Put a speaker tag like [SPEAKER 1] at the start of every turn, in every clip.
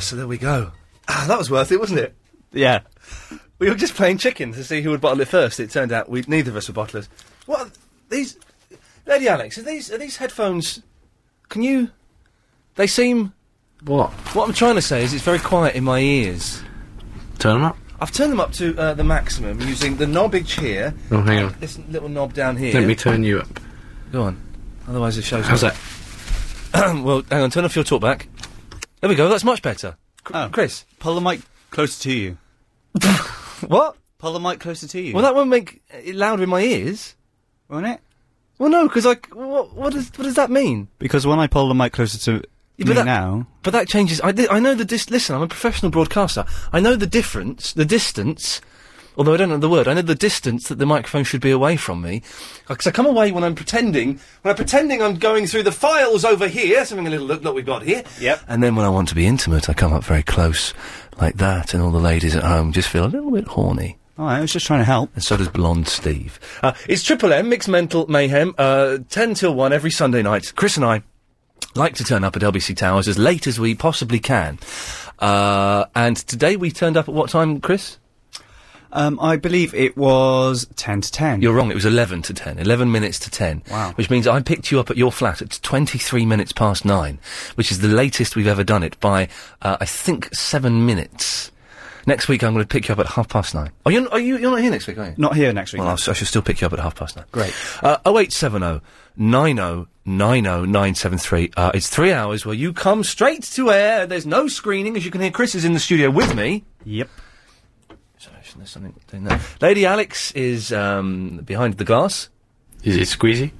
[SPEAKER 1] so there we go. Ah, that was worth it, wasn't it?
[SPEAKER 2] Yeah.
[SPEAKER 1] We were just playing chicken to see who would bottle it first. It turned out we neither of us were bottlers. What are these, Lady Alex? Are these are these headphones? Can you? They seem.
[SPEAKER 2] What?
[SPEAKER 1] What I'm trying to say is it's very quiet in my ears.
[SPEAKER 2] Turn them up.
[SPEAKER 1] I've turned them up to uh, the maximum using the knobbage here. Uh,
[SPEAKER 2] Oh, hang on.
[SPEAKER 1] This little knob down here.
[SPEAKER 2] Let me turn you up.
[SPEAKER 1] Go on. Otherwise, the show's.
[SPEAKER 2] How's that?
[SPEAKER 1] well, hang on. Turn off your talkback. There we go. That's much better. Cr-
[SPEAKER 3] Oh.
[SPEAKER 1] Chris,
[SPEAKER 3] Pull the mic closer to you.
[SPEAKER 1] what?
[SPEAKER 3] Pull the mic closer to you.
[SPEAKER 1] Well, that won't make it louder in my ears.
[SPEAKER 3] won't it?
[SPEAKER 1] Well, no, because I. What, what does what does that mean?
[SPEAKER 3] Because when I pull the mic closer to
[SPEAKER 1] Yeah, but
[SPEAKER 3] me
[SPEAKER 1] that-
[SPEAKER 3] now,
[SPEAKER 1] But that changes. I, di- I know the dis. Listen, I'm a professional broadcaster. I know the difference, the distance. Although I don't know the word, I know the distance that the microphone should be away from me. Because I come away when I'm pretending, when I'm pretending I'm going through the files over here. So I'm having a little look that we've got here.
[SPEAKER 3] Yep.
[SPEAKER 1] And then when I want to be intimate, I come up very close, like that, and all the ladies at home just feel a little bit horny.
[SPEAKER 3] oh, I was just trying to help.
[SPEAKER 1] And so does Blonde Steve. Uh, it's Triple M, Mixed Mental Mayhem, uh, 10 till 1 every Sunday night. Chris and I like to turn up at LBC Towers as late as we possibly can. Uh, and today we turned up at what time, Chris?
[SPEAKER 3] Um, I believe it was ten to ten.
[SPEAKER 1] You're wrong, it was 11 to 10. 11 minutes to 10.
[SPEAKER 3] Wow.
[SPEAKER 1] Which means I picked you up at your flat at 23 minutes past 9, which is the latest we've ever done it by, uh, I think, 7 minutes. Next week I'm going to pick you up at half past 9. Are you, are you, you're not here next week, are you?
[SPEAKER 3] not here next week.
[SPEAKER 1] Well, I'll, s- I should still pick you up at half past nine.
[SPEAKER 3] Great.
[SPEAKER 1] Uh, 0870 90 90 973. Uh, it's oh three hours where you come straight to air. There's no screening. As you can hear, Chris is in the studio with me.
[SPEAKER 3] Yep.
[SPEAKER 1] Sorry, shouldn't there's something doing that. Lady Alex is um, behind the glass.
[SPEAKER 2] Is it squeezy?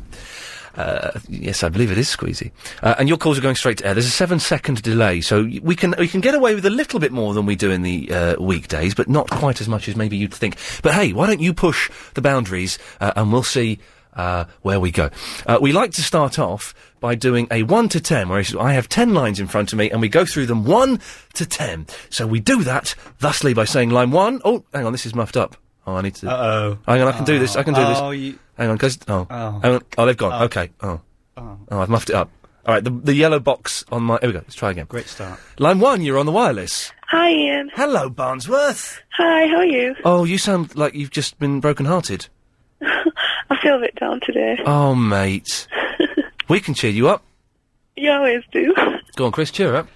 [SPEAKER 1] Uh, yes, I believe it is squeezy. Uh, and your calls are going straight to air. There's a seven second delay, so y- we can we can get away with a little bit more than we do in the uh, weekdays, but not quite as much as maybe you'd think. But hey, why don't you push the boundaries uh, and we'll see. Uh, where we go. Uh, we like to start off by doing a 1 to 10, where I have 10 lines in front of me and we go through them 1 to 10. So we do that thusly by saying line 1. Oh, hang on, this is muffed up. Oh, I need to.
[SPEAKER 3] Uh-oh.
[SPEAKER 1] Hang on, I can do this, I can do this.
[SPEAKER 3] Oh, you-
[SPEAKER 1] Hang on, guys. Oh,
[SPEAKER 3] Oh.
[SPEAKER 1] Hang on. oh, they've gone. Okay. Oh. oh, I've muffed it up. All right, the, the yellow box on my. Here we go. Let's try again.
[SPEAKER 3] Great start.
[SPEAKER 1] Line one, you're on the wireless.
[SPEAKER 4] Hi, Ian.
[SPEAKER 1] Hello, Barnsworth.
[SPEAKER 4] Hi, how are you?
[SPEAKER 1] Oh, you sound like you've just been broken-hearted.
[SPEAKER 4] I feel a bit down today.
[SPEAKER 1] Oh, mate. we can cheer you up.
[SPEAKER 4] You always do.
[SPEAKER 1] Go on, Chris. Cheer up.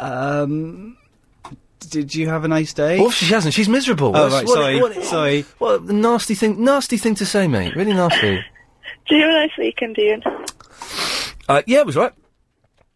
[SPEAKER 3] Um, did you have a nice day?
[SPEAKER 1] Oh, she hasn't. She's miserable.
[SPEAKER 3] Oh,
[SPEAKER 1] What's-
[SPEAKER 3] right,
[SPEAKER 1] what-
[SPEAKER 3] sorry,
[SPEAKER 1] what-
[SPEAKER 3] sorry.
[SPEAKER 1] What a nasty thing? Nasty thing to say, mate. Really nasty.
[SPEAKER 4] Do you have a nice weekend, Ian?
[SPEAKER 1] uh, yeah, it was all right.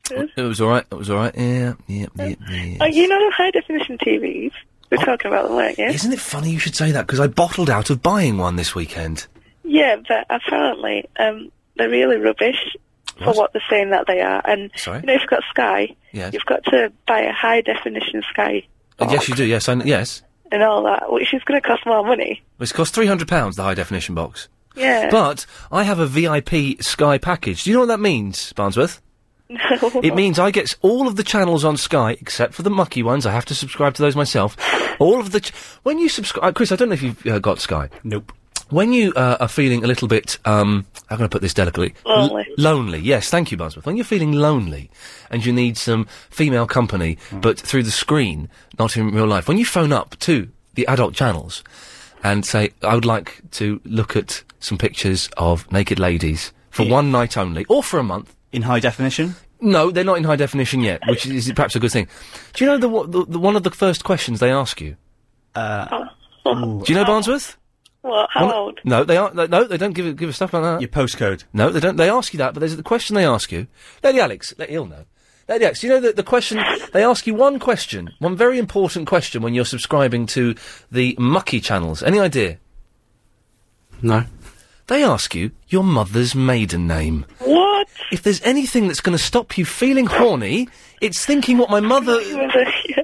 [SPEAKER 4] Good.
[SPEAKER 1] It was all right. It was all right. Yeah, yeah, yeah, yeah.
[SPEAKER 4] Are Oh, you not on high definition TVs? We're talking about them, weren't you?
[SPEAKER 1] Oh, Isn't it funny you should say that? Because I bottled out of buying one this weekend.
[SPEAKER 4] Yeah, but apparently um, they're really rubbish for
[SPEAKER 1] What?
[SPEAKER 4] what they're saying that they are. And
[SPEAKER 1] Sorry?
[SPEAKER 4] you know, if you've got Sky,
[SPEAKER 1] Yes.
[SPEAKER 4] you've got to buy a high definition Sky
[SPEAKER 1] Uh, yes, you do. Yes, I, kn- yes.
[SPEAKER 4] and all that, which is going to cost more money.
[SPEAKER 1] It's cost three hundred pounds the high definition box.
[SPEAKER 4] Yeah.
[SPEAKER 1] But I have a VIP Sky package. Do you know what that means, Barnsworth?
[SPEAKER 4] No.
[SPEAKER 1] It means I get s- all of the channels on Sky except for the mucky ones. I have to subscribe to those myself. All of the ch- when you subscribe, Chris. I don't know if you've uh, got Sky.
[SPEAKER 3] Nope.
[SPEAKER 1] When you uh, are feeling a little bit, um, how can I put this delicately? L-
[SPEAKER 4] Lonely.
[SPEAKER 1] lonely, yes, thank you, Buzzworth. When you're feeling lonely and you need some female company, but through the screen, not in real life, when you phone up to the adult channels and say, I would like to look at some pictures of naked ladies for one night only, or for a month.
[SPEAKER 3] In high definition?
[SPEAKER 1] No, they're not in high definition yet, which is perhaps a good thing. Do you know the, wa- the, the one of the first questions they ask you?
[SPEAKER 3] Uh,
[SPEAKER 1] Do you know Barnsworth?
[SPEAKER 4] what? How old?
[SPEAKER 1] No, they aren't. No, they don't give a, give a stuff like that.
[SPEAKER 3] Your postcode.
[SPEAKER 1] No, they don't. They ask you that, but there's the question they ask you. Lady Alex, let he'll know. Lady Alex, you know the, the question they ask you one question, one very important question when you're subscribing to the mucky channels. Any idea?
[SPEAKER 2] No.
[SPEAKER 1] They ask you your mother's maiden name.
[SPEAKER 4] What?
[SPEAKER 1] If there's anything that's going to stop you feeling horny, it's thinking what my mother.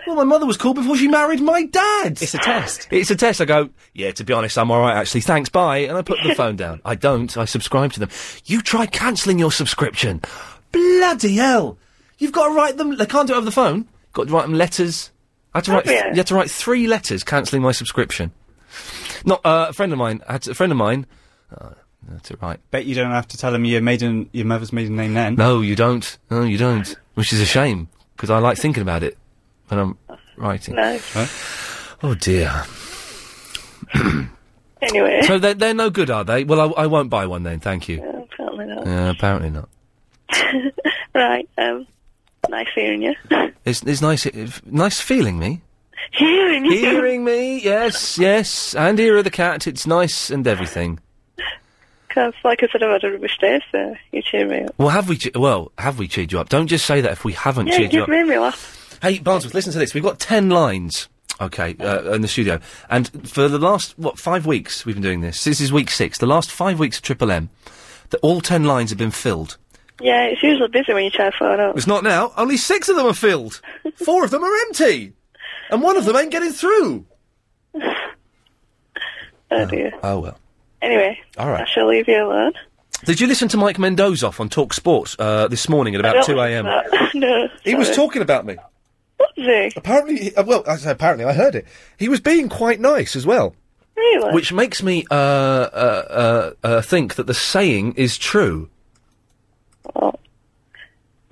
[SPEAKER 1] Well, my mother was called before she married my dad.
[SPEAKER 3] It's a test.
[SPEAKER 1] It's a test. I go, yeah, to be honest, I'm all right, actually. Thanks, bye. And I put the phone down. I don't. I subscribe to them. You try cancelling your subscription. Bloody hell. You've got to write them. They can't do it over the phone. Got to write them letters. I
[SPEAKER 3] Oh,
[SPEAKER 1] had to write,
[SPEAKER 4] yeah.
[SPEAKER 1] you had to write three letters cancelling my subscription. Not, uh, a friend of mine, had to- a friend of mine, uh, that's it, right.
[SPEAKER 3] Bet you don't have to tell him your maiden, your mother's maiden name then.
[SPEAKER 1] No, you don't. No, you don't. Which is a shame, because I like thinking about it. when I'm writing.
[SPEAKER 4] No.
[SPEAKER 1] Oh dear.
[SPEAKER 4] Anyway.
[SPEAKER 1] so they're, they're no good, are they? Well, I, I won't buy one then, thank you.
[SPEAKER 4] No, apparently not.
[SPEAKER 1] Yeah, apparently not.
[SPEAKER 4] right. Um, nice hearing you.
[SPEAKER 1] It's, it's nice, if- nice feeling me.
[SPEAKER 4] hearing you.
[SPEAKER 1] Hearing me, yes, yes. And here are the cat. It's nice and everything.
[SPEAKER 4] Because, like I said, I've had a rubbish day, so you cheer me up.
[SPEAKER 1] Well, have we? Che- well, have we cheered you up? Don't just say that if we haven't
[SPEAKER 4] Yeah,
[SPEAKER 1] cheered you
[SPEAKER 4] you've
[SPEAKER 1] up.
[SPEAKER 4] made me laugh.
[SPEAKER 1] Hey, Barnsworth, listen to this. We've got ten lines. Okay, uh, in the studio, and for the last what five weeks we've been doing this. This is week six. The last five weeks of Triple M, that all ten lines have been filled.
[SPEAKER 4] Yeah, it's usually busy when you try to phone up.
[SPEAKER 1] It's not now. Only six of them are filled. Four of them are empty, and one of them ain't getting through.
[SPEAKER 4] Oh, dear.
[SPEAKER 1] Oh well.
[SPEAKER 4] Anyway,
[SPEAKER 1] All right.
[SPEAKER 4] I shall leave you alone.
[SPEAKER 1] Did you listen to Mike Mendozoff on Talk Sport uh, this morning at about
[SPEAKER 4] I don't
[SPEAKER 1] two a.m.?
[SPEAKER 4] listen to that. no.
[SPEAKER 1] He was
[SPEAKER 4] sorry.
[SPEAKER 1] talking about me.
[SPEAKER 4] Was he?
[SPEAKER 1] Apparently, uh, well, I say apparently, I heard it. He was being quite nice as well,
[SPEAKER 4] Really?
[SPEAKER 1] which makes me uh, uh, uh, uh, think that the saying is true.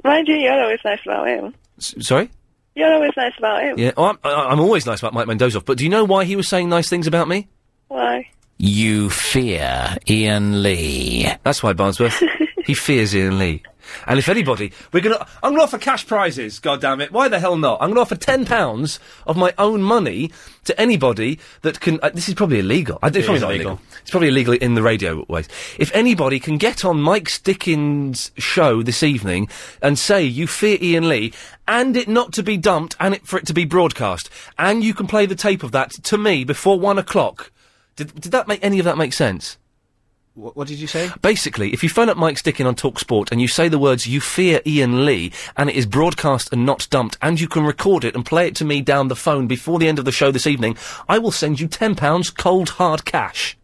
[SPEAKER 4] Mind you, you're always nice about him.
[SPEAKER 1] S- sorry?
[SPEAKER 4] You're always nice about him.
[SPEAKER 1] Yeah, oh, I'm, I- I'm always nice about Mike Mendozoff, but do you know why he was saying nice things about me?
[SPEAKER 4] Why?
[SPEAKER 5] You fear Ian Lee.
[SPEAKER 1] That's why Barnsworth. he fears Ian Lee. And if anybody, we're gonna, I'm gonna offer cash prizes. God damn it! Why the hell not? I'm gonna offer ten pounds of my own money to anybody that can. Uh, this is probably illegal. I, it's
[SPEAKER 2] It
[SPEAKER 1] probably
[SPEAKER 2] is
[SPEAKER 1] not
[SPEAKER 2] illegal.
[SPEAKER 1] illegal. It's probably illegal in the radio ways. If anybody can get on Mike Dickens' show this evening and say you fear Ian Lee, and it not to be dumped, and it for it to be broadcast, and you can play the tape of that to me before one o'clock. Did, did that make any of that make sense?
[SPEAKER 3] What, what did you say?
[SPEAKER 1] Basically, if you phone up Mike Stickin on Talksport and you say the words "You fear Ian Lee" and it is broadcast and not dumped, and you can record it and play it to me down the phone before the end of the show this evening, I will send you ten pounds cold hard cash.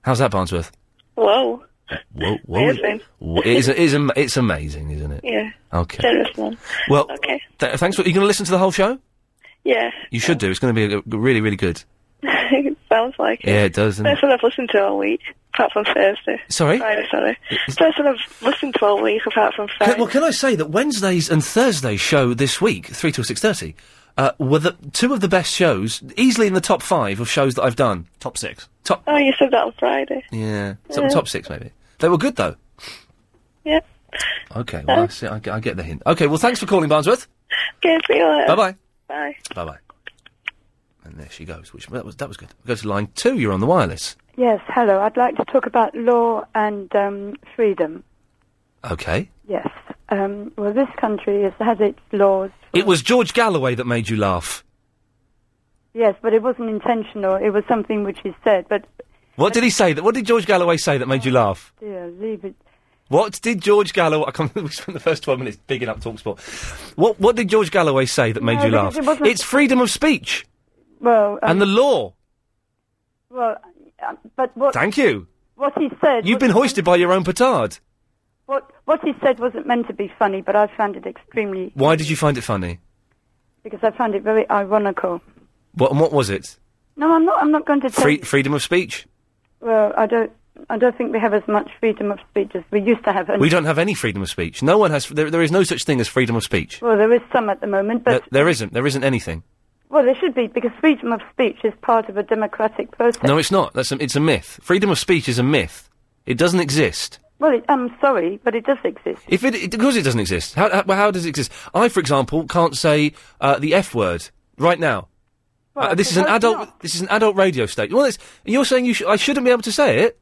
[SPEAKER 1] How's that, Barnsworth?
[SPEAKER 4] Whoa.
[SPEAKER 1] Whoa, whoa!
[SPEAKER 4] Amazing.
[SPEAKER 1] whoa, it is, it is, am- it's amazing, isn't it?
[SPEAKER 4] Yeah.
[SPEAKER 1] Okay. Oh.
[SPEAKER 4] Generous man.
[SPEAKER 1] Well,
[SPEAKER 4] Okay.
[SPEAKER 1] th- thanks. For, are you going to listen to the whole show?
[SPEAKER 4] Yeah.
[SPEAKER 1] You should do. It's going to be a, g- really, really good.
[SPEAKER 4] it sounds like it.
[SPEAKER 1] Yeah, it does. Isn't it?
[SPEAKER 4] That's what I've listened to all week, apart from Thursday.
[SPEAKER 1] Sorry?
[SPEAKER 4] Friday, sorry. That's what I've listened to all week, apart from Friday.
[SPEAKER 1] Can, well, can I say that Wednesday's and Thursday's show this week, three till six thirty, uh, were the two of the best shows, easily in the top five of shows that I've done.
[SPEAKER 6] Top six.
[SPEAKER 1] Top,
[SPEAKER 4] Oh, you said that on Friday.
[SPEAKER 1] yeah,
[SPEAKER 4] Yeah.
[SPEAKER 1] Top, top six maybe. They were good though.
[SPEAKER 4] Yep.
[SPEAKER 1] Okay, well, I, see, I, get- I get the hint. Okay, well, thanks for calling, Barnsworth.
[SPEAKER 4] Okay, see you later.
[SPEAKER 7] Uh.
[SPEAKER 1] Bye bye.
[SPEAKER 4] Bye.
[SPEAKER 1] Bye bye. And there she goes. Which that was that was good. We go to line two. You're on the wireless.
[SPEAKER 8] Yes, hello. I'd like to talk about law and um, freedom.
[SPEAKER 1] Okay.
[SPEAKER 8] Yes. Um, well, this country has had its laws.
[SPEAKER 1] It was George Galloway that made you laugh.
[SPEAKER 8] Yes, but it wasn't intentional. It was something which he said. But
[SPEAKER 1] What did he say? That what did George Galloway say that made you laugh?
[SPEAKER 8] dear, leave it.
[SPEAKER 1] What did George Galloway? I can't, we spent the first twelve minutes digging up Talksport. What What did George Galloway say that made
[SPEAKER 7] Oh,
[SPEAKER 8] No,
[SPEAKER 1] you
[SPEAKER 8] because
[SPEAKER 1] laugh?
[SPEAKER 8] it wasn't-
[SPEAKER 1] it's freedom of speech
[SPEAKER 8] Well, um,
[SPEAKER 1] and the law.
[SPEAKER 8] well, uh, but what
[SPEAKER 1] Thank you.
[SPEAKER 8] what he said.
[SPEAKER 1] You've
[SPEAKER 8] was-
[SPEAKER 1] been hoisted by your own petard.
[SPEAKER 8] What what he said wasn't meant to be funny, but I found it extremely
[SPEAKER 1] Why did you find it funny?
[SPEAKER 8] because I found it very ironical.
[SPEAKER 1] What and What was it?
[SPEAKER 8] No, I'm not. I'm not going to tell.
[SPEAKER 1] Free,
[SPEAKER 8] you-
[SPEAKER 1] freedom of speech.
[SPEAKER 8] Well, I don't. I don't think we have as much freedom of speech as we used to have. And,
[SPEAKER 1] We don't have any freedom of speech. No one has. There, there is no such thing as freedom of speech.
[SPEAKER 8] well, there is some at the moment, but
[SPEAKER 1] There- there isn't. There isn't anything.
[SPEAKER 8] Well, there should be, because freedom of speech is part of a democratic process.
[SPEAKER 1] No, it's not. That's a, it's a myth. Freedom of speech is a myth. It doesn't exist.
[SPEAKER 8] Well, it, I'm sorry, but it does exist.
[SPEAKER 1] If it, it because it doesn't exist. How, how, how does it exist? I, for example, can't say uh, the F word right now.
[SPEAKER 8] Well,
[SPEAKER 1] Uh, this is an
[SPEAKER 8] because
[SPEAKER 1] adult.
[SPEAKER 8] not.
[SPEAKER 1] This is an adult radio station. Well, it's, you're saying you sh- I shouldn't be able to say it.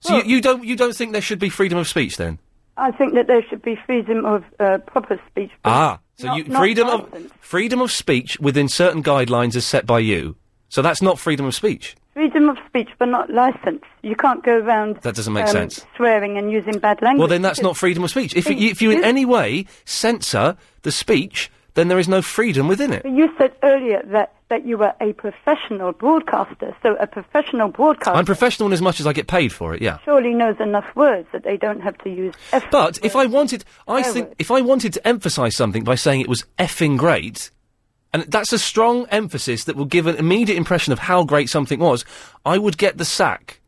[SPEAKER 1] So
[SPEAKER 8] Well-
[SPEAKER 1] you, you don't you don't think there should be freedom of speech then?
[SPEAKER 8] I think that there should be freedom of uh, proper speech. but
[SPEAKER 1] Ah, so
[SPEAKER 8] not-
[SPEAKER 1] you
[SPEAKER 8] not
[SPEAKER 1] freedom
[SPEAKER 8] nonsense.
[SPEAKER 1] of freedom of speech within certain guidelines is set by you. So that's not freedom of speech.
[SPEAKER 8] Freedom of speech, but not license. You can't go around...
[SPEAKER 1] That doesn't make
[SPEAKER 8] um,
[SPEAKER 1] sense.
[SPEAKER 8] ...swearing and using bad language.
[SPEAKER 1] Well, then that's
[SPEAKER 8] because-
[SPEAKER 1] not freedom of speech. If
[SPEAKER 8] Think-
[SPEAKER 1] you, if you in
[SPEAKER 8] you-
[SPEAKER 1] any way censor the speech, then there is no freedom within it.
[SPEAKER 8] But you said earlier that, that you were a professional broadcaster, so a professional broadcaster
[SPEAKER 1] I'm professional in as much as I get paid for it. Yeah.
[SPEAKER 8] surely knows enough words that they don't have to use... F
[SPEAKER 1] But if I
[SPEAKER 8] words.
[SPEAKER 1] wanted, I
[SPEAKER 8] Fair
[SPEAKER 1] think
[SPEAKER 8] words.
[SPEAKER 1] if I wanted to emphasise something by saying it was effing great, and that's a strong emphasis that will give an immediate impression of how great something was, I would get the sack.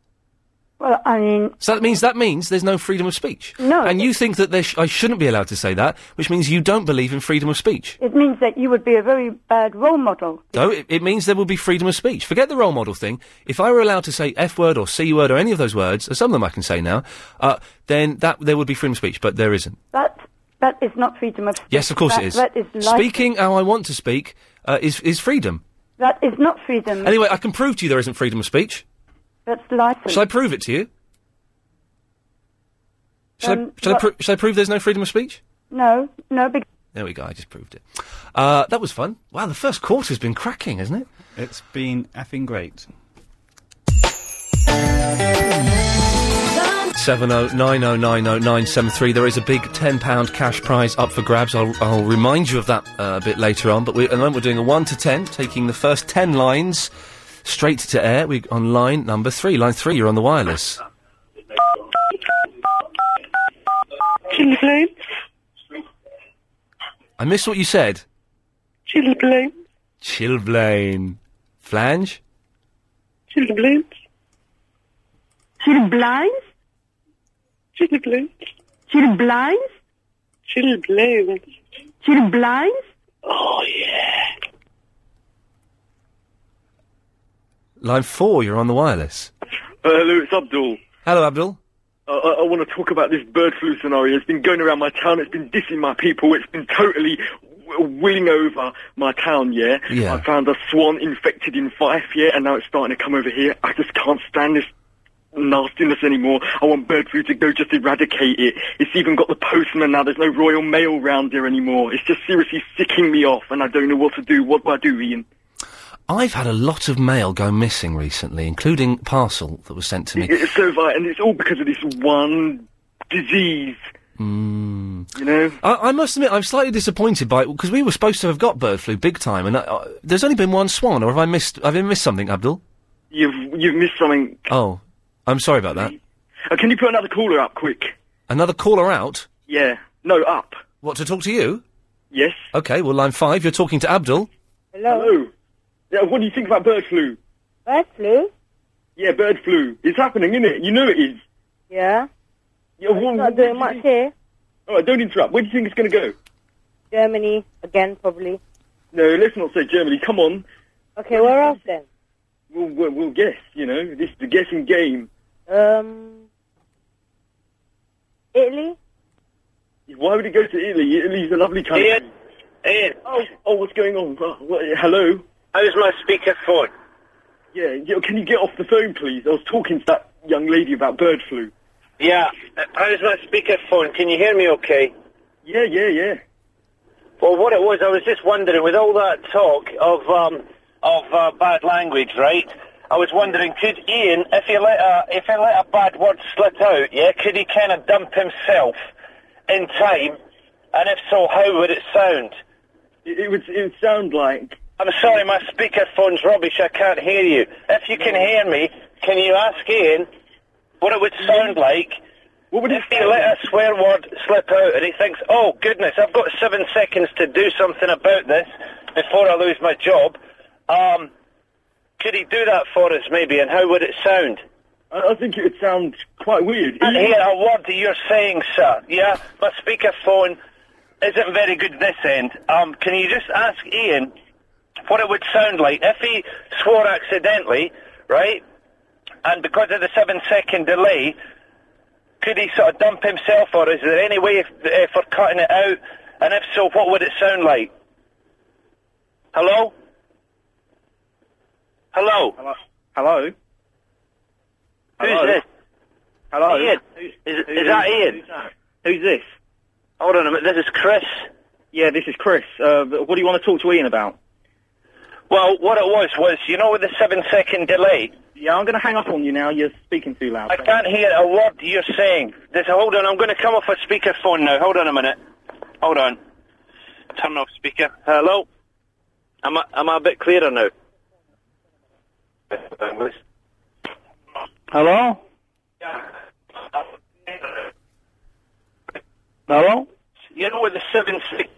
[SPEAKER 8] Well, I mean,
[SPEAKER 1] So that means that means there's no freedom of speech.
[SPEAKER 8] No,
[SPEAKER 1] And you think that there sh- I shouldn't be allowed to say that, which means you don't believe in freedom of speech.
[SPEAKER 8] it means that you would be a very bad role model.
[SPEAKER 1] No, it, it means there will be freedom of speech. Forget the role model thing. If I were allowed to say F word or C word or any of those words, or some of them I can say now, uh, then that there would be freedom of speech, but there isn't.
[SPEAKER 8] That that is not freedom of speech.
[SPEAKER 1] Yes, of course
[SPEAKER 8] that,
[SPEAKER 1] it is.
[SPEAKER 8] That is life.
[SPEAKER 1] Speaking uh, how I want to speak uh, is is freedom.
[SPEAKER 8] That is not freedom.
[SPEAKER 1] Anyway, I can prove to you there isn't freedom of speech.
[SPEAKER 8] That's license.
[SPEAKER 1] Shall I prove it to you? Shall,
[SPEAKER 8] Um,
[SPEAKER 1] I, shall, I,
[SPEAKER 8] what-
[SPEAKER 1] pro- shall I prove there's no freedom of speech?
[SPEAKER 8] No, no, because
[SPEAKER 1] There we go. I just proved it. Uh, that was fun. Wow, the first quarter's been cracking, hasn't it?
[SPEAKER 3] It's been effing great.
[SPEAKER 1] 709090973. There is a big £10 cash prize up for grabs. I'll, I'll remind you of that uh, a bit later on. But we, at the moment, we're doing a 1 to 10, taking the first 10 lines straight to air. We're on line number 3. Line 3, you're on the wireless.
[SPEAKER 4] Chili Bloom.
[SPEAKER 1] I missed what you said.
[SPEAKER 4] Chili Bloom.
[SPEAKER 1] Chilblain. Flange?
[SPEAKER 4] Chili Bloom.
[SPEAKER 6] Chili blinds?
[SPEAKER 4] Chili Bloom.
[SPEAKER 6] Chili blinds?
[SPEAKER 4] Chili Bloom.
[SPEAKER 6] Chili blinds?
[SPEAKER 4] Oh, yeah.
[SPEAKER 1] Line 4, you're on the wireless.
[SPEAKER 9] Uh, hello, it's Abdul.
[SPEAKER 1] Hello, Abdul.
[SPEAKER 9] Uh, I, I want to talk about this bird flu scenario. It's been going around my town. It's been dissing my people. It's been totally w- wheeling over my town, yeah?
[SPEAKER 1] Yeah.
[SPEAKER 9] I found a swan infected in Fife, yeah, and now it's starting to come over here. I just can't stand this nastiness anymore. I want bird flu to go just eradicate it. It's even got the postman now. There's no Royal Mail round here anymore. It's just seriously sicking me off, and I don't know what to do. What do I do, Ian?
[SPEAKER 1] I've had a lot of mail go missing recently, including parcel that was sent to me.
[SPEAKER 9] It- It's so vile, and it's all because of this one disease,
[SPEAKER 1] Mm.
[SPEAKER 9] you know?
[SPEAKER 1] I, I must admit, I'm slightly disappointed by it because we were supposed to have got bird flu big time, and I, I, there's only been one swan. Or have I missed? Have I missed something, Abdul?
[SPEAKER 9] You've you've missed something.
[SPEAKER 1] Oh, I'm sorry about that.
[SPEAKER 9] Uh, can you put another caller up quick?
[SPEAKER 1] Another caller out.
[SPEAKER 9] Yeah. No, up.
[SPEAKER 1] What to talk to you?
[SPEAKER 9] Yes.
[SPEAKER 1] Okay, well, line five. You're talking to Abdul.
[SPEAKER 9] Hello. Yeah, what do you think about bird flu?
[SPEAKER 10] Bird flu?
[SPEAKER 9] Yeah, bird flu. It's happening, isn't it? You know it is.
[SPEAKER 10] Yeah.
[SPEAKER 9] Yeah, well,
[SPEAKER 10] It's not doing much here.
[SPEAKER 9] All right, don't interrupt. Where do you think it's going to go?
[SPEAKER 10] Germany, again, probably.
[SPEAKER 9] No, let's not say Germany. Come on.
[SPEAKER 10] Okay, where else then?
[SPEAKER 9] We'll, we'll, we'll guess, you know. This is the guessing game.
[SPEAKER 10] Um, Italy?
[SPEAKER 9] Why would it go to Italy? Italy's a lovely country.
[SPEAKER 11] Ian, Ian,
[SPEAKER 9] Oh, oh, what's going on? Oh, what, hello?
[SPEAKER 11] how's my speaker phone?
[SPEAKER 9] Yeah, yeah, can you get off the phone, please? I was talking to that young lady about bird flu.
[SPEAKER 11] Yeah, uh, how's my speaker phone? Can you hear me okay?
[SPEAKER 9] Yeah, yeah, yeah.
[SPEAKER 11] Well, what it was, I was just wondering, with all that talk of um, of uh, bad language, right? I was wondering, could Ian, if he let a if he let a bad word slip out, yeah, could he kind of dump himself in time? And if so, how would it sound?
[SPEAKER 9] It, it would it would sound like
[SPEAKER 11] I'm sorry, my speaker phone's rubbish. I can't hear you. If you can hear me, can you ask Ian what it would sound like
[SPEAKER 9] what would it
[SPEAKER 11] If he let a swear word slip out and he thinks, oh goodness, I've got seven seconds to do something about this before I lose my job, um, could he do that for us maybe and how would it sound?
[SPEAKER 9] I, I think it would sound quite weird.
[SPEAKER 11] I hear a word that you're saying, sir. Yeah, my speakerphone isn't very good this end. Um, can you just ask Ian what it would sound like if he swore accidentally, right? And because of the seven second delay, could he sort of dump himself, or is there any way uh, for cutting it out? And if so, what would it sound like? Hello? Hello?
[SPEAKER 9] Hello? Hello? Hello?
[SPEAKER 11] Who's this?
[SPEAKER 9] Hello?
[SPEAKER 11] Ian?
[SPEAKER 9] Who's-
[SPEAKER 11] Is,
[SPEAKER 9] who-
[SPEAKER 11] is that Ian?
[SPEAKER 9] Who's, that? Who's this?
[SPEAKER 11] Hold on a minute, this is Chris.
[SPEAKER 9] Yeah, this is Chris. Uh, what do you want to talk to Ian about?
[SPEAKER 11] Well, what it was was, you know, with the seven second delay,
[SPEAKER 9] Yeah, I'm going to hang up on you now. You're speaking too loud.
[SPEAKER 11] I can't hear a word you're saying. There's hold on, I'm going to come off a speakerphone now. Hold on a minute. Hold on. Turn off speaker. Hello? Am I, am I a bit clearer now?
[SPEAKER 9] Hello? Hello?
[SPEAKER 11] You know, with the seven second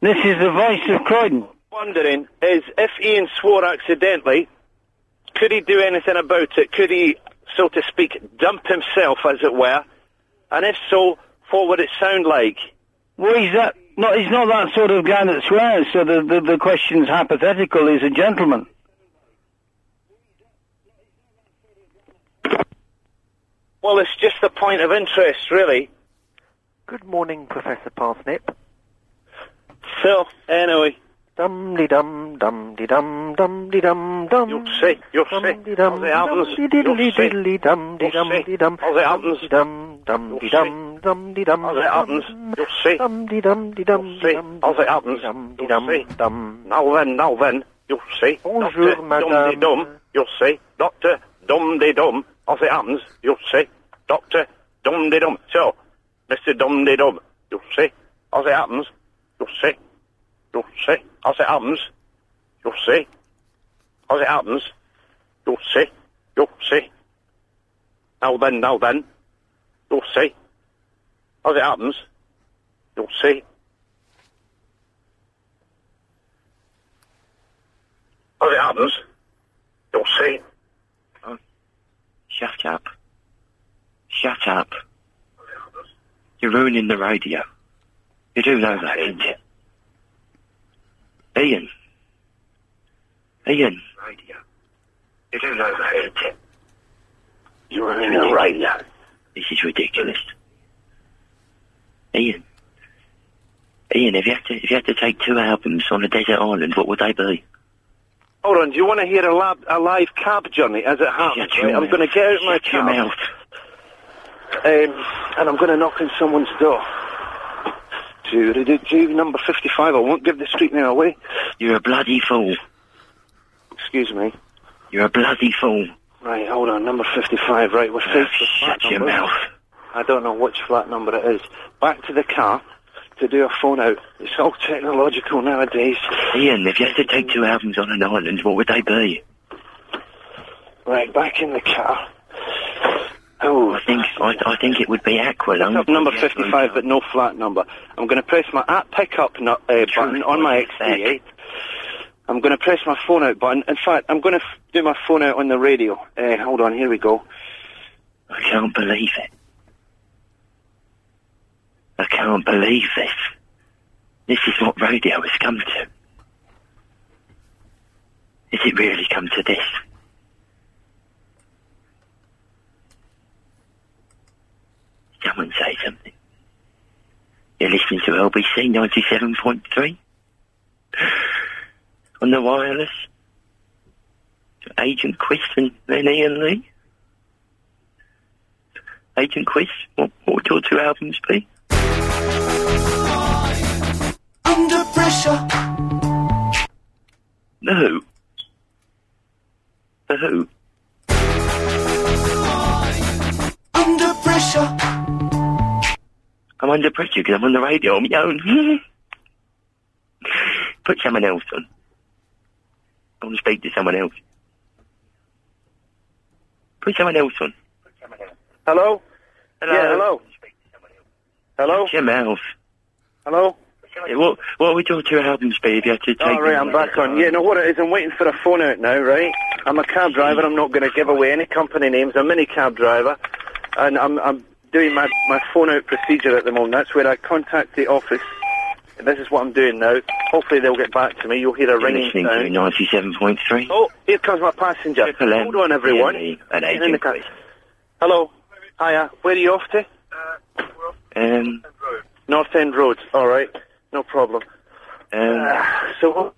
[SPEAKER 9] This is the voice of Croydon.
[SPEAKER 11] wondering is if Ian swore accidentally, could he do anything about it? Could he so to speak, dump himself, as it were? And if so, what would it sound like?
[SPEAKER 12] Well, he's that. No, he's not that sort of guy that swears. So the the, the question's hypothetical. He's a gentleman.
[SPEAKER 11] Well, it's just a point of interest, really.
[SPEAKER 13] Good morning, Professor Parsnip.
[SPEAKER 11] So, anyway.
[SPEAKER 13] Dum de dum dum de dum dum de dum dum.
[SPEAKER 11] You'll see. You'll see. All the albums.
[SPEAKER 13] Dum de
[SPEAKER 11] You'll
[SPEAKER 13] diddly
[SPEAKER 11] see.
[SPEAKER 13] diddly dum de dum de dum.
[SPEAKER 11] All the albums.
[SPEAKER 13] Dum dum de dum dum de dum.
[SPEAKER 11] All the albums. You'll see.
[SPEAKER 13] Dum de dum de dum de dum.
[SPEAKER 11] All the albums. You'll see. Now then, now then. You'll see.
[SPEAKER 13] Bonjour,
[SPEAKER 11] Doctor
[SPEAKER 13] madame.
[SPEAKER 11] Dum de dum. You'll see. Doctor Dum de dum. All the albums. You'll see. Doctor Dum de dum. So, Mr. Dum de dum. You'll see. All the albums. You'll see. You'll see. All the albums. You'll see. All the albums. You'll see. You'll see. Now then, now then. You'll see. As it happens, you'll see. As it happens, you'll see.
[SPEAKER 14] Shut up. Shut up. You're ruining the radio. You do know that, don't you? Ian. Ian.
[SPEAKER 11] Radio. You do know that, ain't you? You're ruining
[SPEAKER 14] the
[SPEAKER 11] radio.
[SPEAKER 14] This is ridiculous. Ian. Ian, if you had to if you had to take two albums on a desert island, what would they be?
[SPEAKER 11] Hold on, do you want to hear a, lab, a live cab journey as it happens?
[SPEAKER 14] your
[SPEAKER 11] right? I'm
[SPEAKER 14] mouth.
[SPEAKER 11] going to get out my
[SPEAKER 14] Shut your
[SPEAKER 11] cab.
[SPEAKER 14] mouth.
[SPEAKER 11] Um, and I'm going to knock on someone's door. Do, do, do, do, number 55, I won't give the street name away.
[SPEAKER 14] You're a bloody fool.
[SPEAKER 11] Excuse me.
[SPEAKER 14] You're a bloody fool.
[SPEAKER 11] Right, hold on, number 55, right, we're safe for flat
[SPEAKER 14] Shut your
[SPEAKER 11] number.
[SPEAKER 14] mouth.
[SPEAKER 11] I don't know which flat number it is. Back to the car to do a phone out. It's all technological nowadays.
[SPEAKER 14] Ian, if you had to take two albums on an island, what would they be?
[SPEAKER 11] Right, back in the car. Oh,
[SPEAKER 14] I think I, I think it would be Aqualung.
[SPEAKER 11] Up number 55, but no flat number. I'm going to press my app pickup nu- uh, button on my XD8. I'm going to press my phone out button. In fact, I'm going to f- do my phone out on the radio. Uh, hold on, here we go.
[SPEAKER 14] I can't believe it. I can't believe this. This is what radio has come to. Has it really come to this? Someone say something. You're listening to LBC 97.3 on the wireless. To Agent Quist and then Ian Lee. Agent Quiz. What, what would your two albums be?
[SPEAKER 15] Under pressure.
[SPEAKER 14] The Who. The Who.
[SPEAKER 15] Under pressure.
[SPEAKER 14] I'm under pressure because I'm on the radio on my own. Put someone else on. I want to speak to someone else. Put someone else on.
[SPEAKER 11] Hello?
[SPEAKER 14] Hello?
[SPEAKER 11] Yeah, hello? Hello?
[SPEAKER 14] Shut Your mouth.
[SPEAKER 11] Hello?
[SPEAKER 14] Yeah, What, what would your two albums be if you had to take
[SPEAKER 11] All right, I'm back on. Yeah, know what it is? I'm waiting for a phone out now, right? I'm a cab driver. I'm not going to give away any company names. I'm a mini cab driver, and I'm I'm doing my my phone out procedure at the moment. That's where I contact the office. This is what I'm doing now. Hopefully they'll get back to me. You'll hear a
[SPEAKER 14] You're
[SPEAKER 11] ringing
[SPEAKER 14] listening to
[SPEAKER 11] sound.
[SPEAKER 14] 97.3.
[SPEAKER 11] Oh, here comes my passenger.
[SPEAKER 14] Triple M,
[SPEAKER 11] Hold on, everyone.
[SPEAKER 14] Ian Lee, and
[SPEAKER 11] Get in the
[SPEAKER 14] Agent
[SPEAKER 11] car.
[SPEAKER 14] Quiz.
[SPEAKER 11] Hello. Hiya. Where are you off to?
[SPEAKER 14] Um,
[SPEAKER 11] North End Road. All right. No problem.
[SPEAKER 14] um,
[SPEAKER 11] Ah, so.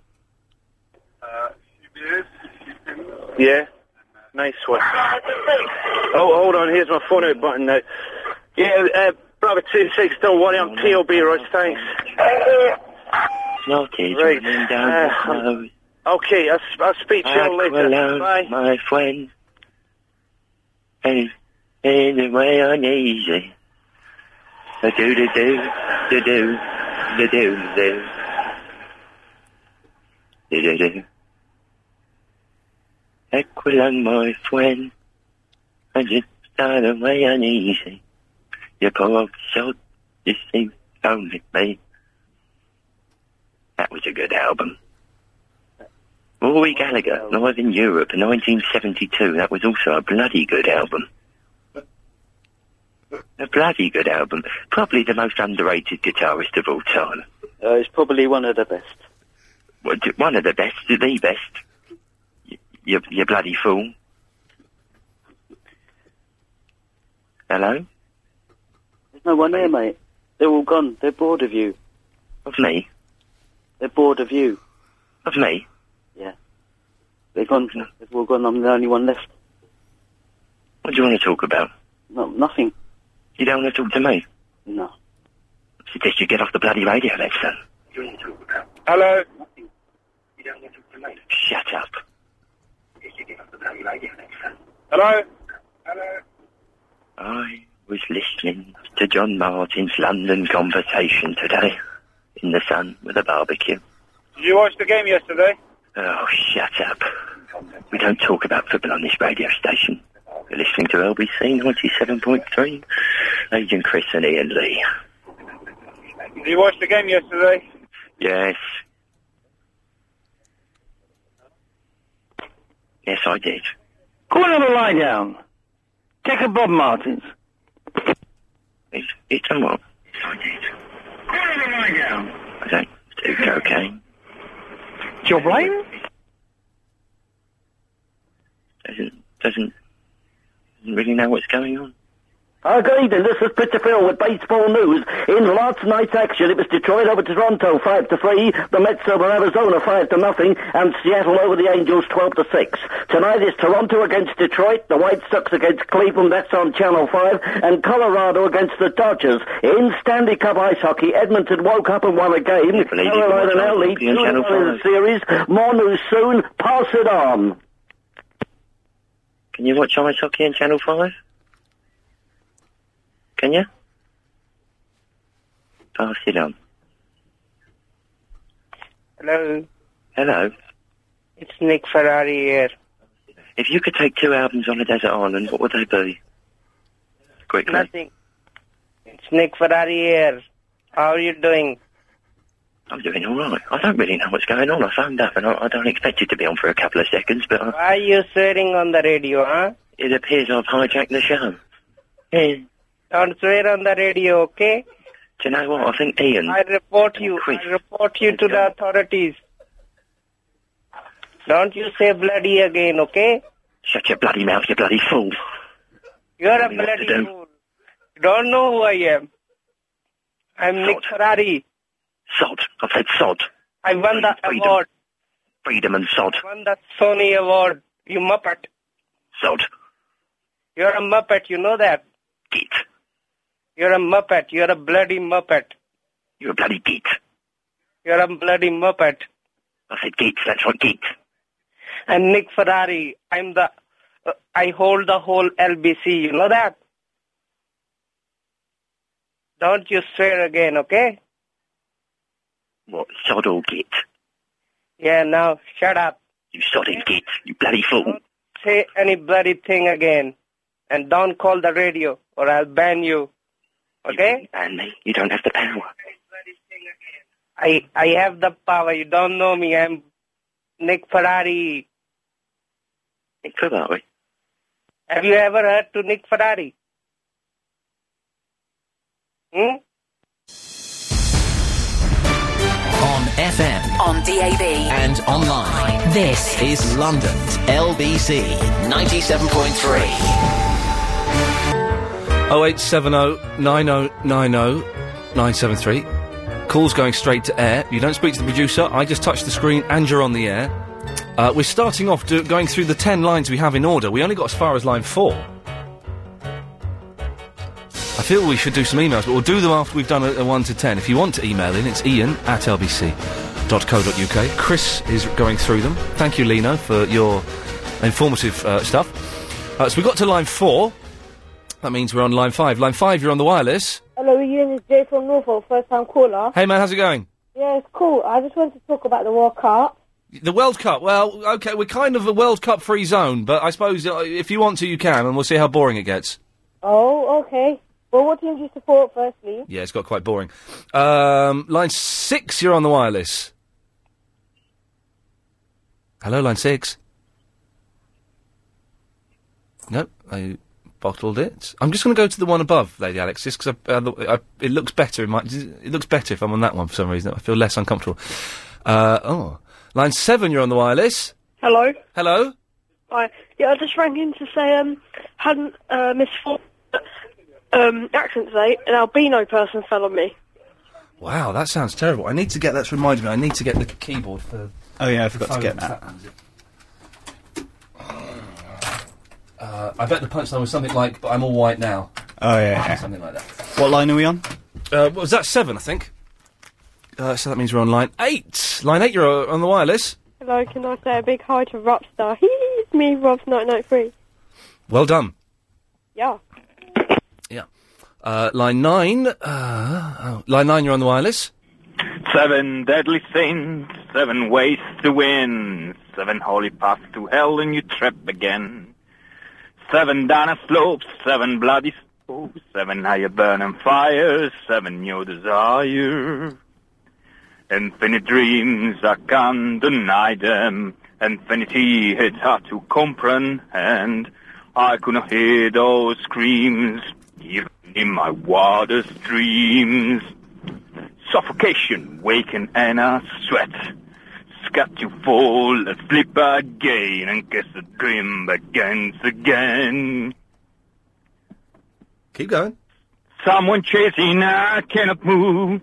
[SPEAKER 11] Yeah. Nice one. Oh, hold on. Here's my phone out button now. Yeah, uh, Bravo 26, don't worry. I'm TOB, Rog. Thanks.
[SPEAKER 14] Snotty,
[SPEAKER 11] Right,
[SPEAKER 14] running down
[SPEAKER 11] uh,
[SPEAKER 14] the nose.
[SPEAKER 11] Okay, I'll, s- I'll speak to you later.
[SPEAKER 14] Aqualung,
[SPEAKER 11] Bye.
[SPEAKER 14] my friend. And in the way uneasy. The do do do do do do do do do do do. Aqualung, my friend. I just start away uneasy. Your poor old soul, you seem lonely, me. That was a good album. Rory Gallagher, Live in Europe, 1972. That was also a bloody good album. A bloody good album. Probably the most underrated guitarist of all time.
[SPEAKER 5] Uh, it's probably one of the best.
[SPEAKER 14] Well, d- One of the best, the best. Y- You, you bloody fool. Hello?
[SPEAKER 5] There's no one there, mate. They're all gone. They're bored of you.
[SPEAKER 14] Of me?
[SPEAKER 5] They're bored of you.
[SPEAKER 14] Of me?
[SPEAKER 5] Yeah. They're gone. They've all gone. I'm the only one left.
[SPEAKER 14] What do you want to talk about?
[SPEAKER 5] No, nothing.
[SPEAKER 14] You don't want to talk to me?
[SPEAKER 5] No.
[SPEAKER 14] I suggest you get off the bloody radio, then, son.
[SPEAKER 16] Hello.
[SPEAKER 14] Shut up.
[SPEAKER 16] Hello.
[SPEAKER 14] I was listening to John Martin's London conversation today in the sun with a barbecue.
[SPEAKER 16] Did you watch the game yesterday?
[SPEAKER 14] Oh, shut up. We don't talk about football on this radio station. You're listening to LBC 97.3. Agent Chris and Ian Lee.
[SPEAKER 16] Did you watch the game yesterday?
[SPEAKER 14] Yes. Yes, I did.
[SPEAKER 17] Go and have a lie down. Take a Bob Martins.
[SPEAKER 14] It's, it's a what? I don't do cocaine.
[SPEAKER 17] Your brain?
[SPEAKER 14] Doesn't, doesn't, doesn't really know what's going on.
[SPEAKER 18] Oh, good evening. This is Peter Phil with baseball news. In last night's action, it was Detroit over Toronto five to three, the Mets over Arizona five to nothing, and Seattle over the Angels twelve to six. Tonight is Toronto against Detroit, the White Sox against Cleveland. That's on Channel Five, and Colorado against the Dodgers. In Stanley Cup ice hockey, Edmonton woke up and won a game.
[SPEAKER 14] believe you can watch
[SPEAKER 18] Carolina now
[SPEAKER 14] that
[SPEAKER 18] lead two
[SPEAKER 14] on Channel
[SPEAKER 18] one in the
[SPEAKER 14] five.
[SPEAKER 18] series. More news soon. Pass it on.
[SPEAKER 14] Can you watch ice hockey on Channel 5? Can you? Pass it on.
[SPEAKER 19] Hello.
[SPEAKER 14] Hello.
[SPEAKER 19] It's Nick Ferrari here.
[SPEAKER 14] If you could take two albums on a desert island, what would they be? Quickly.
[SPEAKER 19] Nothing. It's Nick Ferrari here. How are you doing?
[SPEAKER 14] I'm doing all right. I don't really know what's going on. I phoned up and I, I don't expect it to be on for a couple of seconds, but I,
[SPEAKER 19] Why are you swearing on the radio, huh?
[SPEAKER 14] it appears I've hijacked the show. Hey.
[SPEAKER 19] Don't swear on the radio, okay?
[SPEAKER 14] Do you know what? I think Ian.
[SPEAKER 19] I report you. I report you to the authorities. Don't you say bloody again, okay?
[SPEAKER 14] Shut your bloody mouth, you bloody fool.
[SPEAKER 19] You're a
[SPEAKER 14] Tell me what to
[SPEAKER 19] bloody
[SPEAKER 14] do.
[SPEAKER 19] fool. You don't know who I am. I'm Nick Ferrari.
[SPEAKER 14] Sod. I've said sod.
[SPEAKER 19] I won the
[SPEAKER 14] freedom.
[SPEAKER 19] award.
[SPEAKER 14] Freedom and sod.
[SPEAKER 19] Won the Sony award. You muppet.
[SPEAKER 14] Sod.
[SPEAKER 19] You're a muppet. You know that.
[SPEAKER 14] Git.
[SPEAKER 19] You're a muppet. You're a bloody muppet.
[SPEAKER 14] You're a bloody git.
[SPEAKER 19] You're a bloody muppet.
[SPEAKER 14] I said git. That's right, git.
[SPEAKER 19] And Nick Ferrari. I'm the. Uh, I hold the whole LBC. You know that. Don't you swear again, okay?
[SPEAKER 14] What? Sod or git?
[SPEAKER 19] Yeah. Now shut up.
[SPEAKER 14] You sodding git. You bloody fool.
[SPEAKER 19] Say any bloody thing again, and don't call the radio, or I'll ban you. Okay?
[SPEAKER 14] And me. You don't have the power.
[SPEAKER 19] I I have the power. You don't know me. I'm Nick Ferrari.
[SPEAKER 14] Nick Ferrari.
[SPEAKER 19] Have you ever heard to Nick Ferrari? Hmm?
[SPEAKER 12] On FM. On DAB. And online. This is London's LBC 97.3.
[SPEAKER 1] 0870 9090 973. Calls going straight to air. You don't speak to the producer. I just touch the screen and you're on the air. Uh, we're starting off do- going through the 10 lines we have in order. We only got as far as line 4. I feel we should do some emails, but we'll do them after we've done a, a 1 to 10. If you want to email in, it's ian at lbc.co.uk. Chris is going through them. Thank you, Lino, for your informative uh, stuff. Uh, so we got to line 4. That means we're on line 5. Line 5, you're on the wireless.
[SPEAKER 7] Hello, Ian. It's Jay from Norfolk, first time caller.
[SPEAKER 1] Hey, man, how's it going?
[SPEAKER 7] Yeah, it's cool. I just wanted to talk about the World Cup.
[SPEAKER 1] The World Cup. Well, okay, we're kind of a World Cup free zone, but I suppose uh, if you want to, you can, and we'll see how boring it gets.
[SPEAKER 7] Oh, okay. Well, what team do you support, firstly?
[SPEAKER 1] Yeah, it's got quite boring. Um, line six, you're on the wireless. Hello, line six. Nope, I bottled it. I'm just going to go to the one above, Lady Alex, just because I, I, I, it looks better. In my, it looks better if I'm on that one for some reason. I feel less uncomfortable. Uh, oh, line seven, you're on the wireless.
[SPEAKER 20] Hello.
[SPEAKER 1] Hello.
[SPEAKER 20] Hi. Yeah, I just rang in to say um hadn't uh, missed four um accident today. An albino person fell on me.
[SPEAKER 1] Wow, that sounds terrible. I need to get. That's reminded me. I need to get the keyboard for.
[SPEAKER 3] Oh, yeah, I
[SPEAKER 1] for
[SPEAKER 3] forgot to get
[SPEAKER 1] phones,
[SPEAKER 3] that.
[SPEAKER 1] one's it. Uh, I bet the punchline was something like, "But I'm all white now."
[SPEAKER 3] Oh, yeah, yeah.
[SPEAKER 1] something like that.
[SPEAKER 3] What line are we on?
[SPEAKER 1] Uh, what was that seven? I think. Uh, so that means we're on line eight. Line eight, you're uh, on the wireless.
[SPEAKER 18] Hello, can I say a big hi to Robstar? Hee hee, it's me, Robs993.
[SPEAKER 1] Well done.
[SPEAKER 18] Yeah.
[SPEAKER 1] Yeah. Uh, line nine. Uh, oh, line nine, you're on the wireless. Uh,
[SPEAKER 16] Seven deadly sins, seven ways to win, seven holy paths to hell and you trip again. Seven down a slopes, seven bloody slopes, seven higher burning fires, seven new desire. Infinite dreams, I can't deny them. Infinity, it's hard to comprehend. I could not hear those screams, even in my wildest dreams. Suffocation, waking and a sweat. Scat to fall, asleep again, and kiss the dream begins again.
[SPEAKER 1] Keep going.
[SPEAKER 16] Someone chasing, I cannot move.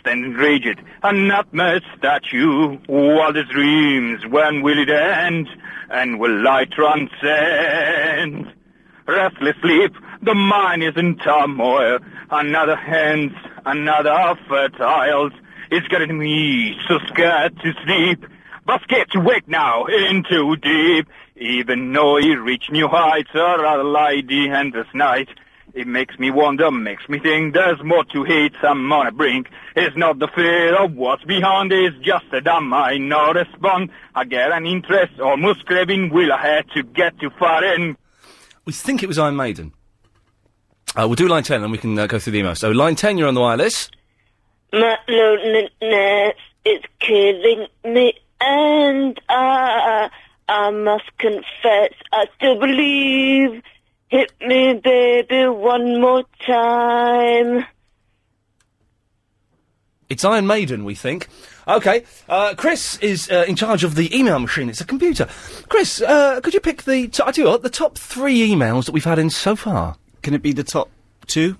[SPEAKER 16] Standing rigid, a nightmare statue. Wildest dreams, when will it end? And will I transcend? Restless sleep, the mind is in turmoil. Another hand, another fertile. It's getting me so scared to sleep. But scared to wake now, in too deep. Even though he reached new heights, I rather lie the endless night. It makes me wonder, makes me think there's more to hate, I'm on a brink. It's not the fear of what's behind, it's just that I might not respond. I get an interest, almost craving, will I have to get too far in?
[SPEAKER 1] We think it was Iron Maiden. Uh, we'll do line ten, and we can uh, go through the email. So line ten, you're on the wireless.
[SPEAKER 21] My loneliness is killing me, and I, I must confess, I still believe. Hit me, baby, one more time.
[SPEAKER 1] It's Iron Maiden, we think. Okay, uh, Chris is uh, in charge of the email machine. It's a computer. Chris, uh, could you pick the t- I tell you what, the top three emails that we've had in so far?
[SPEAKER 3] Can it be the top two?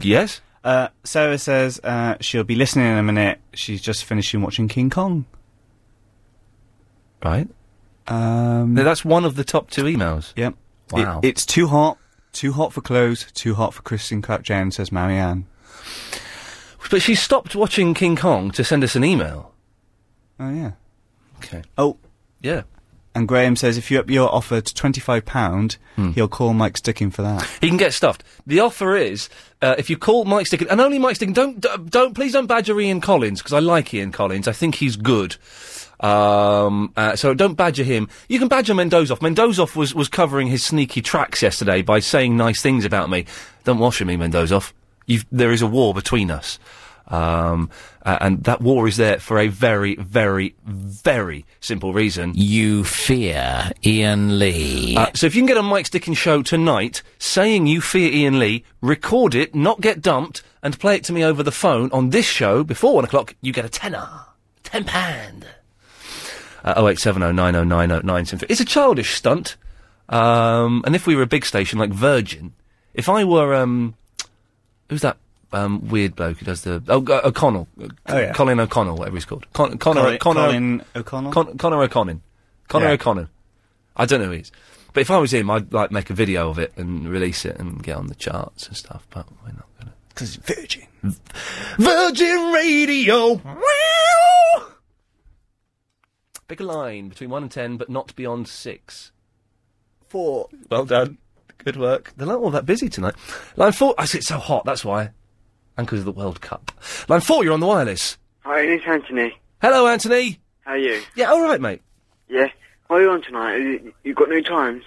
[SPEAKER 1] Yes.
[SPEAKER 3] Uh, Sarah says uh, she'll be listening in a minute. She's just finishing watching King Kong.
[SPEAKER 1] Right.
[SPEAKER 3] Um,
[SPEAKER 1] no, that's one of the top two emails.
[SPEAKER 3] Yep.
[SPEAKER 1] Wow.
[SPEAKER 3] It- it's too hot. Too hot for clothes. Too hot for Kristen Clark Jane, says Marianne.
[SPEAKER 1] But she stopped watching King Kong to send us an email.
[SPEAKER 3] Oh, yeah.
[SPEAKER 1] Okay.
[SPEAKER 3] Oh.
[SPEAKER 1] Yeah.
[SPEAKER 3] And Graham says if you up your offer to £25,
[SPEAKER 1] Hmm.
[SPEAKER 3] he'll call Mike Sticking for that.
[SPEAKER 1] He can get stuffed. The offer is uh, if you call Mike Sticken, and only Mike Sticken. Don't d- don't please don't badger Ian Collins because I like Ian Collins. I think he's good. Um, uh, so don't badger him. You can badger Mendozoff. Mendozoff was was covering his sneaky tracks yesterday by saying nice things about me. Don't wash me, Mendozoff. You've, there is a war between us. Um, uh, and that war is there for a very, very, very simple reason. You fear Ian Lee. Uh, so if you can get on Mike Stickin show tonight saying you fear Ian Lee, record it, not get dumped, and play it to me over the phone on this show before one o'clock, you get a tenner. Ten pound. Uh, 08709090973. It's a childish stunt. Um, and if we were a big station like Virgin, if I were, um, who's that um, weird bloke who does the oh G- O'Connell,
[SPEAKER 3] Oh, yeah.
[SPEAKER 1] Colin O'Connell, whatever he's called, Con- Connor,
[SPEAKER 3] Colin-
[SPEAKER 1] Connor,
[SPEAKER 3] Colin O'Connell?
[SPEAKER 1] Con- Connor O'Connor, Connor
[SPEAKER 3] Yeah.
[SPEAKER 1] O'Connor. I don't know who he is, but if I was him, I'd like make a video of it and release it and get on the charts and stuff. But we're not gonna because it's Virgin, Virgin Radio. Wow! Pick a line between one and ten, but not beyond six. Four. Well done. Good work. They're not all that busy tonight. Line four. I see it's so hot. That's why. And because of the World Cup. Line four. You're on the wireless.
[SPEAKER 22] Hi, it's Anthony.
[SPEAKER 1] Hello, Anthony.
[SPEAKER 22] How are you?
[SPEAKER 1] Yeah, all right, mate.
[SPEAKER 22] Yeah. What are you on tonight? Uh, You, you got new times?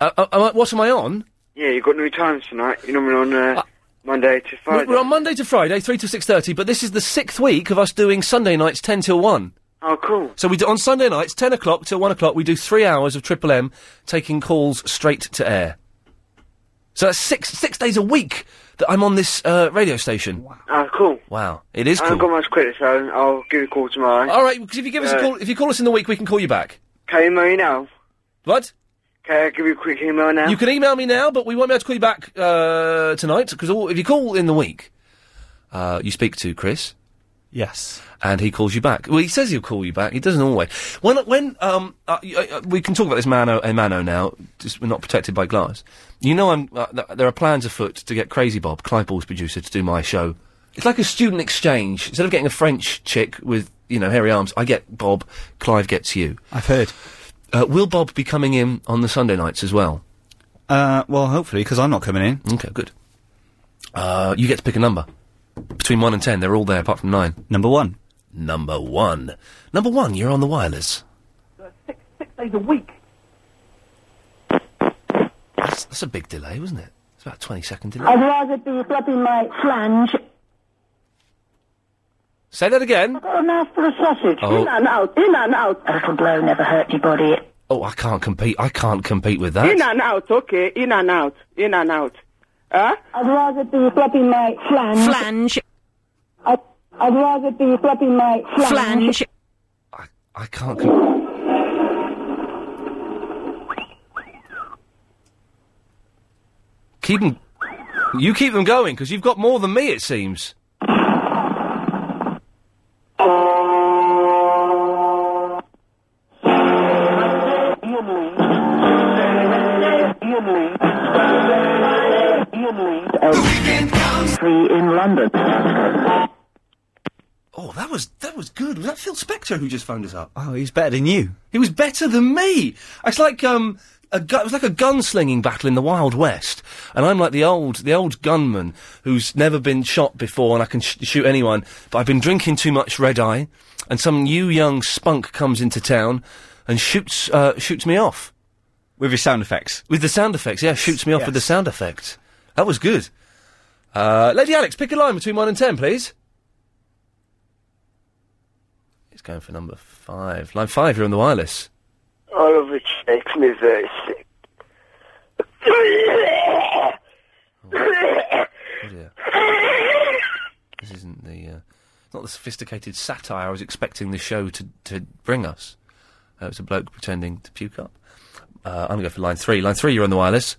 [SPEAKER 1] Uh, uh, am I- what am I on?
[SPEAKER 22] Yeah, you got new times tonight. You're normally on uh, Monday to
[SPEAKER 1] We're-
[SPEAKER 22] Friday.
[SPEAKER 1] We're on Monday to Friday, three to six thirty. But this is the sixth week of us doing Sunday nights ten till one.
[SPEAKER 22] Oh, cool.
[SPEAKER 1] So we do on Sunday nights, ten o'clock till one o'clock. We do three hours of Triple M taking calls straight to air. So that's six six days a week that I'm on this uh, radio station. Wow.
[SPEAKER 22] Oh, cool.
[SPEAKER 1] it is
[SPEAKER 22] I
[SPEAKER 1] cool.
[SPEAKER 22] haven't got much credit, so I'll give you a call tomorrow. Uh,
[SPEAKER 1] All right, because if you give us a call, if you call us in the week, we can call you back.
[SPEAKER 22] Can you email me now?
[SPEAKER 1] What?
[SPEAKER 22] Can I give you a quick email now?
[SPEAKER 1] You can email me now, but we won't be able to call you back uh, tonight because if you call in the week, uh, you speak to Chris.
[SPEAKER 3] Yes.
[SPEAKER 1] And he calls you back. Well, he says he'll call you back. He doesn't always. When when um uh, y- uh, we can talk about this mano a mano now. Just we're not protected by glass. You know, I'm. Uh, th- there are plans afoot to get Crazy Bob Claypool's producer to do my show. It's like a student exchange. Instead of getting a French chick with you know hairy arms, I get Bob. Clive gets you.
[SPEAKER 3] I've heard.
[SPEAKER 1] Uh, will Bob be coming in on the Sunday nights as well?
[SPEAKER 3] Uh, well, hopefully, because I'm not coming in.
[SPEAKER 1] Okay, good. Uh, you get to pick a number. Between 1 and 10, they're all there apart from 9.
[SPEAKER 3] Number 1.
[SPEAKER 1] Number 1. Number 1, you're on the wireless.
[SPEAKER 6] Six days a week.
[SPEAKER 1] That's, that's a big delay, wasn't it? It's about a 20 second delay.
[SPEAKER 2] I'd rather be flapping my flange.
[SPEAKER 1] Say that again.
[SPEAKER 2] Got a mouthful of sausage.
[SPEAKER 1] Oh.
[SPEAKER 2] In and out, in and out. A little blow never hurt your body.
[SPEAKER 1] Oh, I can't compete. I can't compete with that.
[SPEAKER 23] In and out, okay. In and out. In and out. Huh?
[SPEAKER 2] I'd rather be flapping my flange. Flange. I'd, I'd rather be flapping my flange. Flange.
[SPEAKER 1] I can't. Com- keep 'em- You keep them going because you've got more than me, it seems.
[SPEAKER 2] Free in London.
[SPEAKER 1] Oh, that was that was good. Was that Phil Spector who just phoned us up?
[SPEAKER 3] Oh, he's better than you.
[SPEAKER 1] He was better than me. It's like um, a gu- it was like a gunslinging battle in the Wild West, and I'm like the old the old gunman who's never been shot before, and I can sh- shoot anyone. But I've been drinking too much red eye, and some new young spunk comes into town and shoots uh, shoots me off
[SPEAKER 3] with his sound effects.
[SPEAKER 1] With the sound effects, yeah, shoots me off with the sound effects. That was good. Uh, Lady Alex, pick a line between one and ten, please. It's going for number five. Line five, you're on the wireless.
[SPEAKER 24] Oliver makes me very sick.
[SPEAKER 1] Oh, This isn't the uh, not the sophisticated satire I was expecting the show to to bring us. Uh, it's a bloke pretending to puke up. Uh, I'm going to go for line three. Line three, you're on the wireless.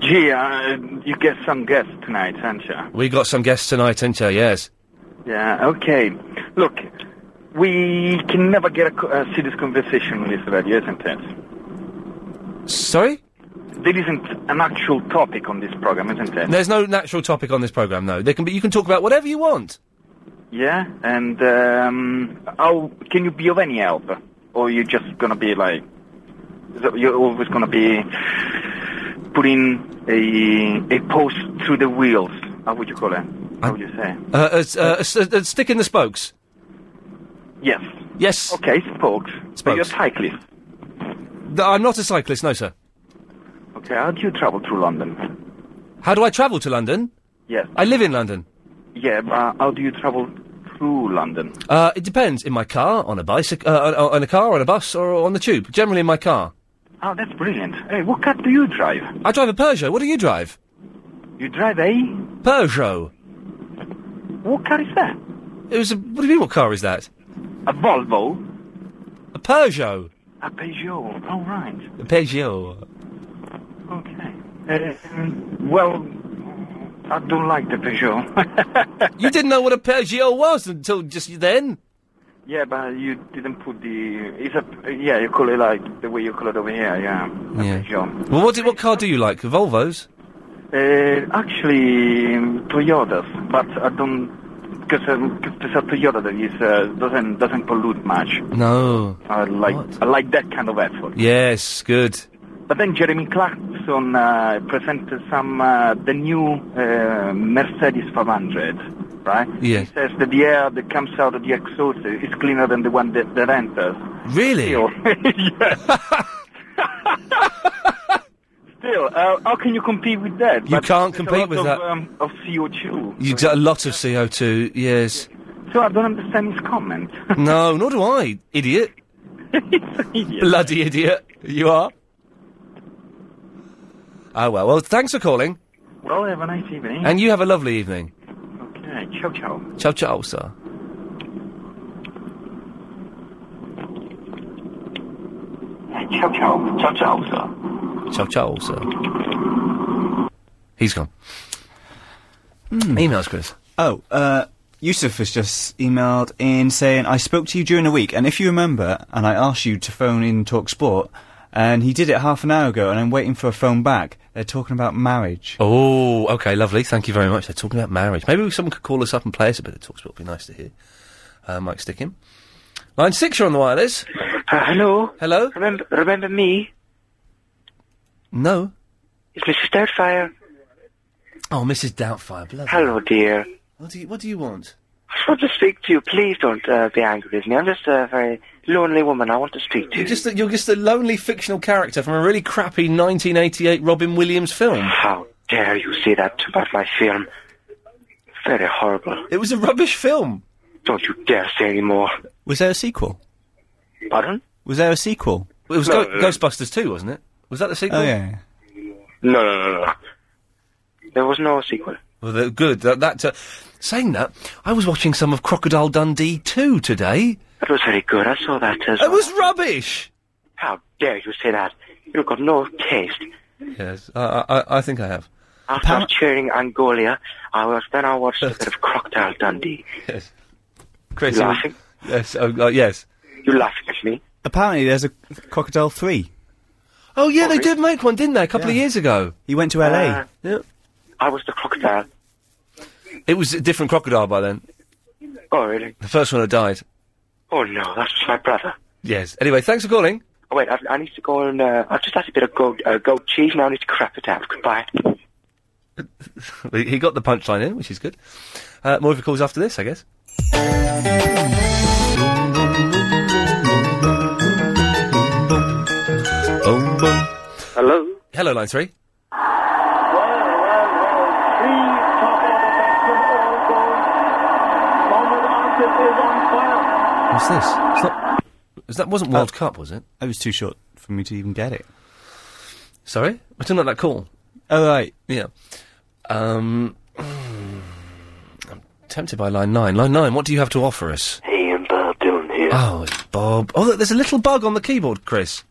[SPEAKER 16] Gee, uh, you get some guests tonight, aren't you?
[SPEAKER 1] We got some guests tonight, ain't ya? Yes.
[SPEAKER 16] Yeah, okay. Look, we can never get a co- uh, serious conversation on this radio, isn't it?
[SPEAKER 1] Sorry?
[SPEAKER 16] There isn't an actual topic on this program, isn't it?
[SPEAKER 1] There's no natural topic on this program, though. There can be you can talk about whatever you want.
[SPEAKER 16] Yeah, and um, how can you be of any help? Or you're just gonna be like, so you're always gonna be putting a a post through the wheels. How would you call it? How would you say?
[SPEAKER 1] Uh, it's, uh, s- uh, stick in the spokes.
[SPEAKER 16] Yes.
[SPEAKER 1] Yes.
[SPEAKER 16] Okay, spokes. But you're a cyclist.
[SPEAKER 1] Th- I'm not a cyclist, no, sir.
[SPEAKER 16] Okay, how do you travel through London?
[SPEAKER 1] How do I travel to London?
[SPEAKER 16] Yes.
[SPEAKER 1] I live in London.
[SPEAKER 16] Yeah, but how do you travel through London?
[SPEAKER 1] Uh, it depends. In my car, on a bicycle, uh, on- on a car, on a bus, or on the tube. Generally in my car.
[SPEAKER 16] Oh, that's brilliant. Hey, what car do you drive?
[SPEAKER 1] I drive a Peugeot. What do you drive?
[SPEAKER 16] You drive a
[SPEAKER 1] Peugeot.
[SPEAKER 16] What car is that?
[SPEAKER 1] It was. A, what do you mean? What car is that?
[SPEAKER 16] A Volvo.
[SPEAKER 1] A Peugeot.
[SPEAKER 16] A Peugeot. All right.
[SPEAKER 1] A Peugeot.
[SPEAKER 16] Uh, well, I don't like the Peugeot.
[SPEAKER 1] you didn't know what a Peugeot was until just then.
[SPEAKER 16] yeah, but you didn't put the. It's a. Yeah, you call it like the way you call it over here. Yeah.
[SPEAKER 1] Yeah.
[SPEAKER 16] Peugeot.
[SPEAKER 1] Well, what do, what car do you like? Volvos.
[SPEAKER 16] Uh, actually, um, Toyotas, but I don't because um, 'cause there's a Toyota that is uh, doesn't doesn't pollute much.
[SPEAKER 1] No.
[SPEAKER 16] I like I like that kind of effort.
[SPEAKER 1] Yes. Good.
[SPEAKER 16] But then Jeremy Clarkson uh, presented some uh, the new uh, Mercedes 500, right?
[SPEAKER 1] Yeah.
[SPEAKER 16] He says that the air that comes out of the exhaust is cleaner than the one that, that enters.
[SPEAKER 1] Really?
[SPEAKER 16] Still, yes. Still, uh, how can you compete with that?
[SPEAKER 1] You can't compete
[SPEAKER 16] there's a lot
[SPEAKER 1] with
[SPEAKER 16] um, of,
[SPEAKER 1] that.
[SPEAKER 16] Um, of CO2.
[SPEAKER 1] You got a lot of CO2. Yes.
[SPEAKER 18] So I don't understand his comment.
[SPEAKER 1] no, nor do I, idiot. Bloody idiot. You are. Oh, well. Well, thanks for calling.
[SPEAKER 18] Well, have a nice evening.
[SPEAKER 1] And you have a lovely evening.
[SPEAKER 18] Okay, ciao, ciao.
[SPEAKER 1] Ciao, ciao, sir.
[SPEAKER 18] Ciao, ciao. Ciao, ciao, sir.
[SPEAKER 1] Ciao, ciao, sir. He's gone. Hmm. Emails, Chris.
[SPEAKER 3] Oh, uh, Yusuf has just emailed in saying, I spoke to you during the week, and if you remember, and I asked you to phone in Talk Sport, and he did it half an hour ago, and I'm waiting for a phone back. They're talking about marriage.
[SPEAKER 1] Oh, okay, lovely. Thank you very much. They're talking about marriage. Maybe someone could call us up and play us a bit of Talksport. It'd be nice to hear. Uh, Mike Stickham. Line six, you're on the wireless.
[SPEAKER 22] Uh, hello.
[SPEAKER 1] Hello.
[SPEAKER 22] Remember, remember me?
[SPEAKER 1] No.
[SPEAKER 22] It's Mrs. Doubtfire.
[SPEAKER 1] Oh, Mrs. Doubtfire, bloody.
[SPEAKER 22] Hello, Oh, dear.
[SPEAKER 1] What do you, what do you want?
[SPEAKER 22] I just want to speak to you. Please don't uh, be angry with me. I'm just a very lonely woman. I want to speak to you.
[SPEAKER 1] You're just, a, you're just a lonely fictional character from a really crappy 1988 Robin Williams film.
[SPEAKER 22] How dare you say that about my film? Very horrible.
[SPEAKER 1] It was a rubbish film.
[SPEAKER 22] Don't you dare say any more.
[SPEAKER 3] Was there a sequel?
[SPEAKER 22] Pardon?
[SPEAKER 3] Was there a sequel?
[SPEAKER 1] It was
[SPEAKER 22] No,
[SPEAKER 1] Go-
[SPEAKER 22] uh,
[SPEAKER 1] Ghostbusters 2, wasn't it? Was that the sequel?
[SPEAKER 3] Oh, yeah.
[SPEAKER 22] No, no, no, no. There was no sequel.
[SPEAKER 1] Well, the- good. That, that uh, saying that, I was watching some of Crocodile Dundee 2 today. Oh,
[SPEAKER 22] That was very good. I saw that as
[SPEAKER 1] It was rubbish.
[SPEAKER 22] How dare you say that? You've got no taste.
[SPEAKER 1] Yes, I, I, I think I have.
[SPEAKER 22] After I was cheering Angolia, I was then I watched a bit of Crocodile Dundee.
[SPEAKER 1] Yes. Chris,
[SPEAKER 22] you
[SPEAKER 1] you-
[SPEAKER 22] laughing?
[SPEAKER 1] Yes, oh, uh, yes.
[SPEAKER 22] You laughing at me?
[SPEAKER 3] Apparently, there's a Crocodile 3.
[SPEAKER 1] Oh, yeah, they did make one, didn't they, a couple of
[SPEAKER 3] Yeah.
[SPEAKER 1] years ago?
[SPEAKER 3] He went to LA.
[SPEAKER 22] Uh, I was the crocodile.
[SPEAKER 1] It was a different crocodile by then.
[SPEAKER 22] Oh really?
[SPEAKER 1] The first one had died.
[SPEAKER 22] Oh no, that was my brother.
[SPEAKER 1] Yes. Anyway, thanks for calling.
[SPEAKER 22] Oh, wait, I, I need to go and uh, I've just had a bit of gold uh, goat cheese. Now I need to crap it out. Goodbye.
[SPEAKER 1] He he got the punchline in, which is good. Uh, more of your calls after this, I guess.
[SPEAKER 21] Hello?
[SPEAKER 1] Hello, line three. What's this? It's not. That wasn't World Cup, was it?
[SPEAKER 3] It Oh. was too short for me to even get it.
[SPEAKER 1] Sorry? I didn't like that call.
[SPEAKER 3] Oh, right.
[SPEAKER 1] Yeah. Um, I'm tempted by line nine. Line nine, what do you have to offer us?
[SPEAKER 21] Hey, I'm Bob Dylan here.
[SPEAKER 1] Oh, it's Bob. Oh, look, there's a little bug on the keyboard, Chris.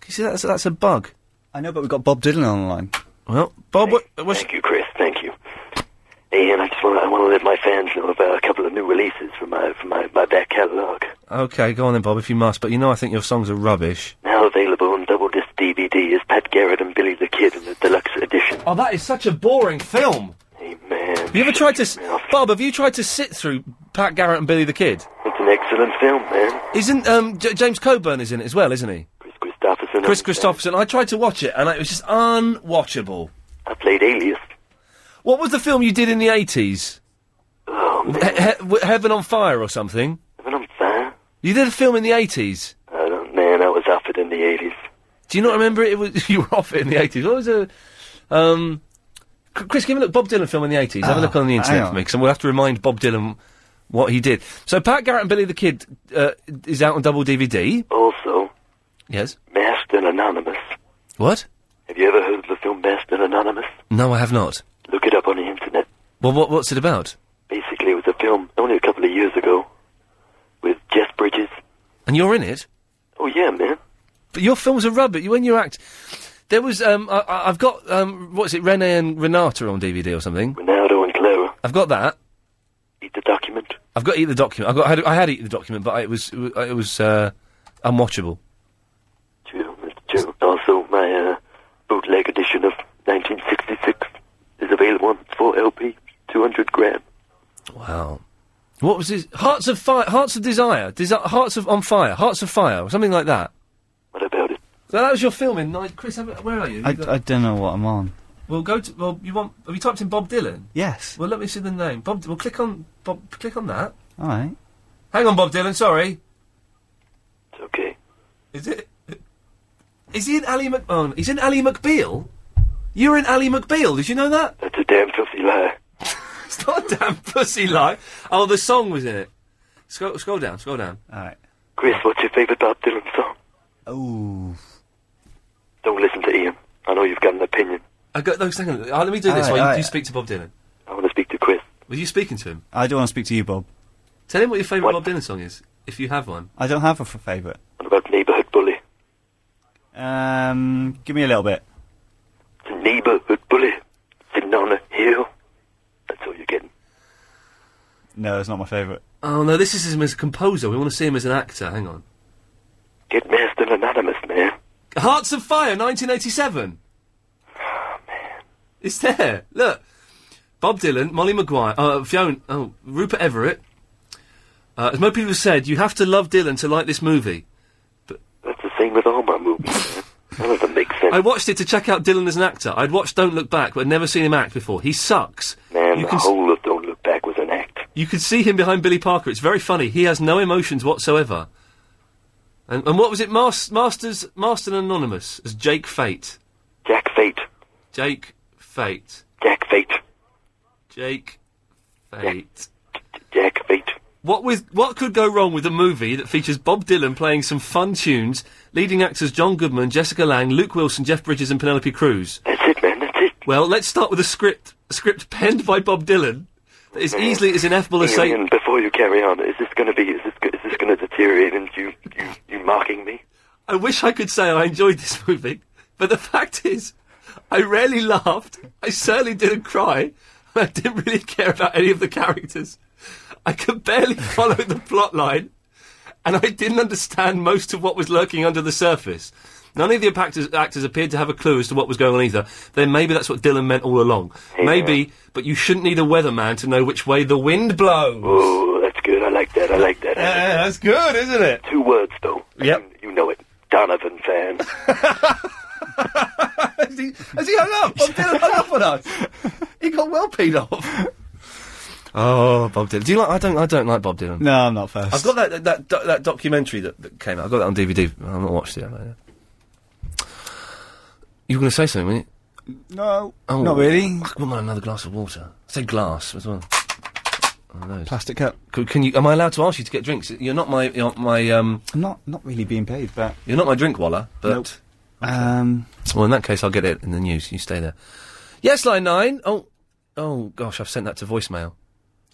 [SPEAKER 1] Can you see that's, that's a bug?
[SPEAKER 3] I know, but we've got Bob Dylan on the line.
[SPEAKER 1] Well, Bob, what, what's...
[SPEAKER 21] Thank you, Chris. Thank you. Hey, and I just want to, I want to let my fans know about a couple of new releases from my from my, my back catalogue.
[SPEAKER 1] Okay, go on then, Bob, if you must. But you know I think your songs are rubbish.
[SPEAKER 21] Now available on double disc DVD is Pat Garrett and Billy the Kid in the deluxe edition.
[SPEAKER 1] Oh, that is such a boring film.
[SPEAKER 21] Amen.
[SPEAKER 1] Have you ever tried to... s- Bob, have you tried to sit through Pat Garrett and Billy the Kid?
[SPEAKER 21] It's an excellent film, man.
[SPEAKER 1] Isn't um, J- James Coburn is in it as well, isn't he? Chris
[SPEAKER 21] Christopherson.
[SPEAKER 1] Chris Christopherson. I tried to watch it, and I, it was just unwatchable.
[SPEAKER 21] I played Alias.
[SPEAKER 1] What was the film you did in the eighties? He- he- w- Heaven on Fire or something?
[SPEAKER 21] Oh, Heaven on Fire.
[SPEAKER 1] You did a film in the eighties.
[SPEAKER 21] I don't, man, I was offered in the 80s.
[SPEAKER 1] Do you not remember it? it was, you were off it in the eighties. What was a um, C- Chris? Give me a look. Bob Dylan film in the eighties. Have a
[SPEAKER 21] Oh,
[SPEAKER 1] look on the
[SPEAKER 21] hang
[SPEAKER 1] internet
[SPEAKER 21] on.
[SPEAKER 1] for me, because we'll have to remind Bob Dylan what he did. So Pat Garrett and Billy the Kid uh, is out on double DVD.
[SPEAKER 21] Also,
[SPEAKER 1] Yes.
[SPEAKER 21] Masked and Anonymous.
[SPEAKER 1] What?
[SPEAKER 21] Have you ever heard of the film Masked and Anonymous?
[SPEAKER 1] No, I have not.
[SPEAKER 21] Look it up on the internet.
[SPEAKER 1] Well, what, what's it about?
[SPEAKER 21] Basically, it was a film only a couple of years ago with Jeff Bridges.
[SPEAKER 1] And you're in it.
[SPEAKER 21] Oh, yeah, man.
[SPEAKER 1] But your films are rubbish. When you act, there was um, I, I- I've got um, what's it, Rene and Renata on DVD or something.
[SPEAKER 21] Ronaldo and Clara.
[SPEAKER 1] I've got that.
[SPEAKER 21] Eat the document.
[SPEAKER 1] I've got eat the document. I've got I had, I had eat the document, but it was it was, it was uh, unwatchable.
[SPEAKER 21] Joe. Also, my uh, bootleg edition of 1966 is available on 4LP, 200 gram.
[SPEAKER 1] Wow. What was this? Hearts of fire, hearts of desire, Desi- hearts of on fire, hearts of fire, or something like that.
[SPEAKER 21] What about it?
[SPEAKER 1] So that was your film in nine. Chris, have, a- where are you?
[SPEAKER 3] I,
[SPEAKER 1] You got-
[SPEAKER 3] I don't know what I'm on.
[SPEAKER 1] well, go to. Well, you want? Have you typed in Bob Dylan?
[SPEAKER 3] Yes.
[SPEAKER 1] Well, let me see the name. Bob. Well, click on Bob. Click on that.
[SPEAKER 3] All right.
[SPEAKER 1] Hang on, Bob Dylan. Sorry.
[SPEAKER 21] It's okay.
[SPEAKER 1] Is it? Is he in Ali McMahon? He's in Ali McBeal. You're in Ali McBeal. Did you know that?
[SPEAKER 21] That's a damn filthy lie.
[SPEAKER 1] it's not damn pussy like. Oh, the song was in it. Scroll, scroll down, scroll down. All right.
[SPEAKER 9] Chris, what's your favourite Bob Dylan song?
[SPEAKER 1] Oh.
[SPEAKER 9] Don't listen to Ian. I know you've got an opinion.
[SPEAKER 1] I go. No, second. Uh, let me do this
[SPEAKER 3] Aye,
[SPEAKER 1] while you,
[SPEAKER 3] aye.
[SPEAKER 1] you speak to Bob Dylan.
[SPEAKER 9] I want to speak to Chris.
[SPEAKER 1] Were you speaking to him?
[SPEAKER 3] I don't want to speak to you, Bob.
[SPEAKER 1] Tell him what your favourite Bob Dylan song is, if you have one.
[SPEAKER 3] I don't have a f- favourite.
[SPEAKER 9] What about Neighbourhood Bully?
[SPEAKER 3] Um, give me a little bit.
[SPEAKER 9] The Neighbourhood Bully. Sitting on a hill. That's all you're getting.
[SPEAKER 3] No, it's not my favourite.
[SPEAKER 1] Oh no, this is him as a composer. We want to see him as an actor. Hang on.
[SPEAKER 9] Get messed and anonymous, man.
[SPEAKER 1] Hearts of Fire, 1987. Oh, man.
[SPEAKER 9] Oh,
[SPEAKER 1] It's there. Look. Bob Dylan, Molly Maguire, uh, Fiona, oh, Rupert Everett. Uh, as most people have said, you have to love Dylan to like this movie.
[SPEAKER 9] That's the same with all my movies. man. None of them make sense.
[SPEAKER 1] I watched it to check out Dylan as an actor. I'd watched Don't Look Back, but I'd never seen him act before. He sucks.
[SPEAKER 9] Man,
[SPEAKER 1] you
[SPEAKER 9] the
[SPEAKER 1] can s-
[SPEAKER 9] whole of Don't Look Back was an act.
[SPEAKER 1] You could see him behind Billy Parker. It's very funny. He has no emotions whatsoever. And, and what was it? Mas- Masters, Master Anonymous as Jake Fate.
[SPEAKER 9] Jack Fate.
[SPEAKER 1] Jake Fate.
[SPEAKER 9] Jack Fate.
[SPEAKER 1] Jake Fate.
[SPEAKER 9] Jack Fate.
[SPEAKER 1] What with what could go wrong with a movie that features Bob Dylan playing some fun tunes, leading actors John Goodman, Jessica Lange, Luke Wilson, Jeff Bridges, and Penelope Cruz?
[SPEAKER 9] That's it, man. That's it.
[SPEAKER 1] Well, let's start with a script a script penned by Bob Dylan that is easily as ineffable as Satan.
[SPEAKER 9] Ian, before you carry on, is this going to be? Is this go- is this going to deteriorate into you, you you mocking me?
[SPEAKER 1] I wish I could say I enjoyed this movie, but the fact is, I rarely laughed. I certainly didn't cry. And I didn't really care about any of the characters. I could barely follow the plot line, and I didn't understand most of what was lurking under the surface. None of the actors, actors appeared to have a clue as to what was going on either. Then maybe that's what Dylan meant all along. Maybe, but you shouldn't need a weatherman to know which way the wind blows.
[SPEAKER 9] Oh, that's good. I like that. I like that.
[SPEAKER 1] Yeah, that's good, isn't it?
[SPEAKER 9] Two words though.
[SPEAKER 1] Yep.
[SPEAKER 9] You know it, Donovan fan.
[SPEAKER 1] has, he, has he hung up? Bob Dylan hung up on us. He got well peed off. Oh, Bob Dylan. Do you like? I don't. I don't like Bob Dylan.
[SPEAKER 3] No, I'm not first.
[SPEAKER 1] I've got that that that, that documentary that, that came out. I got that on DVD. I've not watched it. have I? You were going to say something, weren't you?
[SPEAKER 3] No,
[SPEAKER 1] Oh,
[SPEAKER 3] not really.
[SPEAKER 1] I wouldn't mind another glass of water. Say glass as well.
[SPEAKER 3] Plastic cup.
[SPEAKER 1] Can, can you? Am I allowed to ask you to get drinks? You're not my. You're not my. Um.
[SPEAKER 3] I'm not not really being paid, but
[SPEAKER 1] You're not my drink waller. But
[SPEAKER 3] Nope. um,
[SPEAKER 1] Well, in that case, I'll get it in the news. You stay there. Yes, line nine. Oh, oh gosh, I've sent that to voicemail.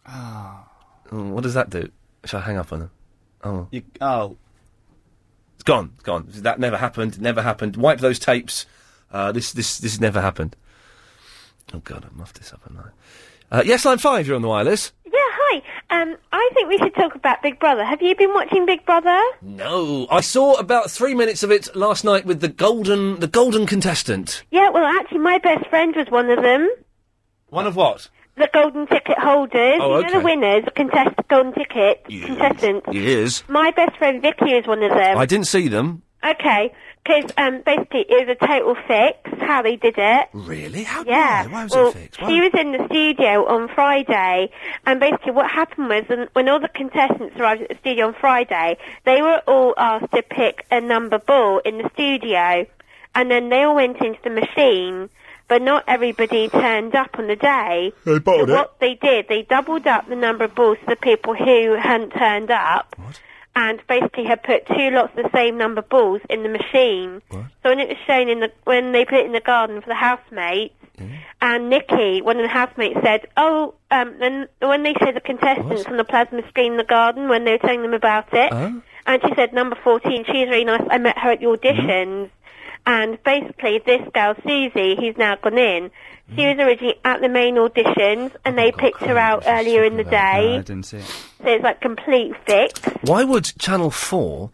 [SPEAKER 1] Oh, what does that do? Shall I hang up on them? Oh,
[SPEAKER 3] you, oh,
[SPEAKER 1] it's gone. It's gone. That never happened. it Never happened. Wipe those tapes. Uh, this, this, this never happened. Oh god, I muffed this up a night. Uh, yes, line five. You're on the wireless.
[SPEAKER 13] Yeah, hi. Um, I think we should talk about Big Brother. Have you been watching Big Brother?
[SPEAKER 1] No, I saw about three minutes of it last night with the golden, the golden contestant.
[SPEAKER 13] Yeah, well, actually, my best friend was one of them.
[SPEAKER 1] One of what?
[SPEAKER 13] The golden ticket holders.
[SPEAKER 1] Oh,
[SPEAKER 13] You know
[SPEAKER 1] okay.
[SPEAKER 13] the winners, contest golden ticket contestants.
[SPEAKER 1] Yes.
[SPEAKER 13] My best friend Vicky is one of them.
[SPEAKER 1] I didn't see them.
[SPEAKER 13] Okay, because um, basically it was a total fix how they did it.
[SPEAKER 1] Really? How?
[SPEAKER 13] Yeah. Why was well, it fixed? She was in the studio on Friday, and basically what happened was when- when all the contestants arrived at the studio on Friday, they were all asked to pick a number ball in the studio, and then they all went into the machine. But not everybody turned up on the day.
[SPEAKER 15] They bottled
[SPEAKER 13] so
[SPEAKER 15] it.
[SPEAKER 13] What they did, they doubled up the number of balls for the people who hadn't turned up, and basically had put two lots of the same number balls in the machine. So when it was shown in the when they put it in the garden for the housemates, and Nikki, one of the housemates, said, "Oh, um, and when they show the contestants on the plasma screen in the garden when they were telling them about it,
[SPEAKER 7] Oh.
[SPEAKER 13] and she said number fourteen, she's really nice. I met her at the auditions."
[SPEAKER 3] Hmm?
[SPEAKER 13] And basically, this girl Susie, who's now gone in, she
[SPEAKER 3] Hmm?
[SPEAKER 13] was originally at the main auditions, and
[SPEAKER 3] Oh
[SPEAKER 13] they picked her out earlier in the
[SPEAKER 3] no, I
[SPEAKER 13] day.
[SPEAKER 3] didn't see it.
[SPEAKER 13] So it's like complete fix.
[SPEAKER 1] Why would Channel 4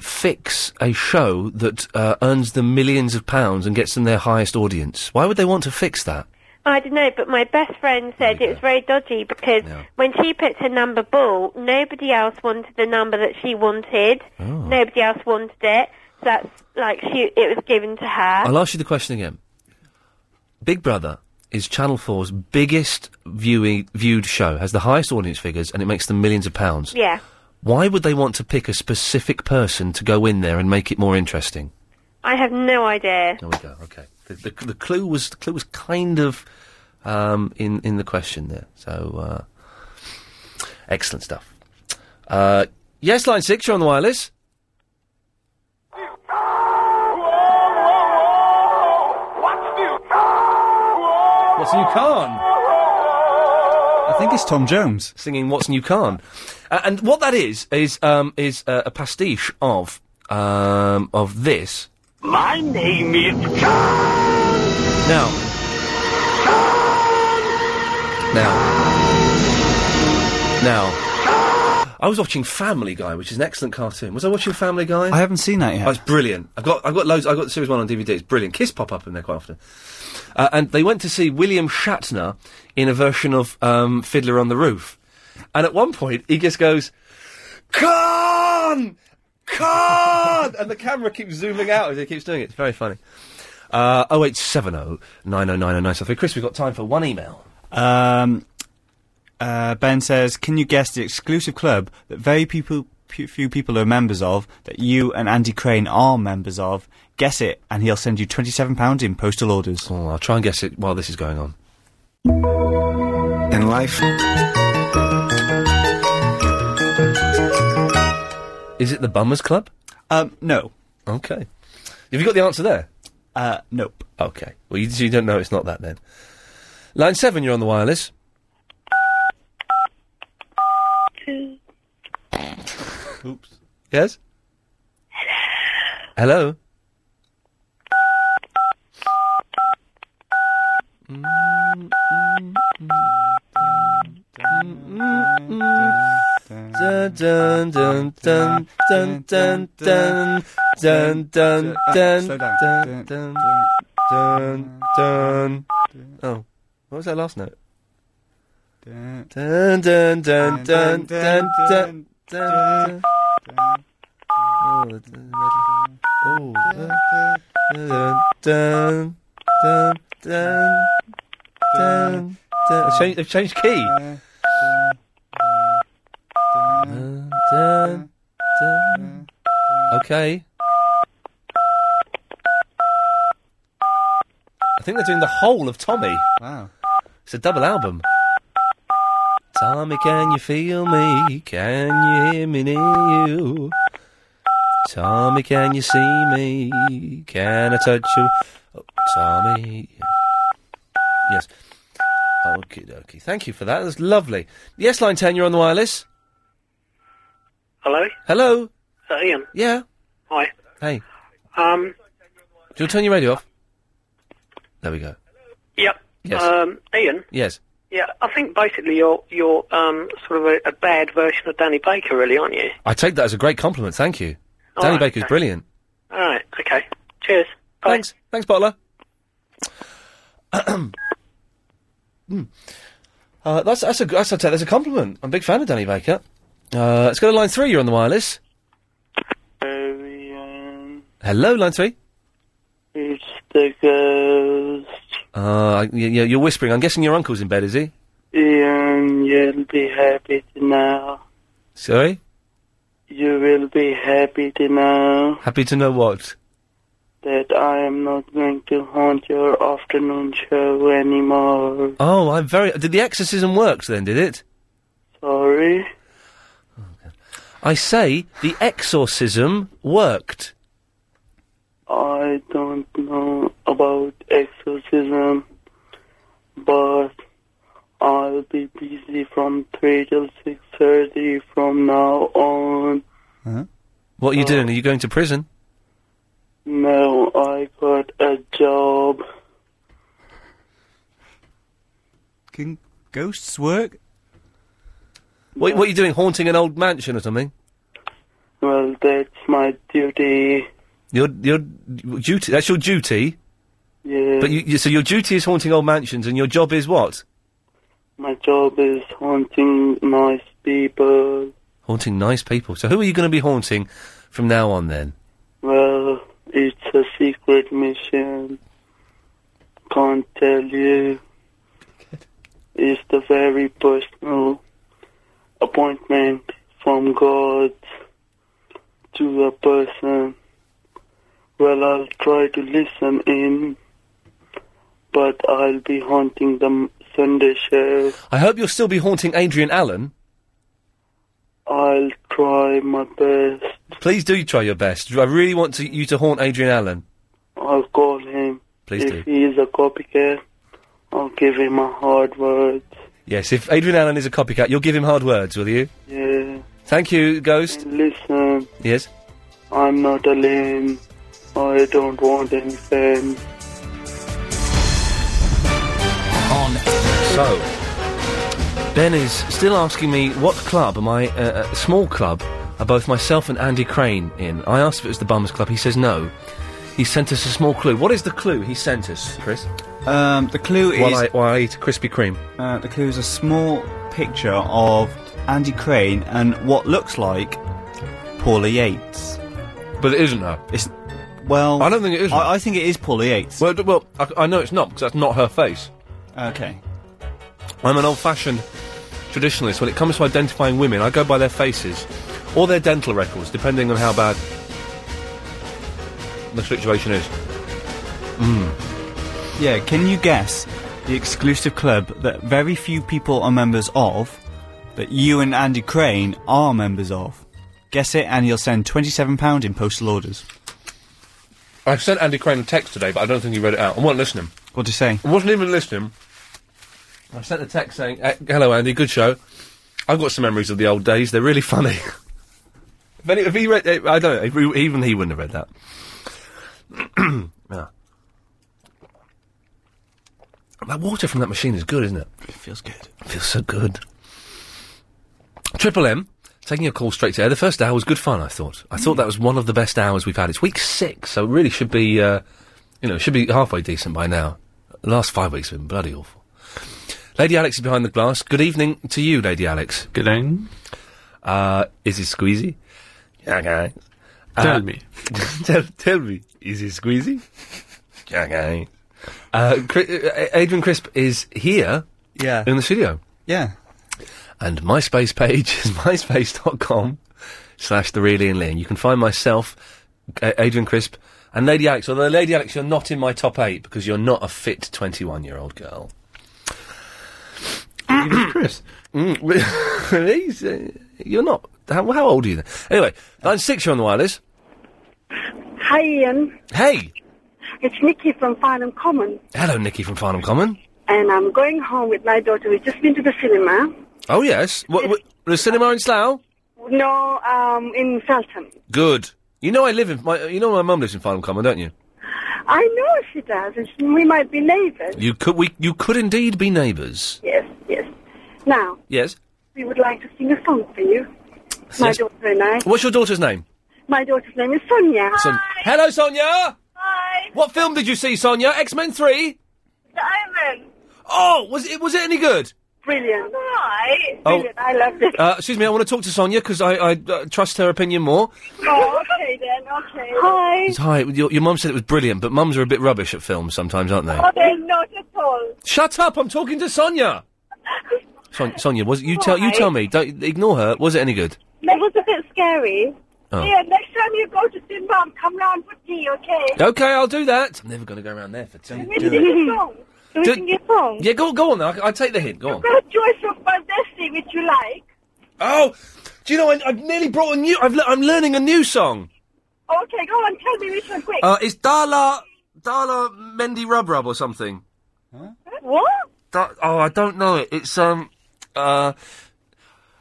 [SPEAKER 1] fix a show that uh, earns them millions of pounds and gets them their highest audience? Why would they want to fix that?
[SPEAKER 13] I don't know, but my best friend said it was very dodgy because when she picked her number ball, nobody else wanted the number that she wanted.
[SPEAKER 1] Oh.
[SPEAKER 13] Nobody else wanted it. So that's like she, it was given to her.
[SPEAKER 1] I'll ask you the question again. Big Brother is Channel 4's biggest viewing, viewed show, has the highest audience figures, and it makes them millions of pounds.
[SPEAKER 13] yeah,
[SPEAKER 1] Why would they want to pick a specific person to go in there and make it more interesting?
[SPEAKER 13] I have no idea.
[SPEAKER 1] There we go. Okay. The, the, the clue was the clue was kind of um, in in the question there. So uh, excellent stuff. Uh, yes, line six, you're on the wireless. What's new, Khan? I
[SPEAKER 3] think it's Tom Jones
[SPEAKER 1] singing "What's New, Khan," uh, and what that is is um, is uh, a pastiche of um, of this.
[SPEAKER 4] My name is Khan.
[SPEAKER 1] Now. Now. Now. I was watching Family Guy, which is an excellent cartoon. Was I watching Family Guy?
[SPEAKER 3] I haven't seen that yet.
[SPEAKER 1] Oh, it's brilliant. I've got I've got loads. I've got the series one on DVD. It's brilliant. Kiss pop up in there quite often. Uh, and they went to see William Shatner in a version of um, Fiddler on the Roof. And at one point, he just goes, "Con, con," Ah! and the camera keeps zooming out as he keeps doing it. It's very funny. Uh, 0870 9090973. Chris, we've got time for one email.
[SPEAKER 3] Um, uh, ben says, "Can you guess the exclusive club that very people, p- few people are members of, that you and Andy Crane are members of? Guess it, and he'll send you twenty-seven pounds in postal orders."
[SPEAKER 1] Oh, I'll try and guess it while this is going on.
[SPEAKER 11] In life,
[SPEAKER 1] Is it the Bummers Club?
[SPEAKER 3] Um, no.
[SPEAKER 1] Okay. Have you got the answer there?
[SPEAKER 3] Uh, nope.
[SPEAKER 1] Okay. Well, you, you don't know it's not that then. Line seven, you're on the wireless. Oops. Yes? Hello? Mm-hmm. Dun dun dun dun dun dun dun dun dun dun
[SPEAKER 3] Slow down.
[SPEAKER 1] dun dun dun dun. Oh, what was that last note? Dun dun dun dun dun dun dun. Oh, the- the- the- oh, the- dun dun dun dun dun. dun. They've changed- They've changed key. Dun, dun, dun. Okay. I think they're doing the whole of Tommy.
[SPEAKER 3] Wow.
[SPEAKER 1] It's a double album. Tommy, can you feel me? Can you hear me near you? Tommy, can you see me? Can I touch you? Oh, Tommy. Yes. Okay, dokie. Thank you for that. That's lovely. Yes, line 10, you're on the wireless.
[SPEAKER 15] Hello? Is
[SPEAKER 1] Hello?
[SPEAKER 15] that Ian?
[SPEAKER 1] Yeah?
[SPEAKER 15] Hi.
[SPEAKER 1] Hey,
[SPEAKER 15] Um,
[SPEAKER 1] do you turn your radio off? There we go.
[SPEAKER 15] yep.
[SPEAKER 1] Yes.
[SPEAKER 15] Um, Ian?
[SPEAKER 1] Yes.
[SPEAKER 15] Yeah, I think basically you're, you're um, sort of a, a bad version of Danny Baker, really, aren't you?
[SPEAKER 1] I take that as a great compliment. Thank you.
[SPEAKER 15] All
[SPEAKER 1] Danny
[SPEAKER 15] right,
[SPEAKER 1] Baker's
[SPEAKER 15] okay.
[SPEAKER 1] brilliant.
[SPEAKER 15] All right, okay. Cheers.
[SPEAKER 1] Thanks. Thanks, Butler. Hmm. uh, that's that's a that's, I'll take that as a compliment. I'm a big fan of Danny Baker. Uh, let's go to line three. You're on the wireless. Hello, line three.
[SPEAKER 15] It's the ghost.
[SPEAKER 1] Uh, y- y- you're whispering. I'm guessing your uncle's in bed, is he?
[SPEAKER 15] Ian, you'll be happy to know.
[SPEAKER 1] Sorry.
[SPEAKER 15] You will be happy to know
[SPEAKER 1] Happy to know what.
[SPEAKER 15] that I am not going to haunt your afternoon show anymore.
[SPEAKER 1] Oh, I'm very. Did the exorcism work then? Did it?
[SPEAKER 15] Sorry?
[SPEAKER 1] I say the exorcism worked.
[SPEAKER 15] I don't know about exorcism, but I'll be busy from 3 till 6.30 from now on.
[SPEAKER 1] What
[SPEAKER 3] Oh.
[SPEAKER 1] are you doing? Are you going to prison?
[SPEAKER 15] Now I got a job.
[SPEAKER 3] Can ghosts work?
[SPEAKER 1] What, what are you doing? Haunting an old mansion or something?
[SPEAKER 15] Well, that's my duty.
[SPEAKER 1] Your your duty. That's your duty.
[SPEAKER 15] Yeah,
[SPEAKER 1] But you, you, so your duty is haunting old mansions, and your job is what?
[SPEAKER 15] my job is haunting nice people.
[SPEAKER 1] Haunting nice people. So who are you going to be haunting from now on then?
[SPEAKER 15] Well, it's a secret mission. Can't tell you. It's the very personal appointment from God to a person. Well, I'll try to listen in, but I'll be haunting the Sunday show.
[SPEAKER 1] I hope you'll still be haunting Adrian Allen.
[SPEAKER 15] I'll try my best.
[SPEAKER 1] Please do try your best. I really want to, you to haunt Adrian Allen.
[SPEAKER 15] I'll call him.
[SPEAKER 1] Please
[SPEAKER 15] if he is a copycat, I'll give him a hard word.
[SPEAKER 1] Yes, if Adrian Allen is a copycat, you'll give him hard words, will you?
[SPEAKER 15] Yeah.
[SPEAKER 1] Thank you, Ghost.
[SPEAKER 15] Listen,
[SPEAKER 1] Yes.
[SPEAKER 15] I'm not a lame. I don't want any fame.
[SPEAKER 1] On. So, Ben is still asking me what club am I, uh, uh, small club, are both myself and Andy Crane in. I asked if it was the Bums Club. He says no. He sent us a small clue. What is the clue he sent us, Chris?
[SPEAKER 3] Um, the clue is
[SPEAKER 1] While I, while I eat a Krispy Kreme.
[SPEAKER 3] Uh, the clue is a small picture of Andy Crane and what looks like Paula Yates.
[SPEAKER 1] But it isn't her.
[SPEAKER 3] It's well.
[SPEAKER 1] I don't think it is.
[SPEAKER 3] I, I think it is Paula Yates.
[SPEAKER 1] Well, d- well, I, I know it's not because that's not her face.
[SPEAKER 3] Okay.
[SPEAKER 1] I'm an old-fashioned traditionalist when it comes to identifying women. I go by their faces or their dental records, depending on how bad the situation is. Hmm.
[SPEAKER 3] Yeah. Can you guess the exclusive club that very few people are members of, that you and Andy Crane are members of? Guess it, and you'll send twenty-seven pound in postal orders.
[SPEAKER 1] I sent Andy Crane a text today, but I don't think he read it out. I wasn't listening.
[SPEAKER 3] What do you say?
[SPEAKER 1] I wasn't even listening. I sent a text saying, "Eh, "Hello, Andy. Good show. I've got some memories of the old days. They're really funny." if, any, if he read, eh, I don't know. If he, even he wouldn't have read that. Ah. That water from that machine is good, isn't it? It
[SPEAKER 3] feels good.
[SPEAKER 1] It feels so good. Triple M taking your call straight to air. The first hour was good fun. I thought. I thought that was one of the best hours we've had. It's week six, so it really should be, uh, you know, it should be halfway decent by now. The last five weeks have been bloody awful. Lady Alex is behind the glass. Good evening to you, Lady Alex. Good evening. Uh, is it squeezy? Yeah, guys.
[SPEAKER 12] Tell me.
[SPEAKER 1] tell, tell me, is it squeezy? Yeah, guys. Uh, Cri- uh, Adrian Crisp is here.
[SPEAKER 3] Yeah.
[SPEAKER 1] In the studio.
[SPEAKER 3] Yeah.
[SPEAKER 1] And MySpace page is myspace.com slash the really and Lynn. You can find myself, A- Adrian Crisp, and Lady Alex. Although, Lady Alex, you're not in my top eight because you're not a fit 21 year old girl. Chris. He's, Mm, uh, you're not. How, how old are you then? Anyway, line six, you're on the wireless.
[SPEAKER 7] Hi, Ian.
[SPEAKER 1] Hey!
[SPEAKER 7] It's Nikki from Farnham Common,
[SPEAKER 1] Hello, Nikki from Farnham Common.
[SPEAKER 7] and I'm going home with my daughter. We've just been to the cinema.
[SPEAKER 1] Oh, yes. What, what, the cinema in Slough?
[SPEAKER 7] No, um, in Feltham.
[SPEAKER 1] Good. You know I live in my. You know my mum lives in Farnham Common, don't you?
[SPEAKER 7] I know she does. It's, we might be neighbours.
[SPEAKER 1] You could. We. You could indeed be neighbours.
[SPEAKER 7] Yes, yes. Now,
[SPEAKER 1] Yes.
[SPEAKER 7] we would like to sing a song for you. My
[SPEAKER 1] Yes.
[SPEAKER 7] daughter and I.
[SPEAKER 1] What's your daughter's name?
[SPEAKER 7] My daughter's name is Sonia.
[SPEAKER 1] Son- Hello, Sonia. Hi. What film did you see, Sonia? X Men Three.
[SPEAKER 7] The Omen.
[SPEAKER 1] Oh, was it was it any good?
[SPEAKER 7] Brilliant. Hi.
[SPEAKER 1] Oh.
[SPEAKER 7] Brilliant. I loved it.
[SPEAKER 1] Uh, excuse me, I want to talk to Sonia because I, I uh, trust her opinion more.
[SPEAKER 7] Oh, okay then. Okay. Hi.
[SPEAKER 1] Hi, your, your mum said it was brilliant, but mums are a bit rubbish at films sometimes, aren't they?
[SPEAKER 7] Okay, not at all.
[SPEAKER 1] Shut up! I'm talking to Sonia. Son- Sonia, was it, you tell you
[SPEAKER 7] Right.
[SPEAKER 1] tell me? Don't ignore her. Was it any good?
[SPEAKER 7] That was a bit scary.
[SPEAKER 1] Oh.
[SPEAKER 7] Yeah, next time you go to see mum, come round with me, okay?
[SPEAKER 1] Okay, I'll do that. I'm never going to go around there for two.
[SPEAKER 7] Can we sing a song? Can we
[SPEAKER 1] Do-
[SPEAKER 7] sing a song?
[SPEAKER 1] Yeah, go go on. Then. I, I take the hint. Go on.
[SPEAKER 7] Got a choice of Baldessi, which you like.
[SPEAKER 1] Oh, do you know? I, I've nearly brought a new. I've le- I'm learning a new song.
[SPEAKER 7] Okay, go on, tell me which one quick.
[SPEAKER 1] Uh, it's Dala Dala Mendy Rub Rub or something.
[SPEAKER 7] what?
[SPEAKER 1] Da- oh, I don't know it. It's um uh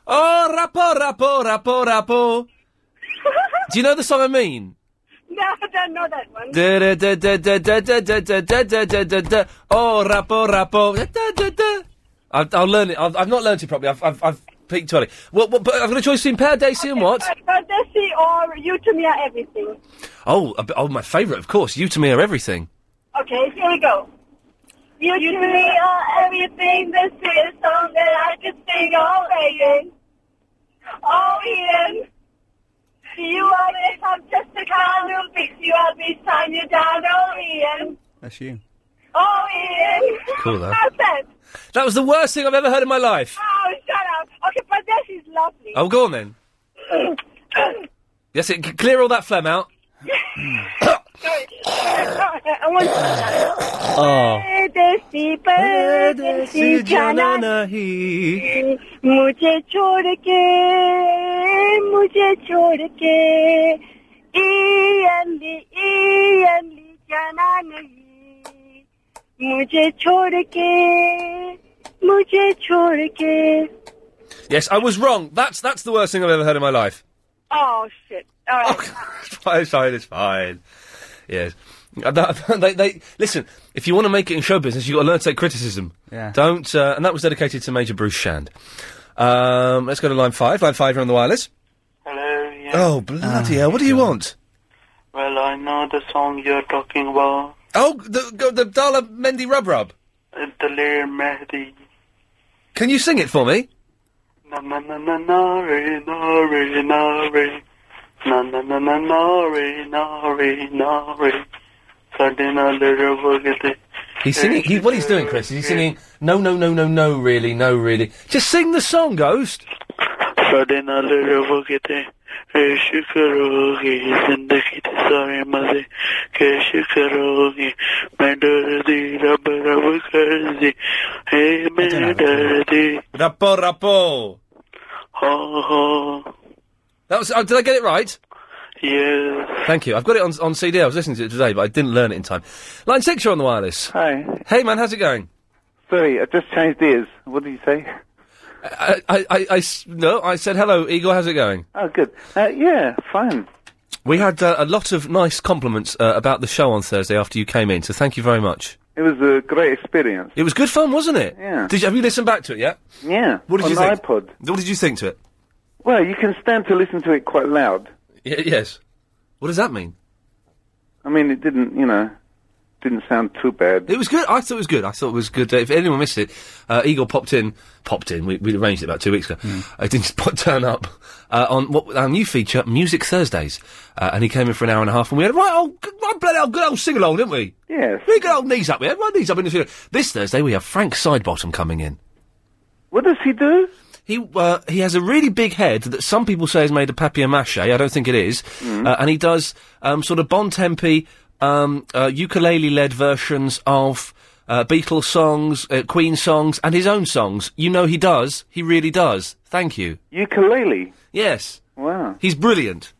[SPEAKER 1] oh rapo rapo rapo rapo. do you know the song I mean?
[SPEAKER 7] No, I don't know that one.
[SPEAKER 1] Da- da- da- da- da- da- da- da- da- da- da- da- da- da. Oh rapo rapo. Da- da- da- da. I've, I'll learn it. I've, I've not learned it properly. I've I've, I've peaked early. Well, well, but I've got a choice between Paradesi and what?
[SPEAKER 7] Baldessi or you to me are everything.
[SPEAKER 1] Oh, a bit- oh, my favourite, of course. You to me are everything.
[SPEAKER 7] Okay, here we go. You, to me are everything, the sweetest song that I could sing all day. Oh, Ian, you are this, I'm just a kind who'll fix you up each time you're down. Oh, Ian,
[SPEAKER 3] That's you.
[SPEAKER 7] oh, Ian.
[SPEAKER 1] Cool, though.
[SPEAKER 7] How's that?
[SPEAKER 1] That was the worst thing I've ever heard in my life.
[SPEAKER 7] Oh, shut up. Okay, but this is lovely.
[SPEAKER 1] Oh, go on then. Yes, it, c- clear all that phlegm out.
[SPEAKER 7] Sorry. I want to...
[SPEAKER 1] Oh.
[SPEAKER 7] Hey, ऐसी परदेसी जाना
[SPEAKER 1] नहीं
[SPEAKER 7] मुझे छोड़ के मुझे छोड़ के इमली इमली जाना नहीं मुझे छोड़ के मुझे छोड़ के
[SPEAKER 1] Yes, I was wrong. That's that's the worst thing I've ever heard in my life.
[SPEAKER 7] Oh shit! All right.
[SPEAKER 1] It's fine, it's fine, it's fine. Yes. Uh, that- they, they, listen, if you want to make it in show business, you've got to learn to take criticism.
[SPEAKER 3] Yeah.
[SPEAKER 1] Don't, uh, and that was dedicated to Major Bruce Shand. Um, let's go to line five. Line five, you're on the wireless.
[SPEAKER 15] Hello, yeah.
[SPEAKER 1] Oh,
[SPEAKER 3] Ah,
[SPEAKER 1] bloody hell, what do you want?
[SPEAKER 15] Well, I know the song you're talking about.
[SPEAKER 1] Oh, the, go- the Dala Mendy Rub Rub.
[SPEAKER 15] Dalir Mehdi.
[SPEAKER 1] Can you sing it for me?
[SPEAKER 15] Na na na na na re na re na re. Na na na na na re na re na re. ਸਾਡੇ ਨਾਲ ਰਵੋ ਕਿਤੇ
[SPEAKER 1] He's singing, he, what he's doing, Chris, is he's singing, no, no, no, no, no, really, no, really. Just sing the song, Ghost.
[SPEAKER 15] ਸਾਡੇ ਨਾਲ ਰਵੋ ਕਿਤੇ ਇਸ਼ਕ ਕਰੋਗੇ ਜ਼ਿੰਦਗੀ ਦੇ ਸਾਰੇ ਮਜ਼ੇ ਕੇਸ਼ ਕਰੋਗੇ ਮੈਂ ਡਰਦੀ ਰੱਬ ਰੱਬ ਕਰਦੀ ਏ ਮੈਂ ਡਰਦੀ
[SPEAKER 1] Rapo, rapo.
[SPEAKER 15] ਹੋ ਹੋ
[SPEAKER 1] That was, oh, did I get it right?
[SPEAKER 15] Yes.
[SPEAKER 1] Thank you. I've got it on, on CD. I was listening to it today, but I didn't learn it in time. Line six, you're on the wireless.
[SPEAKER 11] Hi.
[SPEAKER 1] Hey, man, how's it going?
[SPEAKER 11] Sorry, I just changed ears. What did you say?
[SPEAKER 1] I, I, I- I s- no, I said hello, Igor. How's it going?
[SPEAKER 11] Oh, good. Uh, yeah, fine.
[SPEAKER 1] We had uh, a lot of nice compliments uh, about the show on Thursday after you came in, so thank you very much.
[SPEAKER 11] It was a great experience.
[SPEAKER 1] It was good fun, wasn't it?
[SPEAKER 11] Yeah.
[SPEAKER 1] Did you, have you listened back to it yet?
[SPEAKER 11] Yeah.
[SPEAKER 1] What did
[SPEAKER 11] on
[SPEAKER 1] you think?
[SPEAKER 11] iPod.
[SPEAKER 1] What did you think to it?
[SPEAKER 11] Well, you can stand to listen to it quite loud.
[SPEAKER 1] Y- yes. What does that mean?
[SPEAKER 11] I mean, it didn't, you know, didn't sound too bad.
[SPEAKER 1] It was good. I thought it was good. I thought it was good. Uh, if anyone missed it, uh, Igor popped in. Popped in. We, we arranged it about two weeks ago. I didn't just put, turn up uh, on what our new feature, Music Thursdays, uh, and he came in for an hour and a half, and we had a right old, good- right bloody old, good old sing along, didn't we?
[SPEAKER 11] Yes.
[SPEAKER 1] We had good old knees up. We had my knees up in the studio. This Thursday we have Frank Sidebottom coming in.
[SPEAKER 11] What does he do?
[SPEAKER 1] He uh, he has a really big head that some people say is made of papier mâché. I don't think it is.
[SPEAKER 11] Mm.
[SPEAKER 1] Uh, and he does um, sort of bon tempi um, uh, ukulele led versions of uh, Beatles songs, uh, Queen songs, and his own songs. You know he does. He really does. Thank you.
[SPEAKER 11] Ukulele.
[SPEAKER 1] Yes.
[SPEAKER 11] Wow.
[SPEAKER 1] He's brilliant.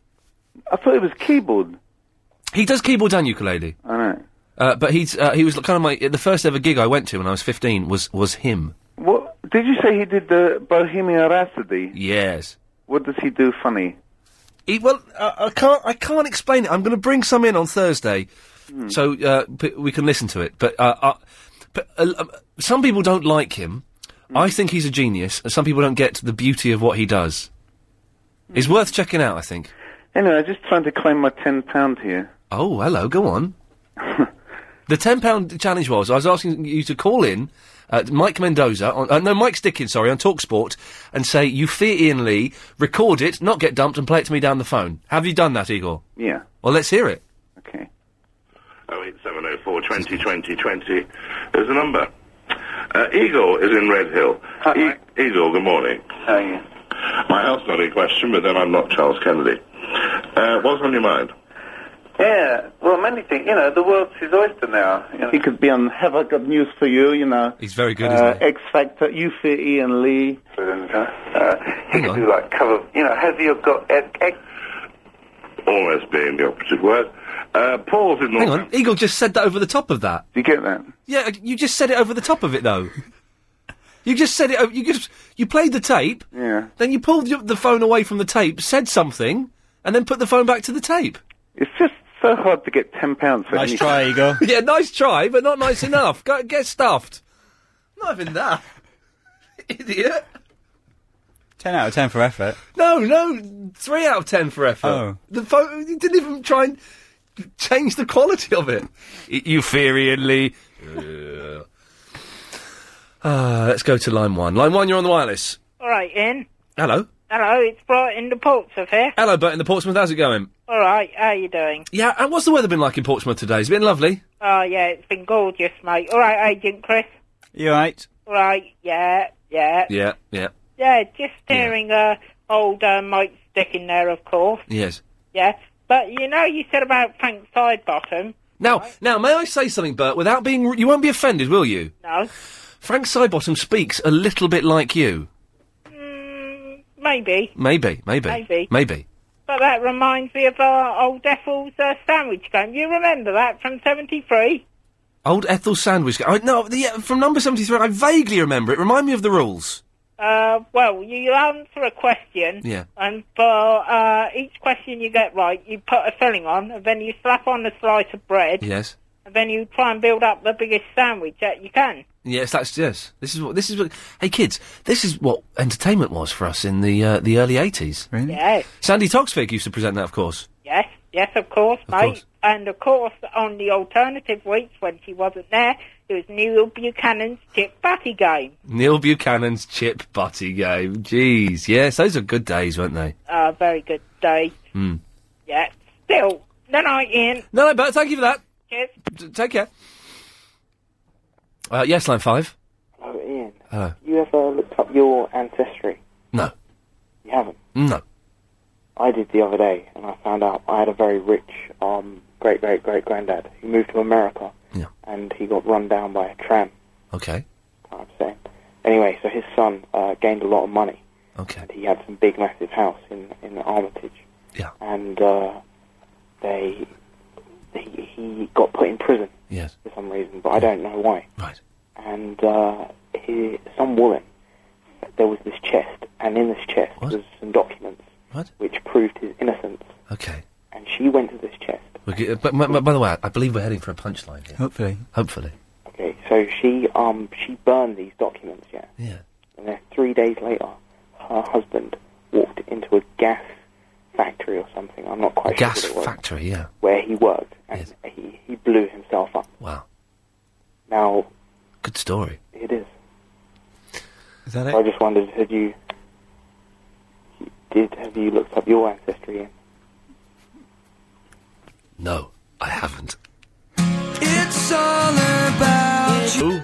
[SPEAKER 11] I thought it was keyboard.
[SPEAKER 1] He does keyboard and ukulele.
[SPEAKER 11] I know.
[SPEAKER 1] Uh, but he's uh, he was kind of my the first ever gig I went to when I was fifteen was was him.
[SPEAKER 11] What did you say he did the Bohemian Rhapsody?
[SPEAKER 1] Yes.
[SPEAKER 11] What does he do funny?
[SPEAKER 1] He, well, uh, I can't. I can't explain it. I'm going to bring some in on Thursday, so uh, p- we can listen to it. But, uh, uh, but uh, um, some people don't like him. I think he's a genius, and some people don't get the beauty of what he does. It's worth checking out. I think.
[SPEAKER 11] Anyway, I'm just trying to claim my ten pound here.
[SPEAKER 1] Oh, hello. Go on. the ten pound challenge was I was asking you to call in. Uh, Mike Mendoza, on, uh, no, Mike Stickin, sorry, on Talksport, and say, You fear Ian Lee, record it, not get dumped, and play it to me down the phone. Have you done that, Igor?
[SPEAKER 11] Yeah.
[SPEAKER 1] Well, let's hear it.
[SPEAKER 25] 08704 20 20 20 is the number. Uh, Eagle is in Red Hill. E- Eagle, good morning. How you? My health's not in question, but then I'm not Charles Kennedy. Uh, what's on your mind?
[SPEAKER 11] Yeah, well, many things. You know, the world's his oyster now. He could be on Have I Got News for You, you know.
[SPEAKER 1] He's very good,
[SPEAKER 11] uh, X Factor, You Fear Ian Lee.
[SPEAKER 25] He could do like cover, you know, have you got Almost being the operative word. Uh, Paul's in
[SPEAKER 1] Hang on, Eagle just said that over the top of that.
[SPEAKER 11] Do you get that?
[SPEAKER 1] Yeah, you just said it over the top of it, though. you just said it. Over, you just you played the tape,
[SPEAKER 11] Yeah.
[SPEAKER 1] then you pulled your, the phone away from the tape, said something, and then put the phone back to the tape.
[SPEAKER 11] It's just so hard to get £10 for
[SPEAKER 1] Nice
[SPEAKER 11] anything.
[SPEAKER 1] try,
[SPEAKER 11] Igor.
[SPEAKER 1] yeah, nice try, but not nice enough. Go, get stuffed. Not even that, idiot.
[SPEAKER 3] 10 out of 10 for effort.
[SPEAKER 1] No, no, three out of ten for effort.
[SPEAKER 3] Oh.
[SPEAKER 1] The phone you didn't even try and change the quality of it. You furiously. Uh, let's go to line one. Line one, you're on the wireless.
[SPEAKER 26] All right, Ian.
[SPEAKER 1] Hello.
[SPEAKER 26] Hello, it's Brighton the Portsmouth here.
[SPEAKER 1] Hello, Bert in the Portsmouth. How's it going?
[SPEAKER 26] All right, how you doing?
[SPEAKER 1] Yeah, and what's the weather been like in Portsmouth today? It's been lovely.
[SPEAKER 26] Oh, yeah, it's been gorgeous, mate. All right, Agent Chris.
[SPEAKER 1] You right?
[SPEAKER 26] All right, yeah, yeah.
[SPEAKER 1] Yeah, yeah,
[SPEAKER 26] Yeah, just hearing uh, old uh, Mike Stick in there, of course.
[SPEAKER 1] yes.
[SPEAKER 26] Yeah. But, you know, you said about Frank Sidebottom.
[SPEAKER 1] Now, now, may I say something, Bert? Without being, r- you won't be offended, will you?
[SPEAKER 26] No.
[SPEAKER 1] Frank Sidebottom speaks a little bit like you.
[SPEAKER 26] Maybe.
[SPEAKER 1] Maybe, maybe,
[SPEAKER 26] Maybe.
[SPEAKER 1] maybe.
[SPEAKER 26] But that reminds me of our old Ethel's uh, sandwich game. You remember that from 73?
[SPEAKER 1] Old Ethel sandwich. I, no, the, yeah, from number seventy-three. I vaguely remember it. Remind me of the rules.
[SPEAKER 26] Uh, well, you answer a question,
[SPEAKER 1] Yeah.
[SPEAKER 26] and for uh, each question you get right, you put a filling on, and then you slap on a slice of bread,
[SPEAKER 1] Yes.
[SPEAKER 26] and then you try and build up the biggest sandwich that you can.
[SPEAKER 1] Yes, that's yes. This is what this is what. Hey kids, this is what entertainment was for us in the uh, the early eighties. Really?
[SPEAKER 26] Yes,
[SPEAKER 1] Sandy Toksvig used to present that, of course.
[SPEAKER 26] yes, yes, of course, mate.
[SPEAKER 1] course.
[SPEAKER 26] And of course, on the alternative weeks when she wasn't there, it was Neil Buchanan's chip batty game.
[SPEAKER 1] Neil Buchanan's chip butty game. Jeez, yes, those are good days, weren't they?
[SPEAKER 26] Uh, very good day.
[SPEAKER 1] Hmm.
[SPEAKER 26] Yeah. Still, good night, Ian.
[SPEAKER 1] No, no, Bert, thank you for that.
[SPEAKER 26] Cheers.
[SPEAKER 1] D- take care. Uh, yes, line five.
[SPEAKER 27] Hello, Ian.
[SPEAKER 1] Hello.
[SPEAKER 27] You ever looked up your ancestry?
[SPEAKER 1] No.
[SPEAKER 27] You haven't?
[SPEAKER 1] No.
[SPEAKER 27] I did the other day, and I found out I had a very rich um, great great great granddad who moved to America,
[SPEAKER 1] Yeah.
[SPEAKER 27] and he got run down by a tram.
[SPEAKER 1] Okay.
[SPEAKER 27] I'm saying. Anyway, so his son uh, gained a lot of money.
[SPEAKER 1] Okay.
[SPEAKER 27] And he had some big, massive house in in Armitage.
[SPEAKER 1] Yeah.
[SPEAKER 27] And uh, they he, he got put in prison.
[SPEAKER 1] Yes.
[SPEAKER 27] For some reason, but I don't know why.
[SPEAKER 1] Right.
[SPEAKER 27] And uh, he, some woman, there was this chest, and in this chest was some documents.
[SPEAKER 1] What?
[SPEAKER 27] Which proved his innocence.
[SPEAKER 1] Okay.
[SPEAKER 27] And she went to this chest.
[SPEAKER 1] We're g- uh, but m- m- by the way, I believe we're heading for a punchline here.
[SPEAKER 3] Hopefully.
[SPEAKER 1] Hopefully.
[SPEAKER 27] Okay, so she um she burned these documents, yeah.
[SPEAKER 1] Yeah.
[SPEAKER 27] And then three days later, her husband walked into a gas factory or something. I'm not quite
[SPEAKER 1] Gas
[SPEAKER 27] sure what it was,
[SPEAKER 1] factory. Yeah.
[SPEAKER 27] where he worked, and he he blew himself up.
[SPEAKER 1] Wow.
[SPEAKER 27] Now
[SPEAKER 1] Good story.
[SPEAKER 27] it is.
[SPEAKER 3] Is that
[SPEAKER 27] I just wondered, had you did have you looked up your ancestry? Ian?
[SPEAKER 1] No, I haven't.
[SPEAKER 28] It's all about
[SPEAKER 1] Ooh.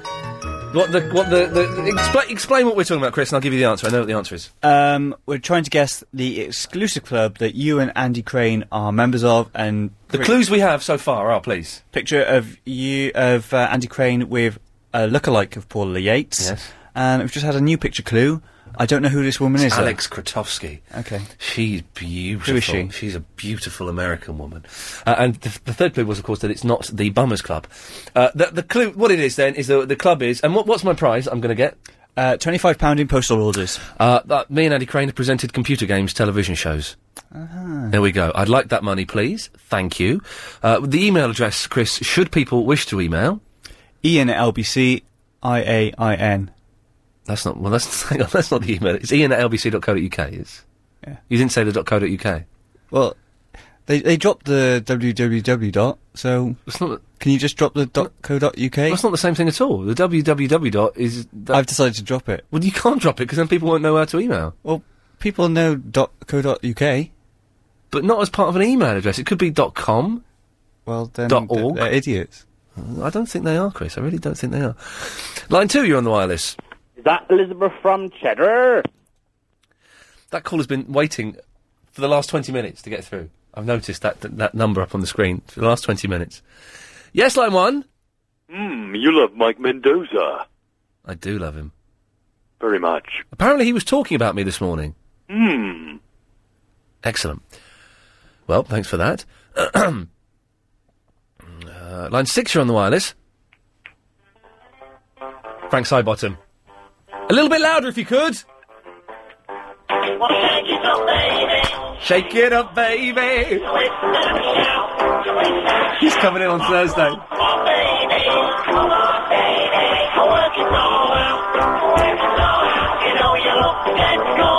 [SPEAKER 1] What the what the, the expla- explain what we're talking about, Uh, Chris, and I'll give you the answer. I know what the answer is.
[SPEAKER 3] Um, we're trying to guess the exclusive club that you and Andy Crane are members of, and
[SPEAKER 1] The clues we have so far are, please.
[SPEAKER 3] picture of you of uh, Andy Crane with a lookalike of Paula Yates.
[SPEAKER 1] Yes.
[SPEAKER 3] And we've just had a new picture clue. I don't know who this woman
[SPEAKER 1] It's
[SPEAKER 3] is. though.
[SPEAKER 1] Alex Kratowski.
[SPEAKER 3] Okay.
[SPEAKER 1] She's beautiful.
[SPEAKER 3] Who is she?
[SPEAKER 1] She's a beautiful American woman. Uh, and the, the third clue was, of course, that it's not the Bummers Club. Uh, the, the clue, what it is then, is the, the club is, and what, what's my prize I'm going to get?
[SPEAKER 3] Uh, £25 in postal orders.
[SPEAKER 1] Uh, that- me and Andy Crane have presented computer games, television shows.
[SPEAKER 3] Ah.
[SPEAKER 1] There we go. I'd like that money, please. Thank you. Uh, the email address, Chris, should people wish to email?
[SPEAKER 3] Ian at LBC, I A I N.
[SPEAKER 1] That's not, well, that's, hang on, that's not the email. It's ian at lbc.co.uk. It's,
[SPEAKER 3] Yeah.
[SPEAKER 1] You didn't say the .co.uk.
[SPEAKER 3] Well, they they dropped the www dot, so
[SPEAKER 1] it's not.
[SPEAKER 3] Can you just drop the dot co dot uk?
[SPEAKER 1] That's not the same thing at all. The www dot is. I've
[SPEAKER 3] decided to drop it.
[SPEAKER 1] Well, you can't drop it because then people won't know how to email.
[SPEAKER 3] Well, people know dot co dot uk.
[SPEAKER 1] But not as part of an email address. It could be dot com.
[SPEAKER 3] Well, then
[SPEAKER 1] dot
[SPEAKER 3] th-
[SPEAKER 1] org.
[SPEAKER 3] they're idiots.
[SPEAKER 1] I don't think they are, Chris. I really don't think they are. Line two, you're on the wireless.
[SPEAKER 29] Is that Elizabeth from Cheddar?
[SPEAKER 1] That call has been waiting for the last twenty minutes to get through. I've noticed that that, that number up on the screen for the last twenty minutes. Yes, line one.
[SPEAKER 21] Hmm, you love Mike Mendoza.
[SPEAKER 1] I do love him.
[SPEAKER 21] Very much.
[SPEAKER 1] Apparently, he was talking about me this morning.
[SPEAKER 21] Hmm.
[SPEAKER 1] Excellent. Well, thanks for that. uh, line six, you're on the wireless. Frank Sidebottom. A little bit louder if you could. Shake it up, baby. He's coming in on Thursday.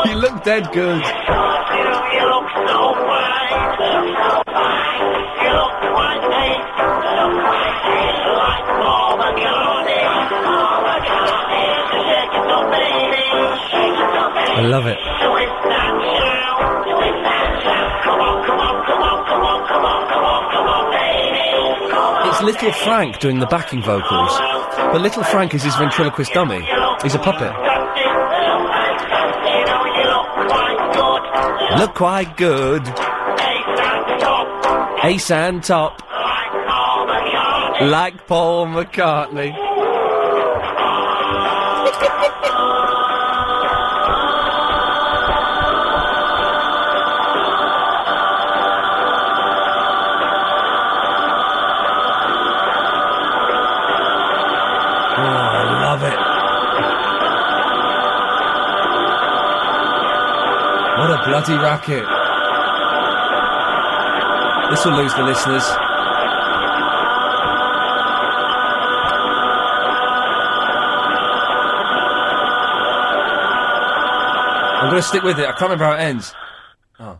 [SPEAKER 1] You look dead good. I love it. It's Little Frank doing the backing vocals, but Little Frank is his ventriloquist dummy. He's a puppet. Look quite good. Ace and top. Ace and top. Like Paul McCartney. Oh, I love it.
[SPEAKER 13] Uh,
[SPEAKER 1] What a bloody racket. This will lose the listeners. I'm going to stick with it. I can't remember how it ends. Oh.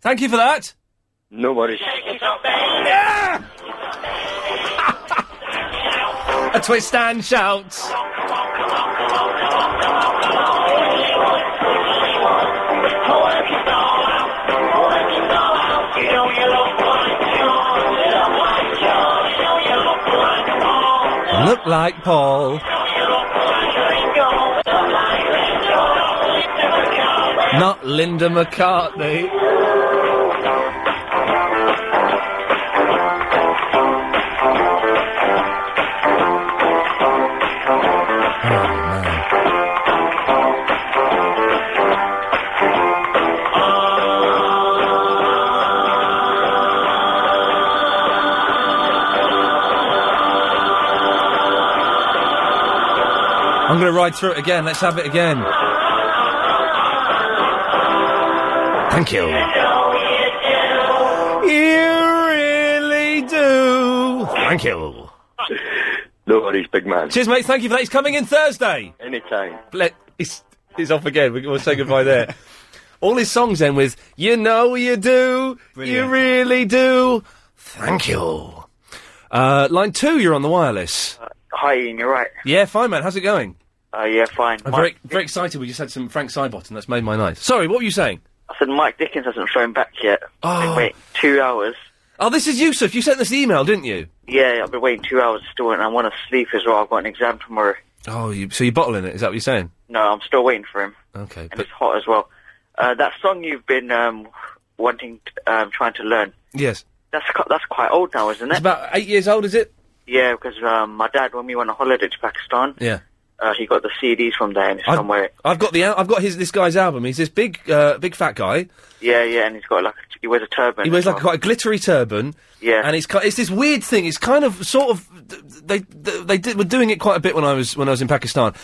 [SPEAKER 1] Thank you for that. No worries. A twist and shout. Look like Paul. Not Linda McCartney. I'm going to ride through it again. Let's have it again. Thank you. You really do. Thank you.
[SPEAKER 10] No worries, big man.
[SPEAKER 1] Cheers, mate. Thank you for that. He's coming in Thursday.
[SPEAKER 10] Anytime.
[SPEAKER 1] Let, he's, he's off again. We- We'll say goodbye there. All his songs end with, you know you do, you really do. Thank you. Uh, line two, you're on the wireless.
[SPEAKER 18] Hi, Ian, you're right.
[SPEAKER 1] Yeah, fine, man. How's it going?
[SPEAKER 18] Uh, yeah, fine.
[SPEAKER 1] I'm
[SPEAKER 18] Mike-
[SPEAKER 1] very, very excited. We just had some Frank Sidebottom. That's made my night. Sorry, what were you saying?
[SPEAKER 18] I said Mike Dickens hasn't phoned back yet. I've been
[SPEAKER 1] Oh.
[SPEAKER 18] waiting two hours.
[SPEAKER 1] Oh, this is Yusuf. You sent this email, didn't you?
[SPEAKER 18] Yeah, I've been waiting two hours still, and I want to sleep as well. I've got an exam tomorrow.
[SPEAKER 1] Oh, you, so you're bottling it? Is that what you're saying?
[SPEAKER 18] No, I'm still waiting for him,
[SPEAKER 1] Okay.
[SPEAKER 18] and it's hot as well. Uh, that song you've been um, wanting, t- um, trying to learn,
[SPEAKER 1] Yes.
[SPEAKER 18] that's cu- that's quite old now, isn't it?
[SPEAKER 1] It's about eight years old, is it?
[SPEAKER 18] Yeah, because um, my dad, when we went on holiday to Pakistan,
[SPEAKER 1] Yeah.
[SPEAKER 18] uh, he got the CDs from there and it's somewhere.
[SPEAKER 1] I've got the al- I've got his this guy's album. He's this big uh, big fat guy.
[SPEAKER 18] Yeah, yeah, and he's got like a, he wears a turban.
[SPEAKER 1] He
[SPEAKER 18] as
[SPEAKER 1] wears like
[SPEAKER 18] well.
[SPEAKER 1] quite a glittery turban.
[SPEAKER 18] Yeah.
[SPEAKER 1] And he's ki- it's this weird thing. It's kind of sort of they they, they did, were doing it quite a bit when I was when I was in Pakistan,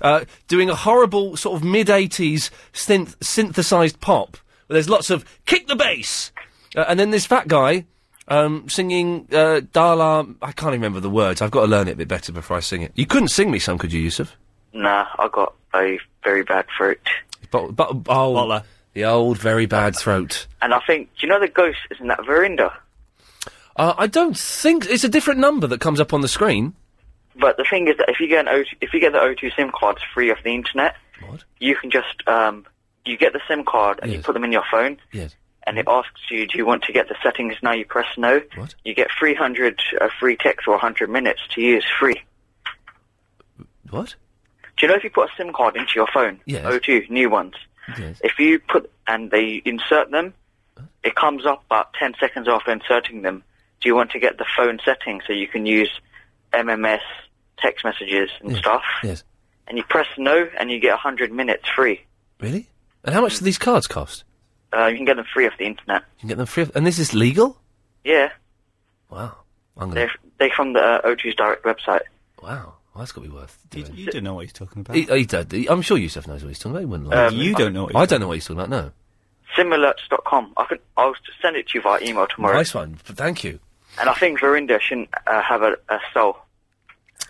[SPEAKER 1] uh, doing a horrible sort of mid '80s synth- synthesized pop. Where there's lots of kick the bass, uh, and then this fat guy. Um, singing uh, Dala, I can't remember the words. I've got to learn it a bit better before I sing it. You couldn't sing me some, could you, Yusuf?
[SPEAKER 18] Nah, I got a very bad throat.
[SPEAKER 1] But, but, oh, the old very bad throat.
[SPEAKER 18] And I think, do you know the ghost? Isn't that Verinda?
[SPEAKER 1] Uh, I don't think it's a different number that comes up on the screen.
[SPEAKER 18] But the thing is that if you get an O2, if you get the O2 SIM cards free off the internet, you can just um, you get the SIM card and you put them in your phone.
[SPEAKER 1] Yes.
[SPEAKER 18] And it asks you, do you want to get the settings now? You press no. What? You get 300 uh, free text or 100 minutes to use free.
[SPEAKER 1] What?
[SPEAKER 18] Do you know if you put a SIM card into your phone?
[SPEAKER 1] Yes.
[SPEAKER 18] O2 new ones.
[SPEAKER 1] Yes.
[SPEAKER 18] If you put and they insert them, it comes up about 10 seconds after inserting them. Do you want to get the phone setting so you can use MMS, text messages and stuff?
[SPEAKER 1] Yes.
[SPEAKER 18] And you press no and you get 100 minutes free.
[SPEAKER 1] Really? And how much do these cards cost?
[SPEAKER 18] Uh, you can get them free off the internet.
[SPEAKER 1] You can get them free. And this is legal?
[SPEAKER 18] Yeah,
[SPEAKER 1] Wow. I'm gonna.
[SPEAKER 18] they're, they're from the uh, O2's direct website.
[SPEAKER 1] Wow. Well, that's got to be worth. Doing.
[SPEAKER 18] you don't
[SPEAKER 1] know what he's talking about. He, he did. He- I'm sure Yusuf knows what he's talking about. He wouldn't lie.
[SPEAKER 18] Um, You don't know what he's
[SPEAKER 1] I don't know what he's talking about. No.
[SPEAKER 18] Similarts.com. I could, I'll send it to you via email tomorrow.
[SPEAKER 1] Nice one. F- Thank you.
[SPEAKER 18] And I think Verinda shouldn't uh, have a, a soul.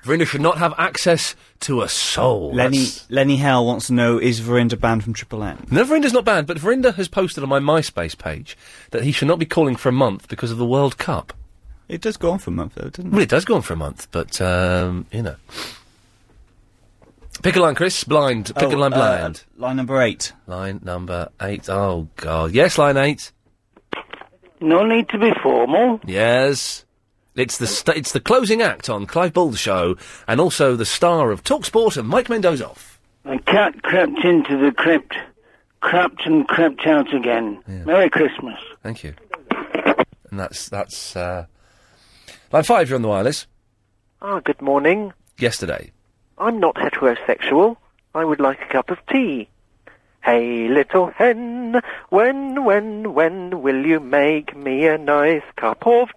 [SPEAKER 1] Verinda should not have access to a soul.
[SPEAKER 3] Lenny
[SPEAKER 1] That's-
[SPEAKER 3] Lenny Hell wants to know is Verinda banned from Triple M?
[SPEAKER 1] No, Verinda's not banned, but Verinda has posted on my MySpace page that he should not be calling for a month because of the World Cup.
[SPEAKER 3] It does go on for a month though, doesn't it?
[SPEAKER 1] Well, it does go on for a month, but, um, you know. Pick a line, Chris. Blind. Pick a
[SPEAKER 3] Oh,
[SPEAKER 1] line,
[SPEAKER 3] uh,
[SPEAKER 1] blind.
[SPEAKER 3] line number eight.
[SPEAKER 1] Line number eight. Oh, God. Yes, line eight.
[SPEAKER 5] No need to be formal.
[SPEAKER 1] Yes. It's the st- it's the closing act on Clive Bull's show, and also the star of Talksport and Mike Mendoza.
[SPEAKER 5] The cat crept into the crypt, crept and crept out again. Merry Christmas.
[SPEAKER 1] Thank you. And that's that's uh, Line five, you're on the wireless.
[SPEAKER 6] Ah, good morning.
[SPEAKER 1] Yesterday.
[SPEAKER 6] I'm not heterosexual. I would like a cup of tea. Hey, little hen, when, when, when will you make me a nice cup of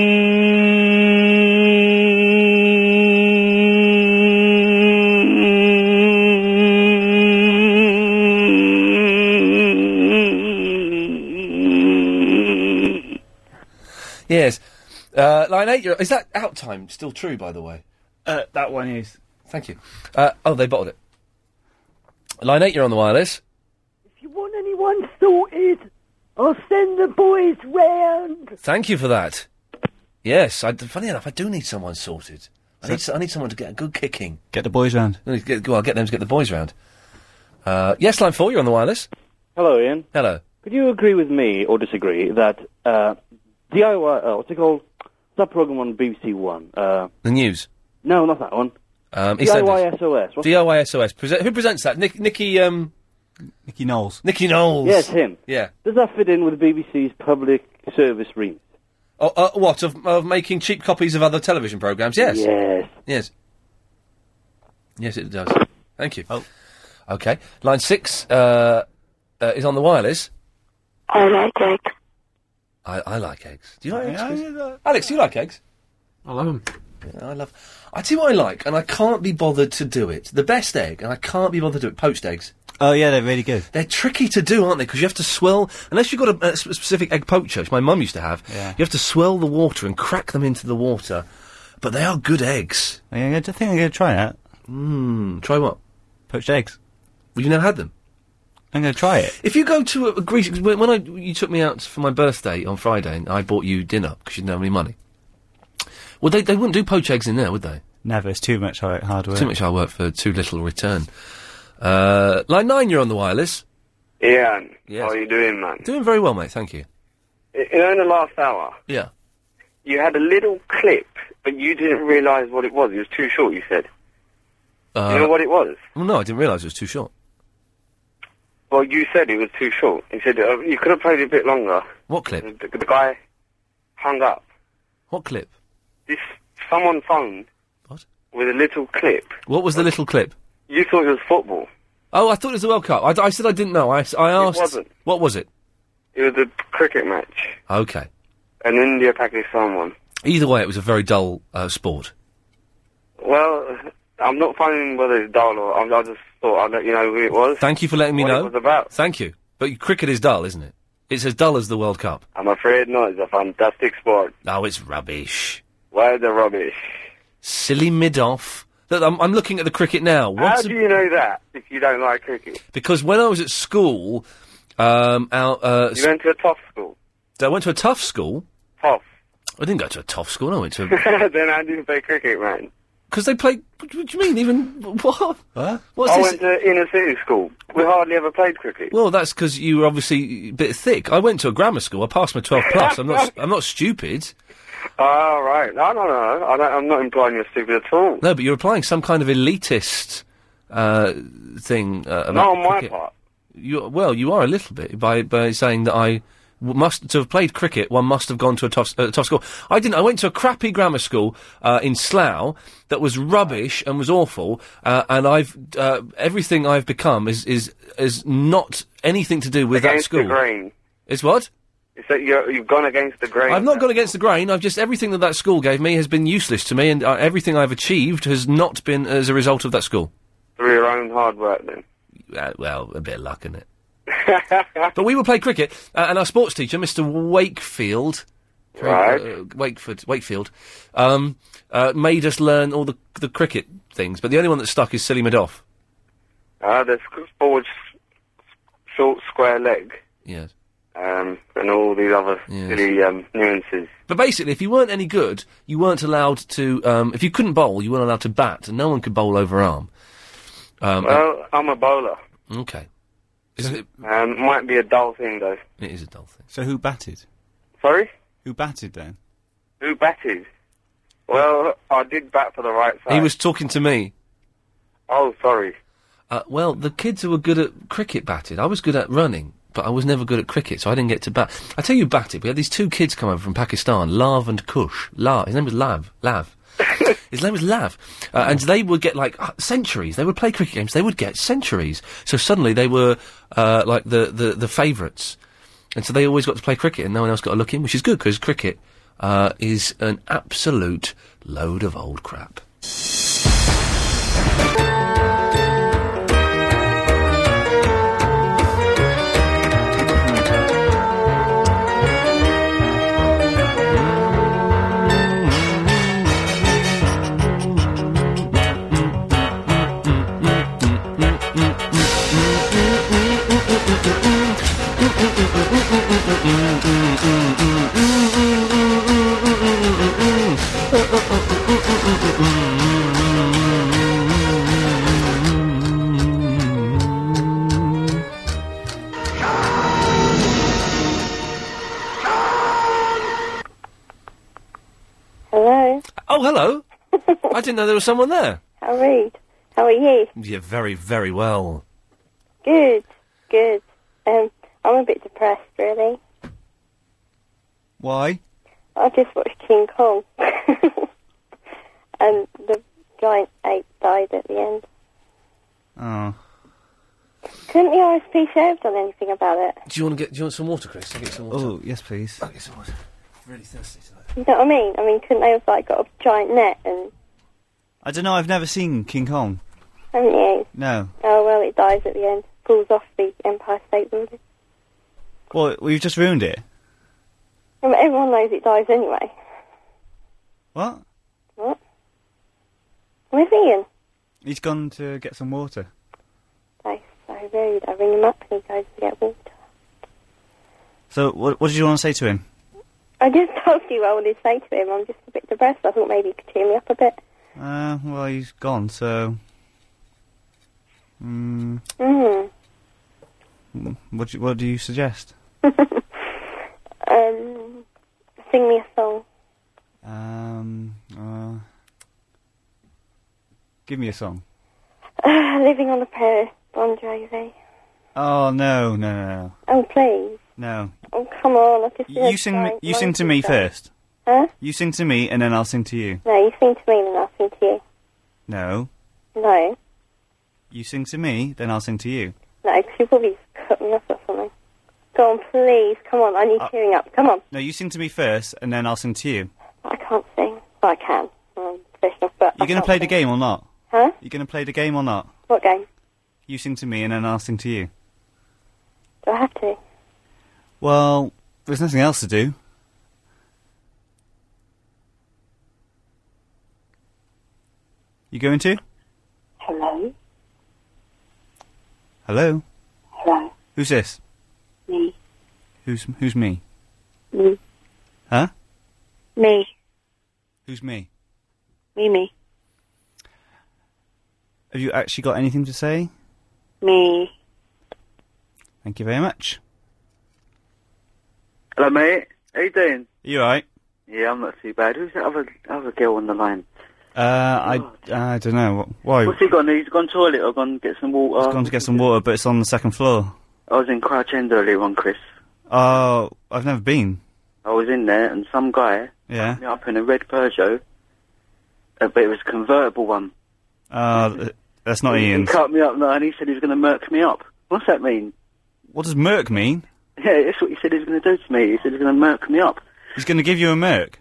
[SPEAKER 6] tea?
[SPEAKER 1] Yes. Uh, line eight, you're, is that out time still true, by the way? Uh, that one is. Thank you. Uh, oh, they bottled it. Line eight, you're on the wireless.
[SPEAKER 20] If you want anyone sorted, I'll send the boys round.
[SPEAKER 1] Thank you for that. Yes, I, funny enough, I do need someone sorted. I need, so- I need someone to get a good kicking.
[SPEAKER 3] Get the boys round.
[SPEAKER 1] I need to get- Well, I'll get them to get the boys round. Uh, yes, line four, you're on the wireless.
[SPEAKER 21] Hello, Ian.
[SPEAKER 1] Hello.
[SPEAKER 21] Could you agree with me or disagree that uh, DIY, uh, what's it called? That program on BBC One. Uh,
[SPEAKER 1] The news.
[SPEAKER 21] no, not that one.
[SPEAKER 1] Um, EastEnders.
[SPEAKER 21] DIY SOS. What's
[SPEAKER 1] DIY SOS. Prese- who presents that? Nick, Nicky, um...
[SPEAKER 3] Nicky Knowles.
[SPEAKER 1] Nicky Knowles.
[SPEAKER 21] Yes, him.
[SPEAKER 1] Yeah.
[SPEAKER 21] Does that fit in with BBC's public service remit?
[SPEAKER 1] Oh, uh, what of, of making cheap copies of other television programs? Yes.
[SPEAKER 21] Yes.
[SPEAKER 1] Yes. Yes, it does. Thank you. Oh. Okay. Line six uh, uh, is on the wireless.
[SPEAKER 2] I like it.
[SPEAKER 1] I, I like eggs. Do you like
[SPEAKER 2] Yeah,
[SPEAKER 1] eggs?
[SPEAKER 2] yeah,
[SPEAKER 1] Chris? Alex, do you like eggs? I love them. I love. I tell you what I like, and I can't be bothered to do it. The best egg, and I can't be bothered to do it. Poached eggs.
[SPEAKER 3] Oh yeah, they're really good.
[SPEAKER 1] They're tricky to do, aren't they? Because you have to swell. Unless you've got a, a sp- specific egg poacher, which my mum used to have.
[SPEAKER 3] Yeah.
[SPEAKER 1] You have to swell the water and crack them into the water. But they are good eggs.
[SPEAKER 3] I think I'm going to try that.
[SPEAKER 1] Mmm. Try what?
[SPEAKER 3] Poached eggs.
[SPEAKER 1] Well, you never had them.
[SPEAKER 3] I'm going to try it.
[SPEAKER 1] If you go to a, a Greece, 'cause when when I you took me out for my birthday on Friday, and I bought you dinner because you didn't have any money. Well, they they wouldn't do poached eggs in there, would they?
[SPEAKER 3] Never. It's too much hard hard work.
[SPEAKER 1] Too much hard work for too little return. Uh, line nine, you're on the wireless.
[SPEAKER 27] Ian, how are you doing, man?
[SPEAKER 1] Doing very well, mate. Thank you.
[SPEAKER 27] I- You know, in the last hour,
[SPEAKER 1] Yeah.
[SPEAKER 27] you had a little clip, but you didn't realise what it was. It was too short, you said.
[SPEAKER 1] Uh,
[SPEAKER 27] you know what it was?
[SPEAKER 1] Well, no, I didn't realise it was too short.
[SPEAKER 27] Well, you said it was too short. You said uh, you could have played it a bit longer.
[SPEAKER 1] What clip?
[SPEAKER 27] The, the guy hung up.
[SPEAKER 1] What clip?
[SPEAKER 27] This someone phoned. What? With a little clip.
[SPEAKER 1] What was the little clip?
[SPEAKER 27] You thought it was football.
[SPEAKER 1] Oh, I thought it was the World Cup. I, I said I didn't know. I, s- I asked.
[SPEAKER 27] wasn't.
[SPEAKER 1] What was it?
[SPEAKER 27] It was a cricket match,
[SPEAKER 1] Okay.
[SPEAKER 27] an India-Pakistan one.
[SPEAKER 1] Either way, it was a very dull uh, sport.
[SPEAKER 27] Well, I'm not finding whether it's dull or I, I just thought I'd let you know who it was.
[SPEAKER 1] Thank you for letting me
[SPEAKER 27] What it
[SPEAKER 1] know.
[SPEAKER 27] was about.
[SPEAKER 1] Thank you. But cricket is dull, isn't it? It's as dull as the World Cup.
[SPEAKER 27] I'm afraid not. It's a fantastic sport.
[SPEAKER 1] Oh, it's rubbish.
[SPEAKER 27] Why the rubbish?
[SPEAKER 1] Silly mid-off. Look, I'm, I'm looking at the cricket now.
[SPEAKER 27] How
[SPEAKER 1] What's
[SPEAKER 27] do you know that if you don't like cricket?
[SPEAKER 1] Because when I was at school, um, our uh,
[SPEAKER 27] You went to a tough school.
[SPEAKER 1] I went to a tough school.
[SPEAKER 27] Tough.
[SPEAKER 1] I didn't go to a tough school. I went to
[SPEAKER 27] then I didn't play cricket, man.
[SPEAKER 1] because they played. What, what do you mean? Even what? What's
[SPEAKER 27] I
[SPEAKER 1] this?
[SPEAKER 27] went to inner city school. We hardly ever played cricket.
[SPEAKER 1] Well, that's because you were obviously a bit thick. I went to a grammar school. I passed my twelve plus. I'm not. I'm not stupid.
[SPEAKER 27] Oh, right. No, no, no. I don't, I'm not implying you're stupid at all.
[SPEAKER 1] No, but you're applying some kind of elitist uh, thing. Uh, about
[SPEAKER 27] Not on my
[SPEAKER 1] cricket.
[SPEAKER 27] part.
[SPEAKER 1] You, well, you are a little bit by by saying that I w- must to have played cricket. One must have gone to a tough uh, tough school. I didn't. I went to a crappy grammar school uh, in Slough that was rubbish and was awful. Uh, and I've uh, everything I've become is is is not anything to do with
[SPEAKER 27] against
[SPEAKER 1] that school.
[SPEAKER 27] the grain.
[SPEAKER 1] It's what?
[SPEAKER 27] It's that you're, you've gone against the grain.
[SPEAKER 1] I've not gone against the grain. I've just everything that that school gave me has been useless to me, and uh, everything I've achieved has not been as a result of that school.
[SPEAKER 27] through your own hard work, then.
[SPEAKER 1] Uh, well, a bit of luck in it. but we would play cricket, uh, and our sports teacher, Mr. Wakefield,
[SPEAKER 27] Right.
[SPEAKER 1] uh, Wakeford, Wakefield, um, uh, made us learn all the the cricket things. But the only one that stuck is Silly Madoff.
[SPEAKER 27] Uh, the sc- forward s- short square leg
[SPEAKER 1] Yes.
[SPEAKER 27] um, and all these other silly um, nuances.
[SPEAKER 1] But basically, if you weren't any good, you weren't allowed to. Um, if you couldn't bowl, you weren't allowed to bat, and no one could bowl over arm. Um,
[SPEAKER 27] well, I'm a bowler.
[SPEAKER 1] okay. Isn't it?
[SPEAKER 27] Um, might be a dull thing, though.
[SPEAKER 1] It is a dull thing.
[SPEAKER 3] So who batted?
[SPEAKER 27] Sorry?
[SPEAKER 3] Who batted then?
[SPEAKER 27] Who batted? Well, I did bat for the right side.
[SPEAKER 1] He was talking to me.
[SPEAKER 27] Oh, sorry.
[SPEAKER 1] Uh, well, the kids who were good at cricket batted. I was good at running. but I was never good at cricket, so I didn't get to bat. I tell you, who batted. We had these two kids come over from Pakistan, Lav and Kush. Lav, his name was Lav. Lav. his name was Lav, uh, and they would get like uh, centuries. They would play cricket games. They would get centuries. So suddenly they were uh, like the the, the favourites, and so they always got to play cricket, and no one else got a look in, which is good because cricket uh, is an absolute load of old crap.
[SPEAKER 30] Hello.
[SPEAKER 1] Oh, hello! I didn't know there was someone there.
[SPEAKER 30] How rude. How are you?
[SPEAKER 1] Yeah, very, very well.
[SPEAKER 30] Good. Good. Um, I'm a bit depressed, really.
[SPEAKER 3] Why?
[SPEAKER 30] I just watched King Kong, and the giant ape died at the end.
[SPEAKER 3] Oh.
[SPEAKER 30] Couldn't the RSPCA have done anything about it?
[SPEAKER 1] Do you want to get? Do you want some water, Chris? I'll get some water.
[SPEAKER 3] Oh, yes, please.
[SPEAKER 1] I'll get some water. Really thirsty tonight.
[SPEAKER 30] You know what I mean? I mean, couldn't they have like got a giant net and
[SPEAKER 3] I don't know. I've never seen King Kong.
[SPEAKER 30] haven't you?
[SPEAKER 3] No.
[SPEAKER 30] Oh well, it dies at the end. Falls off the Empire State Building.
[SPEAKER 3] Well, we've just ruined it.
[SPEAKER 30] I mean, everyone knows it dies anyway.
[SPEAKER 3] What?
[SPEAKER 30] What? Where's Ian?
[SPEAKER 3] He's gone to get some water.
[SPEAKER 30] That's so rude. I ring him up and he goes to get water.
[SPEAKER 3] So, what, what did you want to say to him?
[SPEAKER 30] I just told you what I wanted to say to him. I'm just a bit depressed. I thought maybe you could cheer me up a bit.
[SPEAKER 3] Uh, well, he's gone, so. Mm,
[SPEAKER 30] Mm.
[SPEAKER 3] mm, what, do you, what do you suggest?
[SPEAKER 30] Um, sing me a song.
[SPEAKER 3] Um, uh, give me a song.
[SPEAKER 30] Living on a Prayer, Bon Jovi.
[SPEAKER 3] Oh, no, no, no,
[SPEAKER 30] Oh, please.
[SPEAKER 3] no.
[SPEAKER 30] Oh, come on. I've just
[SPEAKER 3] no. You sing, you sing to me first.
[SPEAKER 30] Huh?
[SPEAKER 3] You sing to me, and then I'll sing to you.
[SPEAKER 30] No, you sing to me and I'll sing to you.
[SPEAKER 3] No.
[SPEAKER 30] No.
[SPEAKER 3] You sing to me, then I'll sing to you.
[SPEAKER 30] No, 'cause you probably just cut me off or something. Go on, please. Come on. I need
[SPEAKER 3] Uh,
[SPEAKER 30] cheering up. Come on.
[SPEAKER 3] No, you sing to me first, and then I'll sing to you.
[SPEAKER 30] I can't sing. Well, I can. I'm professional, but
[SPEAKER 3] You
[SPEAKER 30] I
[SPEAKER 3] gonna
[SPEAKER 30] can't
[SPEAKER 3] play the
[SPEAKER 30] sing.
[SPEAKER 3] game or not?
[SPEAKER 30] Huh?
[SPEAKER 3] You gonna play the game or not?
[SPEAKER 30] What game?
[SPEAKER 3] You sing to me, and then I'll sing to you.
[SPEAKER 30] Do I have to?
[SPEAKER 3] Well, there's nothing else to do. You going to?
[SPEAKER 30] Hello?
[SPEAKER 3] Hello.
[SPEAKER 30] Hello?
[SPEAKER 3] Who's this?
[SPEAKER 30] Me?
[SPEAKER 3] Who's who's me?
[SPEAKER 30] Me?
[SPEAKER 3] Huh?
[SPEAKER 30] Me?
[SPEAKER 3] Who's me?
[SPEAKER 30] Me, me?
[SPEAKER 3] Have you actually got anything to say?
[SPEAKER 30] Me?
[SPEAKER 3] Thank you very much.
[SPEAKER 5] Hello, mate. How you doing?
[SPEAKER 3] You alright?
[SPEAKER 5] Yeah, I'm not too bad. Who's that other, other girl on the line?
[SPEAKER 3] Uh, I I don't know. Why?
[SPEAKER 5] What's he gone? He's gone toilet or gone get some water?
[SPEAKER 3] Gone to get some water, but it's on the second floor.
[SPEAKER 5] I was in Crouch End earlier on, Chris.
[SPEAKER 3] Oh, I've never been.
[SPEAKER 5] I was in there and some guy
[SPEAKER 3] Yeah.
[SPEAKER 5] picked me up in a red Peugeot, uh, but it was a convertible one.
[SPEAKER 3] Uh, th- that's not
[SPEAKER 5] He
[SPEAKER 3] Ian's.
[SPEAKER 5] cut me up no, and he said he was going to murk me up. What's that mean?
[SPEAKER 3] What does murk mean?
[SPEAKER 5] Yeah, that's what he said he was going to do to me. He said he was going to murk me up.
[SPEAKER 3] He's going to give you a murk.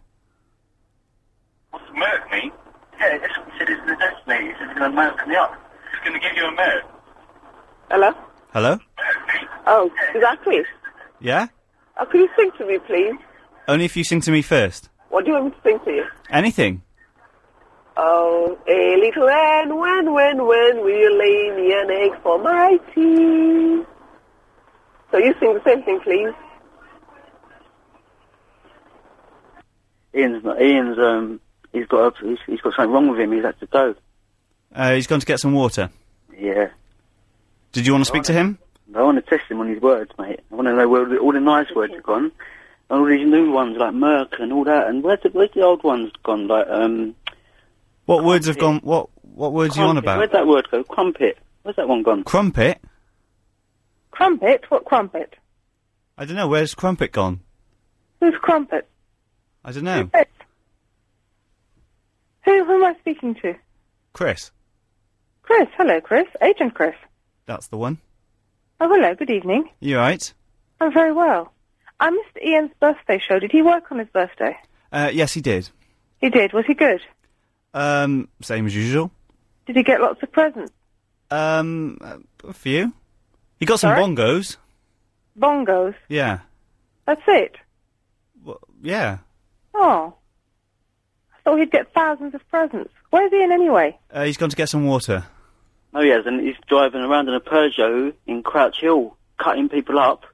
[SPEAKER 5] Murk me? Yeah, that's what he said he was going to do to me. He said he was going to murk me up. He's going to give you a murk.
[SPEAKER 7] Hello?
[SPEAKER 3] Hello?
[SPEAKER 7] Oh, is that Chris?
[SPEAKER 3] Yeah?
[SPEAKER 7] Oh, could you sing to me, please?
[SPEAKER 3] Only if you sing to me first.
[SPEAKER 7] What do you want me to sing to you?
[SPEAKER 3] Anything.
[SPEAKER 7] Oh, a little hen, when, when, when will you lay me an egg for my tea? So you sing the same thing, please.
[SPEAKER 5] Ian's not. Ian's um, he's got a, he's, he's got something wrong with him. He's had to go.
[SPEAKER 3] Uh, he's gone to get some water.
[SPEAKER 5] Yeah,
[SPEAKER 3] Did you want to speak to him?
[SPEAKER 5] I want to test him on his words, mate. I want to know where all the- all the nice words have gone, and all these new ones like Merck and all that, and where's the where's the old ones gone? Like um,
[SPEAKER 3] What words have gone? What What words are you on
[SPEAKER 5] crumpet. Where'd
[SPEAKER 3] about?
[SPEAKER 5] that word go? Crumpet. Where's that one gone?
[SPEAKER 3] Crumpet?
[SPEAKER 7] Crumpet? What crumpet?
[SPEAKER 3] I don't know. Where's Crumpet gone?
[SPEAKER 4] Who's Crumpet?
[SPEAKER 3] I don't know.
[SPEAKER 4] Who, who am I speaking to?
[SPEAKER 3] Chris.
[SPEAKER 4] Chris. Hello, Chris. Agent Chris.
[SPEAKER 3] That's the one.
[SPEAKER 4] Oh, hello. Good evening.
[SPEAKER 3] You alright?
[SPEAKER 4] I'm very well. I missed Ian's birthday show. Did he work on his birthday?
[SPEAKER 3] Uh, yes, he did.
[SPEAKER 4] He did. Was he good?
[SPEAKER 3] Um, same as usual.
[SPEAKER 4] Did he get lots of presents?
[SPEAKER 3] Um, a few. He got some
[SPEAKER 4] Sorry?
[SPEAKER 3] bongos.
[SPEAKER 4] Bongos.
[SPEAKER 3] Yeah.
[SPEAKER 4] That's it.
[SPEAKER 3] Yeah.
[SPEAKER 4] Oh. I thought he'd get thousands of presents. Where's Ian anyway?
[SPEAKER 3] Uh, he's gone to get some water.
[SPEAKER 5] No, he hasn't. He's driving around in a Peugeot in Crouch Hill, cutting people up.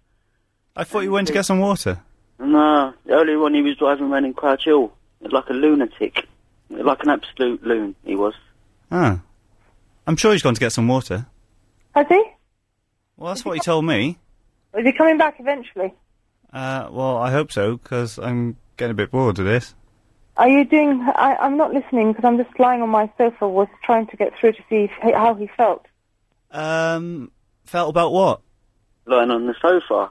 [SPEAKER 3] I thought you went to get some water.
[SPEAKER 5] No, uh, earlier on he was driving around in Crouch Hill like a lunatic, like an absolute loon. He was.
[SPEAKER 3] Ah. I'm sure he's gone to get some water.
[SPEAKER 4] Has he?
[SPEAKER 3] Well, that's what he told me.
[SPEAKER 4] Is he coming back eventually?
[SPEAKER 3] Uh, well, I hope so, because I'm getting a bit bored of this.
[SPEAKER 4] Are you doing? I, I'm not listening because I'm just lying on my sofa, was trying to get through to see if, how he felt.
[SPEAKER 3] Um, felt about what?
[SPEAKER 5] Lying on the sofa.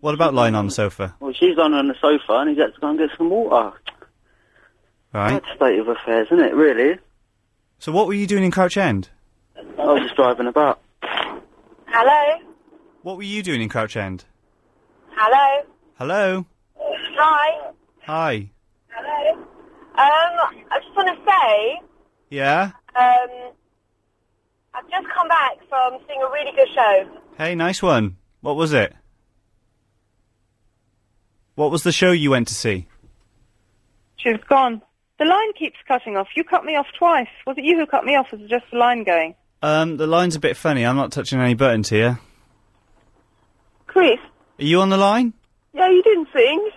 [SPEAKER 3] What about lying on the sofa?
[SPEAKER 5] Well, she's lying on the sofa and he's had to go and get some water.
[SPEAKER 3] Right.
[SPEAKER 5] Bad state of affairs, isn't it? Really?
[SPEAKER 3] So what were you doing in Crouch End?
[SPEAKER 5] I was just driving about.
[SPEAKER 4] Hello?
[SPEAKER 3] What were you doing in Crouch End?
[SPEAKER 4] Hello?
[SPEAKER 3] Hello?
[SPEAKER 4] Hi?
[SPEAKER 3] Hi.
[SPEAKER 4] Hello? Um, I just want to say,
[SPEAKER 3] Yeah?
[SPEAKER 4] um, I've just come back from seeing a really good show.
[SPEAKER 3] Hey, nice one. What was it? What was the show you went to see?
[SPEAKER 4] She's gone. The line keeps cutting off. You cut me off twice. Was it you who cut me off, or was it just the line going?
[SPEAKER 3] Um, the line's a bit funny. I'm not touching any buttons here.
[SPEAKER 4] Chris?
[SPEAKER 3] Are you on the line?
[SPEAKER 4] Yeah, you didn't sing.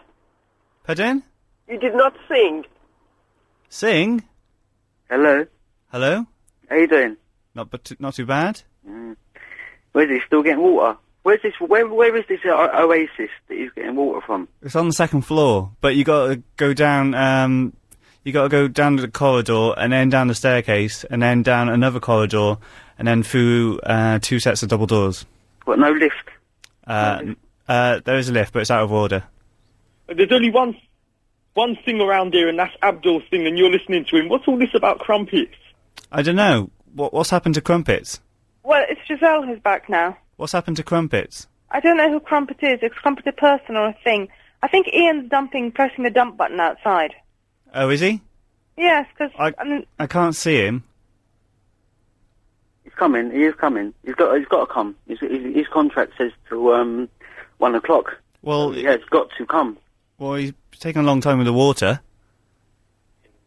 [SPEAKER 3] Pardon?
[SPEAKER 4] You did not sing.
[SPEAKER 3] Sing?
[SPEAKER 5] Hello.
[SPEAKER 3] Hello?
[SPEAKER 5] How you doing?
[SPEAKER 3] Not but not too bad.
[SPEAKER 5] Mm. Where's he still getting water? Where's this? Where, where is this o- oasis that he's getting water from?
[SPEAKER 3] It's on the second floor, but you got to go down. Um, you got to go down the corridor and then down the staircase and then down another corridor and then through uh, two sets of double doors.
[SPEAKER 5] What? No lift.
[SPEAKER 3] Uh, uh, there is a lift, but it's out of order.
[SPEAKER 9] There's only one one thing around here, and that's Abdul's thing, and you're listening to him. What's all this about crumpets?
[SPEAKER 3] I don't know what what's happened to crumpets.
[SPEAKER 4] Well, it's Giselle who's back now.
[SPEAKER 3] What's happened to crumpets?
[SPEAKER 4] I don't know who Crumpet is. Is Crumpet a person or a thing? I think Ian's dumping, pressing the dump button outside.
[SPEAKER 3] Oh, is he?
[SPEAKER 4] Yes, because
[SPEAKER 3] I I can't see him.
[SPEAKER 5] He's coming. He is coming. He's got. He's got to come. His, his, his contract says till um, one o'clock.
[SPEAKER 3] Well,
[SPEAKER 5] yeah, he's got to come.
[SPEAKER 3] Well, he's taking a long time with the water.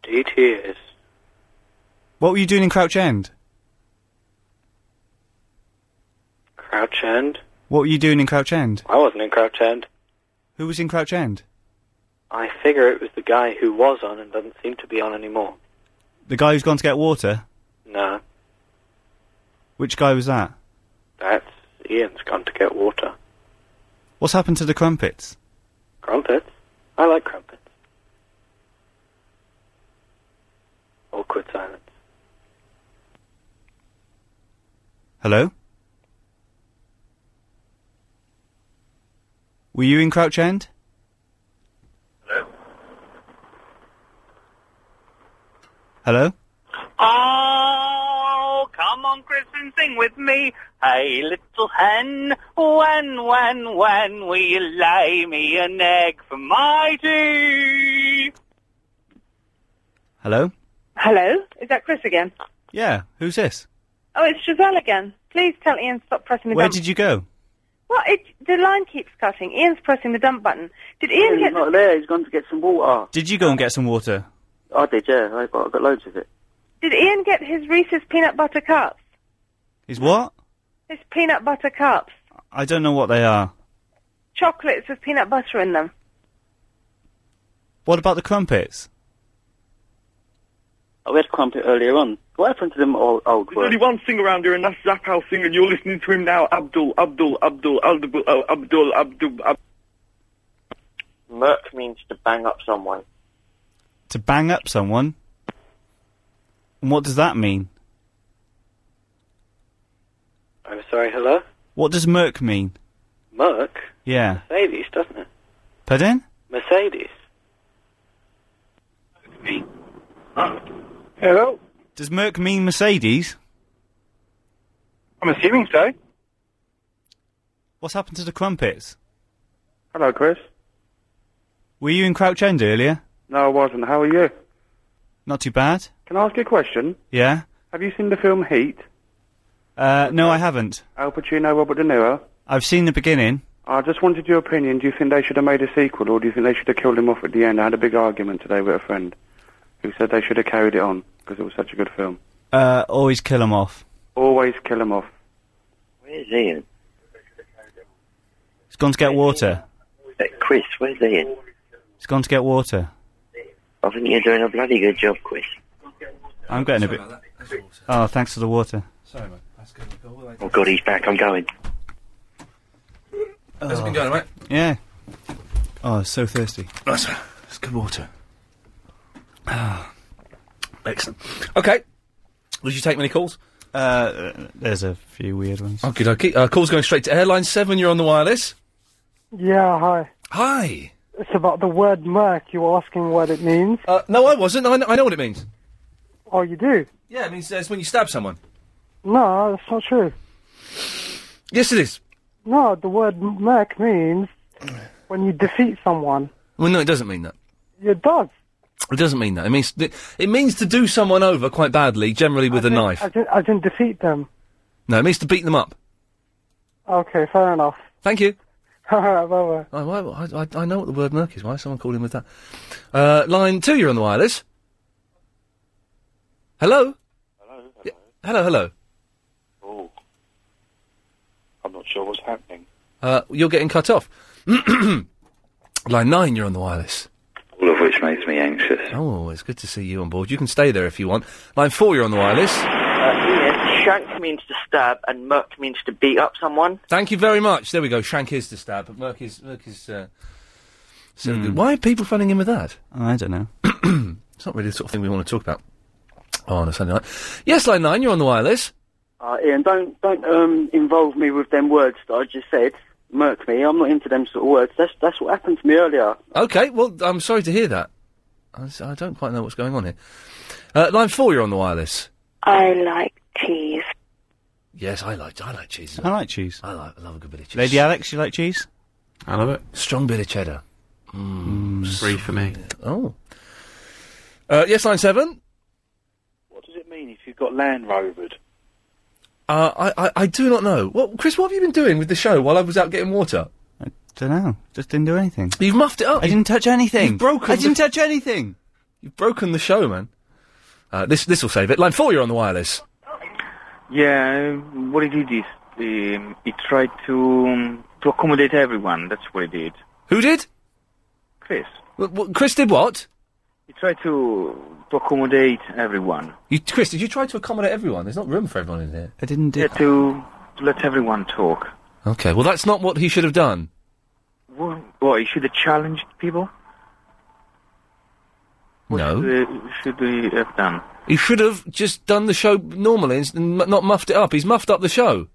[SPEAKER 5] Indeed, he is.
[SPEAKER 3] What were you doing in Crouch End?
[SPEAKER 22] Crouch End.
[SPEAKER 3] What were you doing in Crouch End?
[SPEAKER 22] I wasn't in Crouch End.
[SPEAKER 3] Who was in Crouch End?
[SPEAKER 22] I figure it was the guy who was on and doesn't seem to be on anymore.
[SPEAKER 3] The guy who's gone to get water.
[SPEAKER 22] No,
[SPEAKER 3] Which guy was that?
[SPEAKER 22] that's Ian's gone to get water.
[SPEAKER 3] What's happened to the crumpets?
[SPEAKER 22] Crumpets? I like crumpets. Awkward silence.
[SPEAKER 3] Hello? Were you in Crouch End? Hello?
[SPEAKER 7] Oh, come on, Chris, and sing with me. Hey, little hen, when, when, when will you lay me an egg for my tea?
[SPEAKER 3] Hello?
[SPEAKER 4] Hello? Is that Chris again?
[SPEAKER 3] Yeah, who's this?
[SPEAKER 4] Oh, it's Giselle again. Please tell Ian to stop pressing the
[SPEAKER 3] Where
[SPEAKER 4] dump
[SPEAKER 3] did you go?
[SPEAKER 4] Well, it, the line keeps cutting. Ian's pressing the dump button. Did Ian
[SPEAKER 5] He's
[SPEAKER 4] get...
[SPEAKER 5] not there. He's gone to get some water.
[SPEAKER 3] Did you go and get some water?
[SPEAKER 5] I did. Yeah, I got. I got loads of it.
[SPEAKER 4] Did Ian get his Reese's peanut butter cups?
[SPEAKER 3] Is what?
[SPEAKER 4] His peanut butter cups.
[SPEAKER 3] I don't know what they are.
[SPEAKER 4] Chocolates with peanut butter in them.
[SPEAKER 3] What about the crumpets?
[SPEAKER 5] I Oh, had crumpet earlier on. What happened to them old old
[SPEAKER 9] There's only one thing around here, and that's Zappow thing, and you're listening to him now. Abdul, Abdul, Abdul, Abdul, oh, Abdul, Abdul, Abdul.
[SPEAKER 22] Merc means to bang up someone.
[SPEAKER 3] To bang up someone? And what does that mean?
[SPEAKER 22] I'm Oh, sorry, hello?
[SPEAKER 3] What does Merc mean?
[SPEAKER 13] Merc?
[SPEAKER 3] Yeah.
[SPEAKER 13] Mercedes, doesn't it?
[SPEAKER 3] Pardon?
[SPEAKER 13] Mercedes.
[SPEAKER 3] Hello? Does Merc mean Mercedes? I'm assuming so. What's happened to the crumpets?
[SPEAKER 27] Hello, Chris.
[SPEAKER 3] Were you in Crouch End earlier?
[SPEAKER 27] No, I wasn't. How are you?
[SPEAKER 3] Not too bad.
[SPEAKER 27] Can I ask you a question?
[SPEAKER 3] Yeah?
[SPEAKER 27] Have you seen the film Heat?
[SPEAKER 3] Uh, no, I haven't.
[SPEAKER 27] Al Pacino, Robert De Niro?
[SPEAKER 3] I've seen the beginning.
[SPEAKER 27] I just wanted your opinion. Do you think they should have made a sequel, or do you think they should have killed him off at the end? I had a big argument today with a friend who said they should have carried it on because it was such a good film.
[SPEAKER 3] Uh, always kill 'em off.
[SPEAKER 27] Always kill him off.
[SPEAKER 11] Where's Ian?
[SPEAKER 3] He's gone to get water.
[SPEAKER 11] Uh, Chris, where's Ian?
[SPEAKER 3] He's gone to get water.
[SPEAKER 11] I think you're doing a bloody good job, Chris.
[SPEAKER 3] I'm getting a bit. Oh, thanks for the water.
[SPEAKER 1] Sorry, mate. That's good.
[SPEAKER 11] Oh, God, he's back. I'm going.
[SPEAKER 1] How's it been going, mate?
[SPEAKER 3] Yeah. Oh, I'm so thirsty.
[SPEAKER 1] Nice. It's good water. Excellent. Okay. Did you take many calls?
[SPEAKER 3] Uh, there's a few weird ones.
[SPEAKER 1] Okay, okay. Uh, calls going straight to airline seven. You're on the wireless.
[SPEAKER 12] Yeah, hi.
[SPEAKER 1] Hi.
[SPEAKER 12] It's about the word Merc. You were asking what it means.
[SPEAKER 1] Uh, no, I wasn't. I, kn- I know what it means.
[SPEAKER 12] Oh, you do?
[SPEAKER 1] Yeah, it means uh, it's when you stab someone.
[SPEAKER 12] No, that's not true.
[SPEAKER 1] Yes, it is.
[SPEAKER 12] No, the word Merc means when you defeat someone.
[SPEAKER 1] Well, no, it doesn't mean that.
[SPEAKER 12] It does.
[SPEAKER 1] It doesn't mean that. It means th- it means to do someone over quite badly, generally with a knife.
[SPEAKER 12] I didn't, I didn't defeat them.
[SPEAKER 1] No, it means to beat them up.
[SPEAKER 12] Okay, fair enough.
[SPEAKER 1] Thank you.
[SPEAKER 12] Alright, bye
[SPEAKER 1] I, why- Oh, I, I- I know what the word murk is. Why is someone calling with that? Uh, line two, you're on the wireless. Hello?
[SPEAKER 14] Hello.
[SPEAKER 1] Yeah, hello, hello.
[SPEAKER 14] Oh, I'm not sure what's happening.
[SPEAKER 1] Uh, you're getting cut off. line nine, you're on the wireless.
[SPEAKER 14] All of which makes me anxious.
[SPEAKER 1] Oh, it's good to see you on board. You can stay there if you want. Line four, you're on the wireless.
[SPEAKER 18] Ian, shank means to stab, and murk means to beat up someone.
[SPEAKER 1] Thank you very much. There we go. Shank is to stab, but Merk is Merk is. Uh, so good. Why are people phoning in with that?
[SPEAKER 3] Hmm. I don't know.
[SPEAKER 1] It's not really the sort of thing we want to talk about on a Sunday night. Yes, line nine, you're on the wireless.
[SPEAKER 5] Uh, Ian, don't don't um, involve me with them words that I just said. Murk me. I'm not into them sort of words. That's that's what happened to me earlier.
[SPEAKER 1] Okay, well, I'm sorry to hear that. I, s- I don't quite know what's going on here. Uh, line four, you're on the wireless.
[SPEAKER 22] I like cheese.
[SPEAKER 1] Yes, I like I like cheese.
[SPEAKER 3] I like cheese.
[SPEAKER 1] I like I love a good bit of cheese.
[SPEAKER 3] Lady Alex, you like cheese?
[SPEAKER 1] I love it. Strong bit of cheddar. Mm,
[SPEAKER 31] Free for me.
[SPEAKER 1] Oh. Uh, yes, line seven.
[SPEAKER 14] What does it mean if you've got Land Rovered?
[SPEAKER 1] Uh, I, I I do not know. What Chris? What have you been doing with the show while I was out getting water?
[SPEAKER 3] Don't know. Just didn't do anything.
[SPEAKER 1] You've muffed it up.
[SPEAKER 3] I didn't touch anything.
[SPEAKER 1] You've broken.
[SPEAKER 3] I didn't
[SPEAKER 1] the-
[SPEAKER 3] touch anything.
[SPEAKER 1] You've broken the show, man. Uh, this this will save it. Line four, you're on the wireless.
[SPEAKER 14] Yeah, what it did is um, it tried to um, to accommodate everyone. That's what it did.
[SPEAKER 1] Who did?
[SPEAKER 14] Chris.
[SPEAKER 1] W- w- Chris did what?
[SPEAKER 14] It tried to to accommodate everyone.
[SPEAKER 1] You, Chris, did you try to accommodate everyone? There's not room for everyone in here.
[SPEAKER 3] I didn't do.
[SPEAKER 14] Yeah, to, to let everyone talk.
[SPEAKER 1] Okay, well that's not what he should have done.
[SPEAKER 14] Well, well you should have challenged people.
[SPEAKER 1] no,
[SPEAKER 14] Uh, should we have done?
[SPEAKER 1] he should have just done the show normally and s- and m- not muffed it up. He's muffed up the show.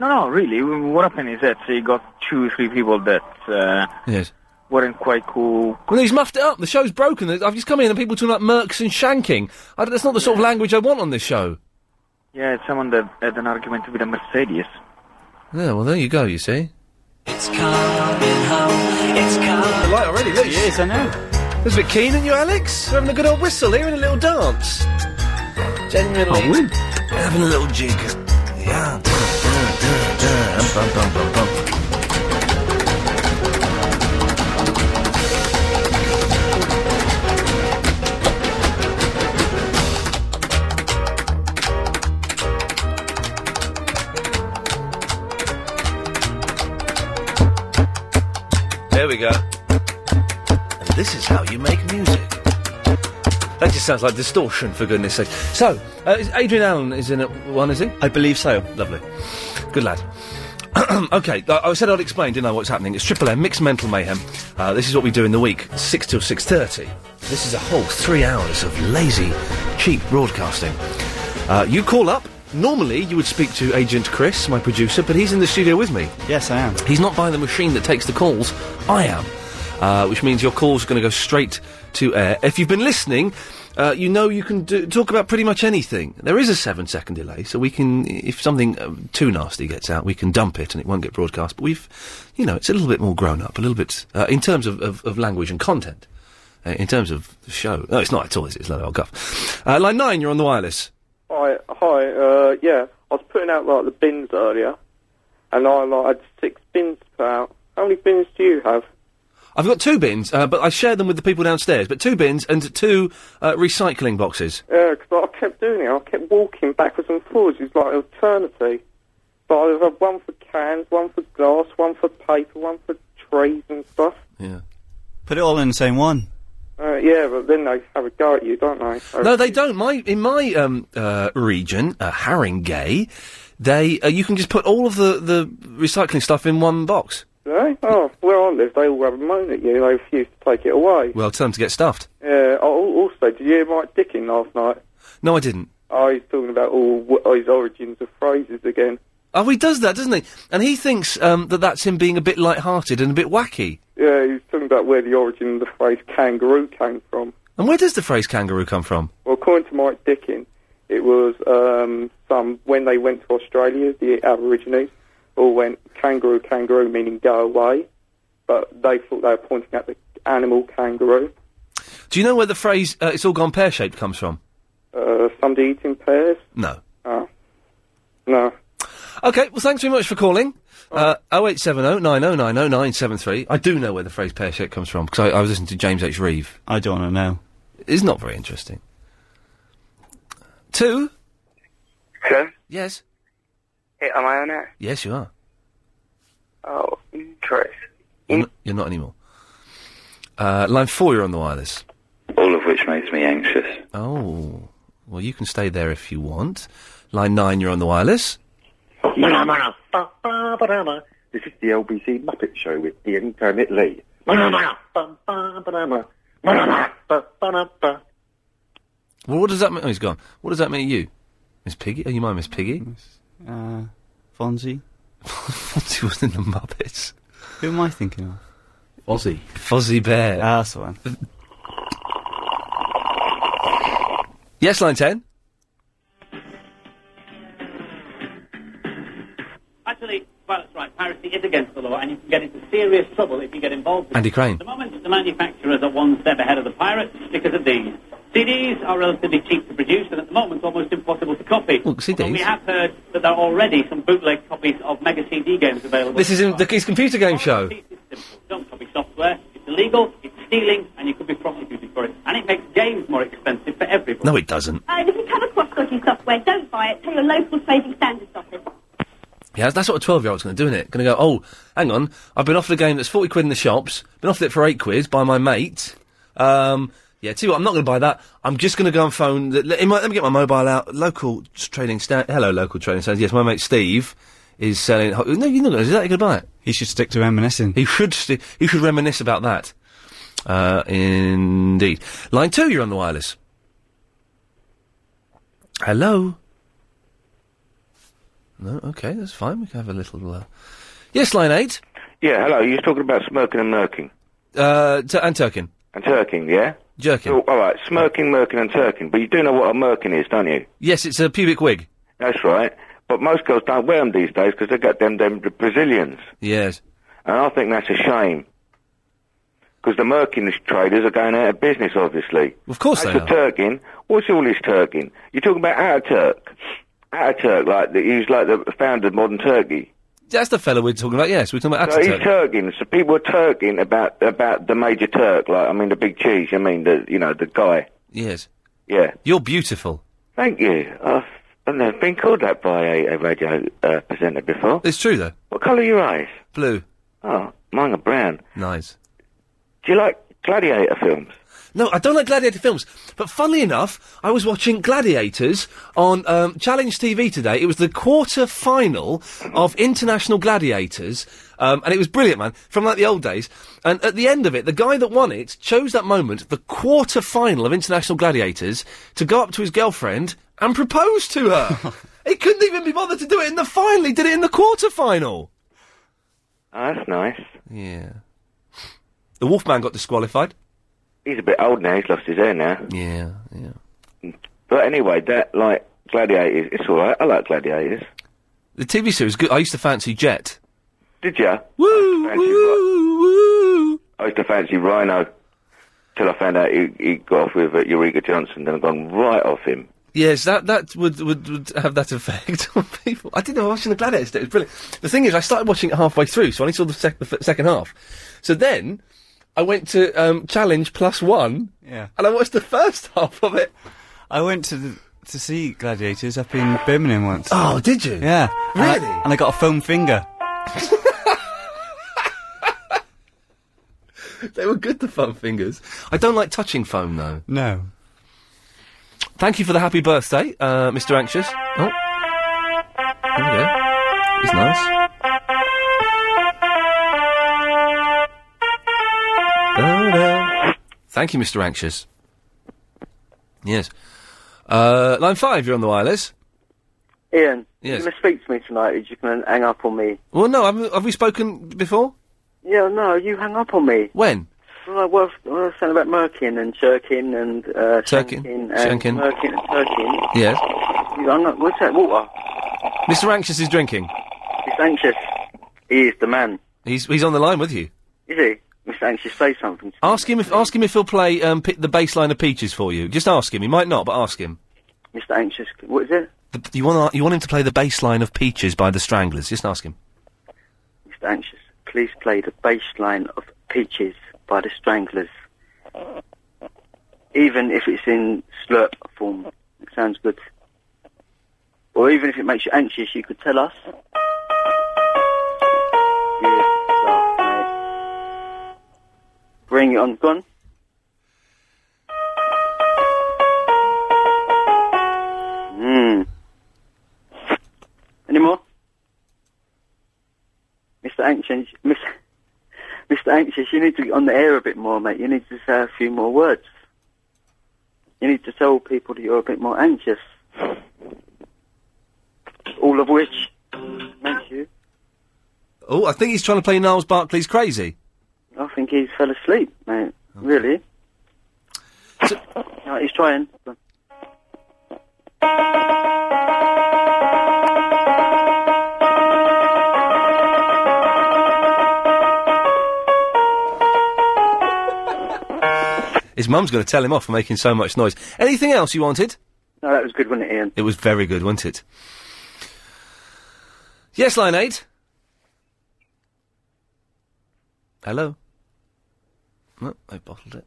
[SPEAKER 14] No, no, really. What happened is that he got two, three people that uh,
[SPEAKER 1] Yes.
[SPEAKER 14] weren't quite cool.
[SPEAKER 1] Well, he's muffed it up. The show's broken. I've just come in and people talking about mercs and shanking. I, don't- that's not the sort of language I want on this show.
[SPEAKER 14] Yeah, it's someone that had an argument with a Mercedes.
[SPEAKER 1] Yeah, well there you go. You see.
[SPEAKER 14] It's coming home. It's
[SPEAKER 1] The light already, look. Yes,
[SPEAKER 3] I know.
[SPEAKER 1] There's a bit keen in you, Alex. We're having a good old whistle here and a little dance. Genuinely.
[SPEAKER 3] Oh, win.
[SPEAKER 1] Having a little jig. Yeah. Bum, bum, bum, bum. There we go. And this is how you make music. That just sounds like distortion, for goodness sake. So, uh, is Adrian Allen is in at one, is he?
[SPEAKER 3] I believe so.
[SPEAKER 1] Lovely. Good lad. okay, I I said I'd explain, didn't I, what's happening. It's Triple M, Mixed Mental Mayhem. Uh, this is what we do in the week, 6 till 6.30. This is a whole three hours of lazy, cheap broadcasting. Uh, you call up Normally, you would speak to Agent Chris, my producer, but he's in the studio with me.
[SPEAKER 3] Yes, I am.
[SPEAKER 1] He's not by the machine that takes the calls. I am. Uh, which means your call's going to go straight to air. If you've been listening, uh, you know you can do, talk about pretty much anything. There is a seven second delay, so we can, if something um, too nasty gets out, we can dump it and it won't get broadcast. But we've, you know, it's a little bit more grown up, a little bit, uh, in terms of, of, of language and content. Uh, in terms of the show. No, it's not at all, is it? It's Lolo old guff. Uh, line 9, you're on the wireless.
[SPEAKER 27] Hi, hi. Uh, yeah, I was putting out like the bins earlier, and I like had six bins to put out. How many bins do you have?
[SPEAKER 1] I've got two bins, uh, but I share them with the people downstairs, but two bins and two uh, recycling boxes.
[SPEAKER 27] Yeah, 'cause I kept doing it. I kept walking backwards and forwards. It's like eternity. But I had one for cans, one for glass, one for paper, one for trees and stuff.
[SPEAKER 3] Put it all in the same one.
[SPEAKER 27] Uh, yeah, but then they have a go at you, don't they? So-
[SPEAKER 1] No, they don't. My in my um, uh, region, uh, Haringey, they uh, you can just put all of the, the recycling stuff in one box.
[SPEAKER 27] Do they? Oh, where I live, they all have a moan at you. They refuse to take it away.
[SPEAKER 1] Well, tell them to get stuffed.
[SPEAKER 27] Yeah. Oh, also, did you hear Mike Dickin last night?
[SPEAKER 1] No, I didn't.
[SPEAKER 27] Oh, he's talking about all w- his origins of phrases again.
[SPEAKER 1] Oh, he does that, doesn't he? And he thinks um, that that's him being a bit light-hearted and a bit wacky.
[SPEAKER 27] Yeah, he's talking about where the origin of the phrase kangaroo came from.
[SPEAKER 1] And where does the phrase kangaroo come from?
[SPEAKER 27] Well, according to Mike Dickin, it was um, some when they went to Australia, the Aborigines all went kangaroo, kangaroo, meaning go away, but they thought they were pointing at the animal kangaroo.
[SPEAKER 1] Do you know where the phrase uh, "it's all gone pear-shaped" comes from?
[SPEAKER 27] Uh, somebody eating pears?
[SPEAKER 1] No.
[SPEAKER 27] Oh. No.
[SPEAKER 1] Okay, well, thanks very much for calling. Uh, 0870 9090 973. I do know where the phrase pear shaped comes from because I, I was listening to James H. Reeve.
[SPEAKER 3] I don't want to know.
[SPEAKER 1] It's not very interesting. Two?
[SPEAKER 14] Hello?
[SPEAKER 1] Yes.
[SPEAKER 14] Hey, am I on it?
[SPEAKER 1] Yes, you are.
[SPEAKER 14] Oh, interest. Hmm?
[SPEAKER 1] You're, not, you're not anymore. Uh, line four, you're on the wireless.
[SPEAKER 14] All of which makes me anxious.
[SPEAKER 1] Oh. Well, you can stay there if you want. Line nine, you're on the wireless.
[SPEAKER 14] This is the LBC Muppet Show with Ian Kermit Lee.
[SPEAKER 1] Well, what does that mean? Oh, he's gone. What does that mean to you? Miss Piggy? Are you my Miss Piggy?
[SPEAKER 3] Uh, Fonzie.
[SPEAKER 1] Fonzie was in the Muppets.
[SPEAKER 3] Who am I thinking of?
[SPEAKER 1] Fozzie. Fozzie Bear.
[SPEAKER 3] Ah, that's the one.
[SPEAKER 1] Yes, line 10.
[SPEAKER 29] Actually, well, that's right. Piracy is against the law, and you can get into serious trouble if you get involved.
[SPEAKER 1] Andy Crane.
[SPEAKER 29] At the moment, the manufacturers are one step ahead of the pirates because of these. CDs are relatively cheap to produce, and at the moment, almost impossible to copy.
[SPEAKER 1] Look, CDs.
[SPEAKER 29] Although we have heard that there are already some bootleg copies of Mega CD games available.
[SPEAKER 1] This is in the his computer game show.
[SPEAKER 29] Don't copy software. It's illegal. It's stealing, and you could be prosecuted for it. And it makes games more expensive for everybody.
[SPEAKER 1] No, it doesn't.
[SPEAKER 13] Um, if you come across dodgy software, don't buy it. Tell your local trading standards office.
[SPEAKER 1] Yeah, that's what a 12 year old's going to do, isn't it? Going to go, oh, hang on, I've been offered a game that's 40 quid in the shops, been offered it for 8 quid by my mate. Um, yeah, tell you what, I'm not going to buy that. I'm just going to go and phone. The, let, let me get my mobile out. Local s- trading stand. Hello, local trading stand. Yes, my mate Steve is selling. ho- No, you're not going to. Is that you're going to buy it?
[SPEAKER 3] He should stick to reminiscing.
[SPEAKER 1] He should. Sti- he should reminisce about that. Uh, indeed. Line two, you're on the wireless. Hello. No, okay, that's fine. We can have a little. Uh... Yes, line eight.
[SPEAKER 25] Yeah, hello. You're talking about smirking and murking.
[SPEAKER 1] Uh, t- and Turkin.
[SPEAKER 25] And turking, yeah?
[SPEAKER 1] Jerking.
[SPEAKER 25] Oh, all right, smirking, murking, and turking. But you do know what a murking is, don't you?
[SPEAKER 1] Yes, it's a pubic wig.
[SPEAKER 25] That's right. But most girls don't wear them these days because they got them, them Brazilians.
[SPEAKER 1] Yes.
[SPEAKER 25] And I think that's a shame. Because the murking traders are going out of business, obviously.
[SPEAKER 1] Of
[SPEAKER 25] As
[SPEAKER 1] course they
[SPEAKER 25] for
[SPEAKER 1] are.
[SPEAKER 25] turking, what's all this turking? You're talking about Ataturk. Ataturk, like, the, he was like the founder of modern Turkey.
[SPEAKER 1] That's the fellow we're talking about. Yes, we're talking about
[SPEAKER 25] So he's
[SPEAKER 1] Ataturk.
[SPEAKER 25] turking. So people are turking about about the major Turk, like I mean the big cheese. I mean the you know the guy.
[SPEAKER 1] Yes.
[SPEAKER 25] Yeah.
[SPEAKER 1] You're beautiful.
[SPEAKER 25] Thank you. I've, I've never been called that by a, a radio uh, presenter before.
[SPEAKER 1] It's true though.
[SPEAKER 25] What colour are your eyes?
[SPEAKER 1] Blue.
[SPEAKER 25] Oh, mine are brown.
[SPEAKER 1] Nice.
[SPEAKER 25] Do you like gladiator films?
[SPEAKER 1] No, I don't like gladiator films. But funnily enough, I was watching Gladiators on um, Challenge TV today. It was the quarter final of International Gladiators, um, and it was brilliant, man, from like the old days. And at the end of it, the guy that won it chose that moment, the quarter final of International Gladiators, to go up to his girlfriend and propose to her. He couldn't even be bothered to do it in the final. He did it in the quarter final.
[SPEAKER 25] Oh, that's nice.
[SPEAKER 1] Yeah. The Wolfman got disqualified.
[SPEAKER 25] He's a bit old now. He's lost his hair now.
[SPEAKER 1] Yeah, yeah.
[SPEAKER 25] But anyway, that like gladiators, it's all right. I like gladiators.
[SPEAKER 1] The TV series, good. I used to fancy Jet.
[SPEAKER 25] Did ya?
[SPEAKER 1] Woo, woo, woo.
[SPEAKER 25] I used to fancy Rhino till I found out he, he got off with uh, Eureka Johnson. Then I've gone right off him.
[SPEAKER 1] Yes, that that would, would would have that effect on people. I didn't know I was watching the Gladiators. It was brilliant. The thing is, I started watching it halfway through, so I only saw the, sec- the f- second half. So then I went to um, Challenge Plus One.
[SPEAKER 3] Yeah.
[SPEAKER 1] And I watched the first half of it.
[SPEAKER 3] I went to the, to see Gladiators up in Birmingham once.
[SPEAKER 1] Oh, did you?
[SPEAKER 3] Yeah. And
[SPEAKER 1] Really?
[SPEAKER 3] I, and I got a foam finger.
[SPEAKER 1] They were good, the foam fingers. I don't like touching foam though.
[SPEAKER 3] No.
[SPEAKER 1] Thank you for the happy birthday, uh, Mr. Anxious. Oh. There we go. It's nice. Da-da. Thank you, Mr. Anxious. Yes. Uh, line five, you're on the wireless.
[SPEAKER 5] Ian, you
[SPEAKER 1] Yes.
[SPEAKER 5] going to speak to me tonight? Or you going to hang up on me?
[SPEAKER 1] Well, no, haven't- have we spoken before?
[SPEAKER 5] Yeah, no, you hang up on me.
[SPEAKER 1] When?
[SPEAKER 5] Well, I was, I was saying about murking and shirking and uh,
[SPEAKER 1] Turkin.
[SPEAKER 5] shanking
[SPEAKER 1] Shanking.
[SPEAKER 5] and murking and turking.
[SPEAKER 1] Yes.
[SPEAKER 5] You hung up. What's that water?
[SPEAKER 1] Mr. Anxious is drinking.
[SPEAKER 5] Mr. Anxious. He is the man,
[SPEAKER 1] He's, he's on the line with you.
[SPEAKER 5] is he? Mr. Anxious, say something.
[SPEAKER 1] Ask him if ask him if he'll play um, pi the bass line of Peaches for you. Just ask him. He might not, but ask him.
[SPEAKER 5] Mr. Anxious, what is it?
[SPEAKER 1] The, you want you want him to play the bass line of Peaches by the Stranglers. Just ask him.
[SPEAKER 5] Mr. Anxious, please play the bass line of Peaches by the Stranglers. Even if it's in slurp form, it sounds good. Or even if it makes you anxious, you could tell us. Good stuff, mate. Bring it on, gone. Mm. Hmm. Any more? Mr. Anxious, Mr. Mr. Anxious, you need to get on the air a bit more, mate. You need to say a few more words. You need to tell people that you're a bit more anxious. All of which makes you.
[SPEAKER 1] Oh, I think he's trying to play Niles Barkley's Crazy.
[SPEAKER 5] I think he's fell asleep, mate. Really? No, he's trying.
[SPEAKER 1] His mum's going to tell him off for making so much noise. Anything else you wanted?
[SPEAKER 5] No, that was good, wasn't it, Ian?
[SPEAKER 1] It was very good, wasn't it? Yes, line eight. Hello. No, I bottled it.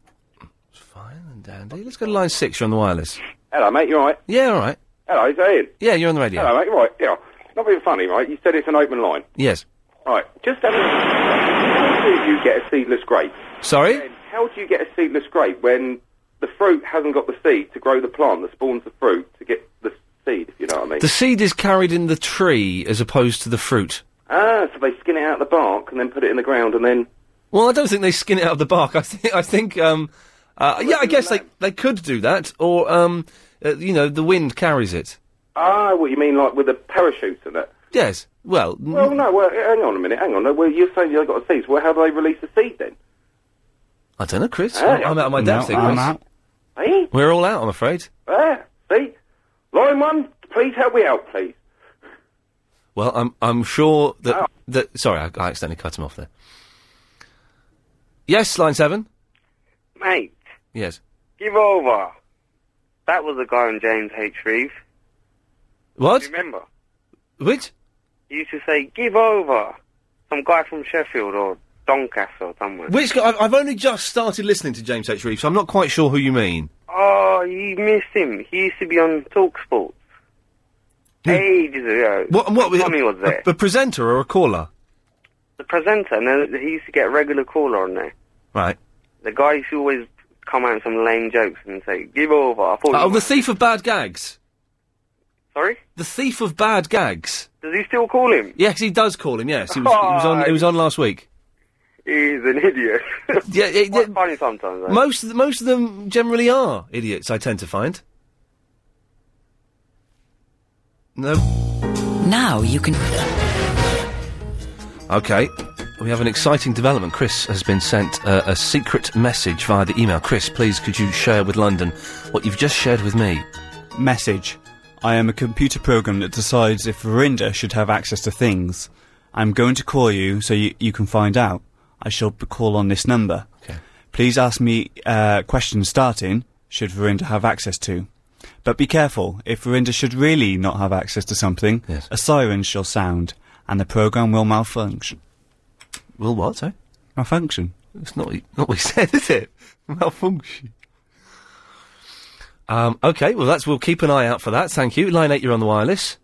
[SPEAKER 1] It's fine and dandy. Let's go to line six. You're on the wireless.
[SPEAKER 11] Hello, mate. You all right?
[SPEAKER 1] Yeah, all right.
[SPEAKER 11] Hello, is that Ian?
[SPEAKER 1] Yeah, you're on the radio.
[SPEAKER 11] Hello, mate. You all right? Yeah. Not being funny, right? You said it's an open line.
[SPEAKER 1] Yes.
[SPEAKER 11] Right. Just have a... How do you get a seedless grape?
[SPEAKER 1] Sorry.
[SPEAKER 11] How do you get a seedless grape when the fruit hasn't got the seed to grow the plant that spawns the fruit to get the seed, if you know what I mean?
[SPEAKER 1] The seed is carried in the tree as opposed to the fruit.
[SPEAKER 11] Ah, so they skin it out of the bark and then put it in the ground and then...
[SPEAKER 1] Well, I don't think they skin it out of the bark. I think, I think, um, uh, yeah, I guess they, they could do that, or, um, uh, you know, the wind carries it.
[SPEAKER 11] Ah, what you mean, like with a parachute and that?
[SPEAKER 1] Yes. Well, n-
[SPEAKER 11] Well, no, well, eh, hang on a minute, hang on. No, well, you're saying they've got the seeds. Well, how do they release the seed then?
[SPEAKER 1] I don't know, Chris.
[SPEAKER 11] Hey.
[SPEAKER 1] I'm, I'm out of my depth.
[SPEAKER 11] No,
[SPEAKER 1] here,
[SPEAKER 11] I'm
[SPEAKER 1] Chris.
[SPEAKER 11] out. Eh?
[SPEAKER 1] We're all out, I'm afraid.
[SPEAKER 11] Ah, see? Line one, please help me out, please.
[SPEAKER 1] Well, I'm, I'm sure that, that, sorry, I, I accidentally cut him off there. Yes, line seven?
[SPEAKER 2] Mate,
[SPEAKER 1] Yes.
[SPEAKER 2] give over. That was the guy on James H. Reeve.
[SPEAKER 1] What?
[SPEAKER 2] Do you remember?
[SPEAKER 1] Which?
[SPEAKER 2] He used to say, give over. Some guy from Sheffield or Doncaster or somewhere.
[SPEAKER 1] Which guy? I've, I've only just started listening to James H. Reeves, so I'm not quite sure who you mean.
[SPEAKER 2] Oh, you missed him. He used to be on TalkSport. Ages ago.
[SPEAKER 1] What, and what,
[SPEAKER 2] Tommy was there.
[SPEAKER 1] A, a presenter or a caller?
[SPEAKER 2] The presenter, and then he used to get a regular caller on there.
[SPEAKER 1] Right.
[SPEAKER 2] The guy used to always come out with some lame jokes and say, give over. I thought,
[SPEAKER 1] Oh,
[SPEAKER 2] you-
[SPEAKER 1] the thief of bad gags.
[SPEAKER 2] sorry?
[SPEAKER 1] The thief of bad gags.
[SPEAKER 2] Does he still call him? Ah.
[SPEAKER 1] Yes, he does call him. Yes, he was, he was on. He was on last week.
[SPEAKER 2] He's an idiot.
[SPEAKER 1] yeah, it,
[SPEAKER 2] Quite funny sometimes. Though.
[SPEAKER 1] Most of- most of them generally are idiots. I tend to find. No.
[SPEAKER 32] Now you can.
[SPEAKER 1] Okay. We have an exciting development. Chris has been sent uh, a secret message via the email. Chris, please could you share with London what you've just shared with me?
[SPEAKER 3] Message. I am a computer program that decides if Verinda should have access to things. I'm going to call you so you, you can find out. I shall b- call on this number. Okay. Please ask me uh, questions starting should Verinda have access to. But be careful, if Verinda should really not have access to something, a siren shall sound and the program will malfunction.
[SPEAKER 1] Will what, sorry?
[SPEAKER 3] Malfunction.
[SPEAKER 1] It's not, not what we said, is it? Malfunction. Um, okay, well, that's we'll keep an eye out for that. Thank you. Line 8, you're on the wireless.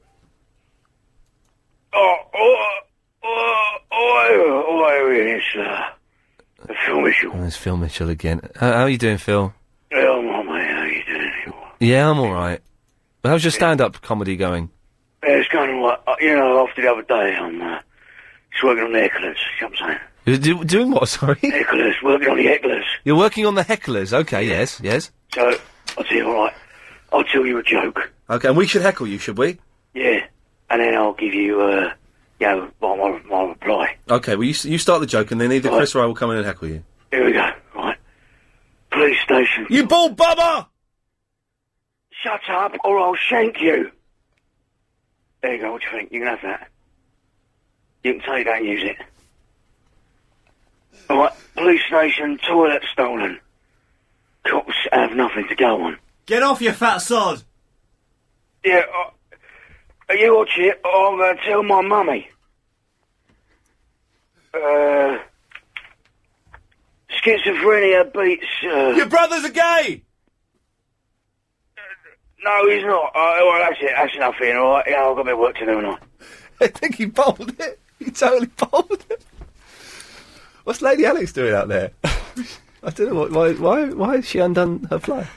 [SPEAKER 22] Oh, oh, I really, sir. Phil Mitchell.
[SPEAKER 1] Oh, it's Phil Mitchell again. Uh, How, how are you doing, Phil?
[SPEAKER 22] Oh, my, mate, how you doing?
[SPEAKER 1] Yeah, I'm all right. Well, How's your stand-up comedy going?
[SPEAKER 22] Yeah, It's kind of like, uh, you know, after the other day, I'm uh, just working on the hecklers, you know what I'm saying?
[SPEAKER 1] You're do- doing what? Sorry.
[SPEAKER 22] Hecklers, working on the hecklers.
[SPEAKER 1] You're working on the hecklers. Okay. Yes. Yes.
[SPEAKER 22] So, I said, all right, I'll tell you a joke,
[SPEAKER 1] Okay. And we should heckle you, should we?
[SPEAKER 22] yeah, and then I'll give you, uh, you know, my, my, my reply.
[SPEAKER 1] Okay. Well, you, s- you start the joke, and then either Chris or I will come in and heckle you.
[SPEAKER 22] Here we go, right. Police station.
[SPEAKER 1] You bald bubba!
[SPEAKER 22] Shut up or I'll shank you. There you go, what do you think? You can have that. You can take that and use it. Alright, police station, toilet stolen. Cops have nothing to go on.
[SPEAKER 3] Get off, you fat sod!
[SPEAKER 22] Yeah, I, are you watch it? I'll uh, tell my mummy. Uh, schizophrenia beats. Uh,
[SPEAKER 3] Your brother's a gay!
[SPEAKER 22] No, he's not. Uh, well, that's it. That's enough, Ian, all right? Yeah, I've got a bit of work to do, haven't I?
[SPEAKER 1] I think he bowled it. He totally bowled it. What's Lady Alex doing out there? I don't know what, why. Why? Why has she undone her fly?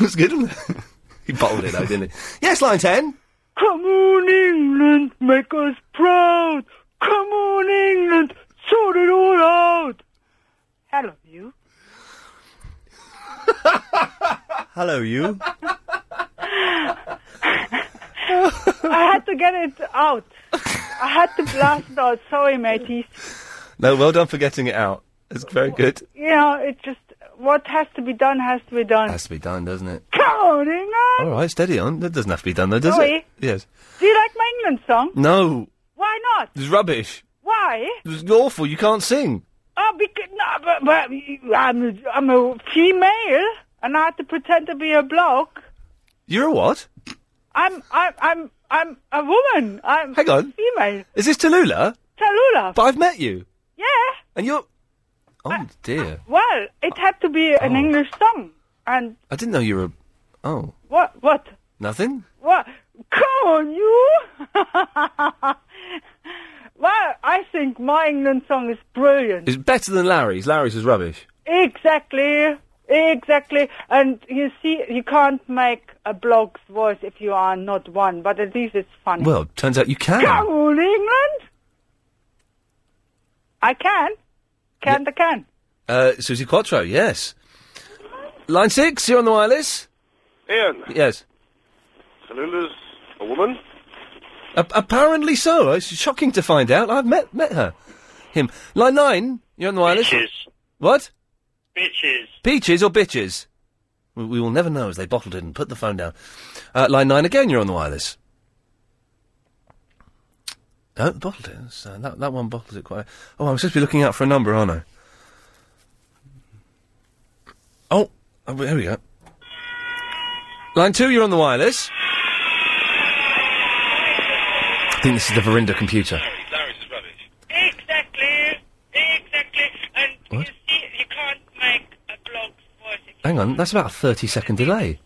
[SPEAKER 1] That's good. Wasn't it? he bowled it, though, didn't he? Yes, line ten.
[SPEAKER 33] Come on, England, make us proud. Come on, England, sort it all out. Hello, you.
[SPEAKER 3] Hello, you.
[SPEAKER 20] I had to get it out. I had to blast it out. Sorry, mateys.
[SPEAKER 1] No, well done for getting it out. It's very good.
[SPEAKER 20] You know, it just what has to be done has to be done.
[SPEAKER 1] Has to be done, doesn't it?
[SPEAKER 20] Come on, England.
[SPEAKER 1] All right, steady on. That doesn't have to be done, though, does it?
[SPEAKER 20] Sorry.
[SPEAKER 1] Yes.
[SPEAKER 20] Do you like my England song?
[SPEAKER 1] No.
[SPEAKER 20] Why not?
[SPEAKER 1] It's rubbish.
[SPEAKER 20] Why?
[SPEAKER 1] It was awful. You can't sing.
[SPEAKER 20] Oh, because no, but, but I'm a, I'm a female, and I had to pretend to be a bloke.
[SPEAKER 1] You're a what?
[SPEAKER 20] I'm I'm I'm I'm a woman. I'm
[SPEAKER 1] Hang on.
[SPEAKER 20] female.
[SPEAKER 1] Is this Tallulah?
[SPEAKER 20] Tallulah.
[SPEAKER 1] But I've met you.
[SPEAKER 20] yeah.
[SPEAKER 1] And you're. Oh, dear.
[SPEAKER 20] Well, it had to be
[SPEAKER 1] Oh.
[SPEAKER 20] an English song, and
[SPEAKER 1] I didn't know you were. Oh.
[SPEAKER 20] what what
[SPEAKER 1] Nothing?
[SPEAKER 20] what? Come on, you. well, I think my England song is brilliant.
[SPEAKER 1] It's better than Larry's. Larry's was rubbish.
[SPEAKER 20] Exactly. Exactly. And you see, you can't make a bloke's voice if you are not one, but at least it's funny.
[SPEAKER 1] Well, turns out you can.
[SPEAKER 20] Come on, England! I can. Can I can.
[SPEAKER 1] Uh, Susie Quattro, yes. Line six, you're on the wireless.
[SPEAKER 27] Ian,
[SPEAKER 1] Yes.
[SPEAKER 27] Talulah's a woman.
[SPEAKER 1] A- apparently so. It's shocking to find out. I've met met her. Him. Line nine, you're on the wireless. Peaches. What?
[SPEAKER 27] Bitches.
[SPEAKER 1] Peaches or bitches? We, we will never know as they bottled it and put the phone down. Uh, line nine again, you're on the wireless. No, bottled it. That's, uh, that, that one bottled it quite. Oh, I'm supposed to be looking out for a number, aren't I? Oh, oh there we go. Line two, you're on the wireless. I think this is the Verinda computer. Hang on, that's about a 30 second delay.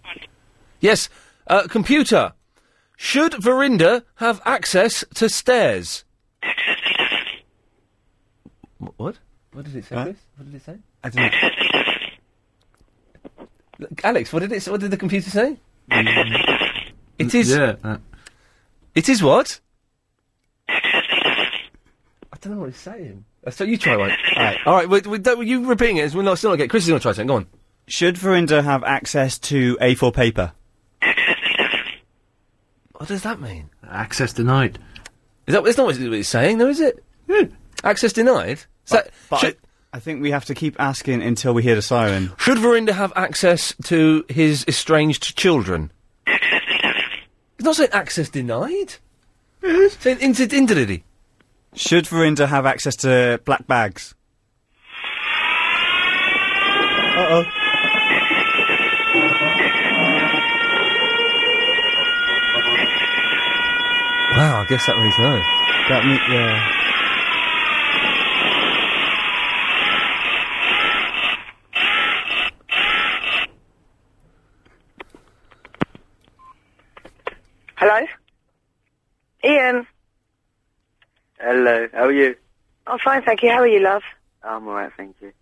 [SPEAKER 1] Yes, uh, computer. Should Verinda have access to stairs? Wh- What? What did it say, Chris? What did it say?
[SPEAKER 3] I don't know.
[SPEAKER 1] Look, Alex, what did it? s- What did the computer say?
[SPEAKER 3] Mm.
[SPEAKER 1] it is.
[SPEAKER 34] yeah,
[SPEAKER 1] It is what? I don't know what it's saying. Uh, So you try one. All right, all right. We, we don't, you repeating it? as We're not still not getting. Chris is going to try something. Go on.
[SPEAKER 3] Should Verinda have access to A4 paper?
[SPEAKER 1] What does that mean?
[SPEAKER 35] Access denied.
[SPEAKER 1] Is that? It's not what it's saying, though, is it? Access denied. Is that, should,
[SPEAKER 3] Hmm. I think we have to keep asking until we hear the siren.
[SPEAKER 1] should Verinder have access to his estranged children? it's not saying access denied. It's saying inter- interdity.
[SPEAKER 3] Should Verinda have access to black bags? Uh oh.
[SPEAKER 1] Wow, I guess that means no.
[SPEAKER 3] That means yeah.
[SPEAKER 12] Hello? Ian,
[SPEAKER 5] Hello, how are you?
[SPEAKER 12] I'm fine, thank you. How are you, love?
[SPEAKER 5] I'm alright, thank you.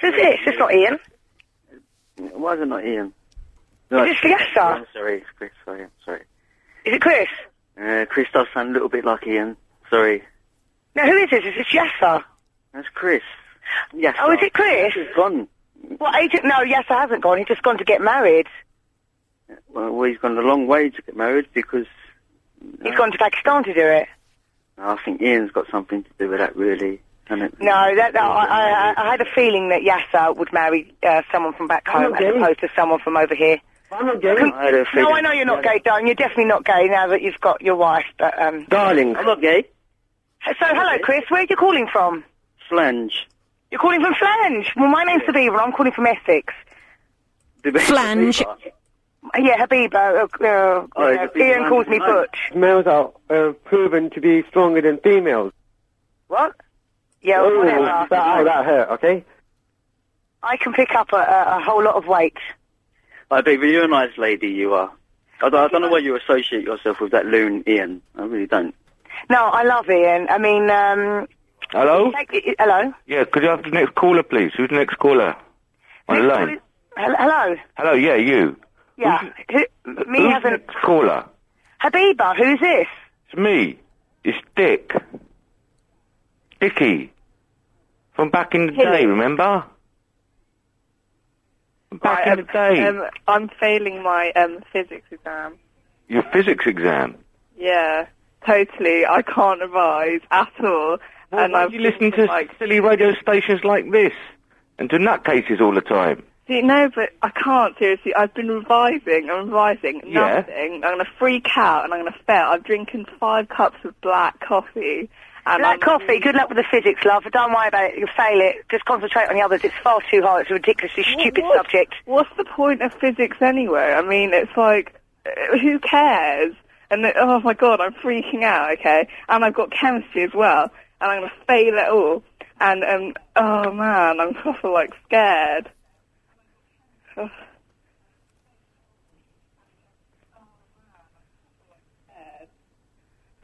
[SPEAKER 12] Who's this? It's not Ian.
[SPEAKER 5] Why is it not Ian?
[SPEAKER 12] Is
[SPEAKER 5] it's
[SPEAKER 12] this
[SPEAKER 5] Chris.
[SPEAKER 12] Fiesta?
[SPEAKER 5] I'm sorry, it's Chris, sorry, I'm sorry.
[SPEAKER 12] Is it Chris?
[SPEAKER 5] Uh, Chris does sound a little bit like Ian, sorry.
[SPEAKER 12] No, who is this? Is this Jasper?
[SPEAKER 5] That's Chris. Yes.
[SPEAKER 12] Oh, is it Chris?
[SPEAKER 5] He's gone.
[SPEAKER 12] What agent? No, Jasper hasn't gone. He's just gone to get married.
[SPEAKER 5] Well, well, he's gone a long way to get married because
[SPEAKER 12] He's gone to Pakistan to do it.
[SPEAKER 5] I think Ian's got something to do with that, really. And it,
[SPEAKER 12] No, that, that I, I, I had a feeling that Yasser would marry uh, someone from back home as opposed to someone from over here.
[SPEAKER 5] I'm not gay. I had a
[SPEAKER 12] No,
[SPEAKER 5] feeling-
[SPEAKER 12] I know you're not gay, darling. You're definitely not gay now that you've got your wife. But um,
[SPEAKER 5] darling, I'm not gay.
[SPEAKER 12] So, hello, Chris. Where are you calling from?
[SPEAKER 5] Flange.
[SPEAKER 12] You're calling from Flange. Well, my name's Habiba. I'm calling from Essex. Flange. Yeah, Habiba. Uh, uh,
[SPEAKER 22] Oh, is
[SPEAKER 12] uh,
[SPEAKER 22] Habiba
[SPEAKER 12] Ian calls me
[SPEAKER 22] Flange?
[SPEAKER 12] Butch.
[SPEAKER 22] Males are uh, proven to be stronger than females.
[SPEAKER 12] What? Yeah,
[SPEAKER 22] oh,
[SPEAKER 12] whatever.
[SPEAKER 22] That, oh, that hurt, okay?
[SPEAKER 12] I can pick up a, a, a whole lot of weight.
[SPEAKER 5] I bet you're a nice lady, you are. I don't, I don't know why you associate yourself with that loon, Ian. I really don't.
[SPEAKER 12] No, I love Ian. I mean, um,
[SPEAKER 25] Hello?
[SPEAKER 12] take it- hello?
[SPEAKER 25] Yeah, could you have the next caller, please? Who's the next caller? On the line.
[SPEAKER 12] Hel- Hello?
[SPEAKER 25] Hello, yeah, you.
[SPEAKER 12] Yeah. Who, me
[SPEAKER 25] Who's
[SPEAKER 12] hasn't.
[SPEAKER 25] next caller?
[SPEAKER 12] Habiba, who's this?
[SPEAKER 25] It's me. It's Dick. Dicky. From back in the
[SPEAKER 7] Hello.
[SPEAKER 25] day, remember? Back in the day.
[SPEAKER 7] Um, I'm failing my um, physics exam.
[SPEAKER 25] Your physics exam.
[SPEAKER 7] Yeah, totally. I can't revise at all. and
[SPEAKER 25] why
[SPEAKER 7] I've
[SPEAKER 25] do you listen
[SPEAKER 7] been,
[SPEAKER 25] to
[SPEAKER 7] like,
[SPEAKER 25] silly radio stations like this? And to nutcases all the time.
[SPEAKER 7] see, no, but I can't seriously. I've been revising and revising
[SPEAKER 25] Yeah.
[SPEAKER 7] nothing. I'm gonna freak out and I'm gonna fail. I've drinking five cups of black coffee. And
[SPEAKER 12] Black
[SPEAKER 7] I'm,
[SPEAKER 12] coffee. Good luck with the physics, love. Don't worry about it. You'll fail it. Just concentrate on the others. It's far too hard. It's a ridiculously stupid subject.
[SPEAKER 7] What's the point of physics anyway? I mean, it's like, uh, who cares? And it- oh my god, I'm freaking out. Okay, and I've got chemistry as well, and I'm gonna fail it all. And um, oh man, I'm proper like scared. Ugh.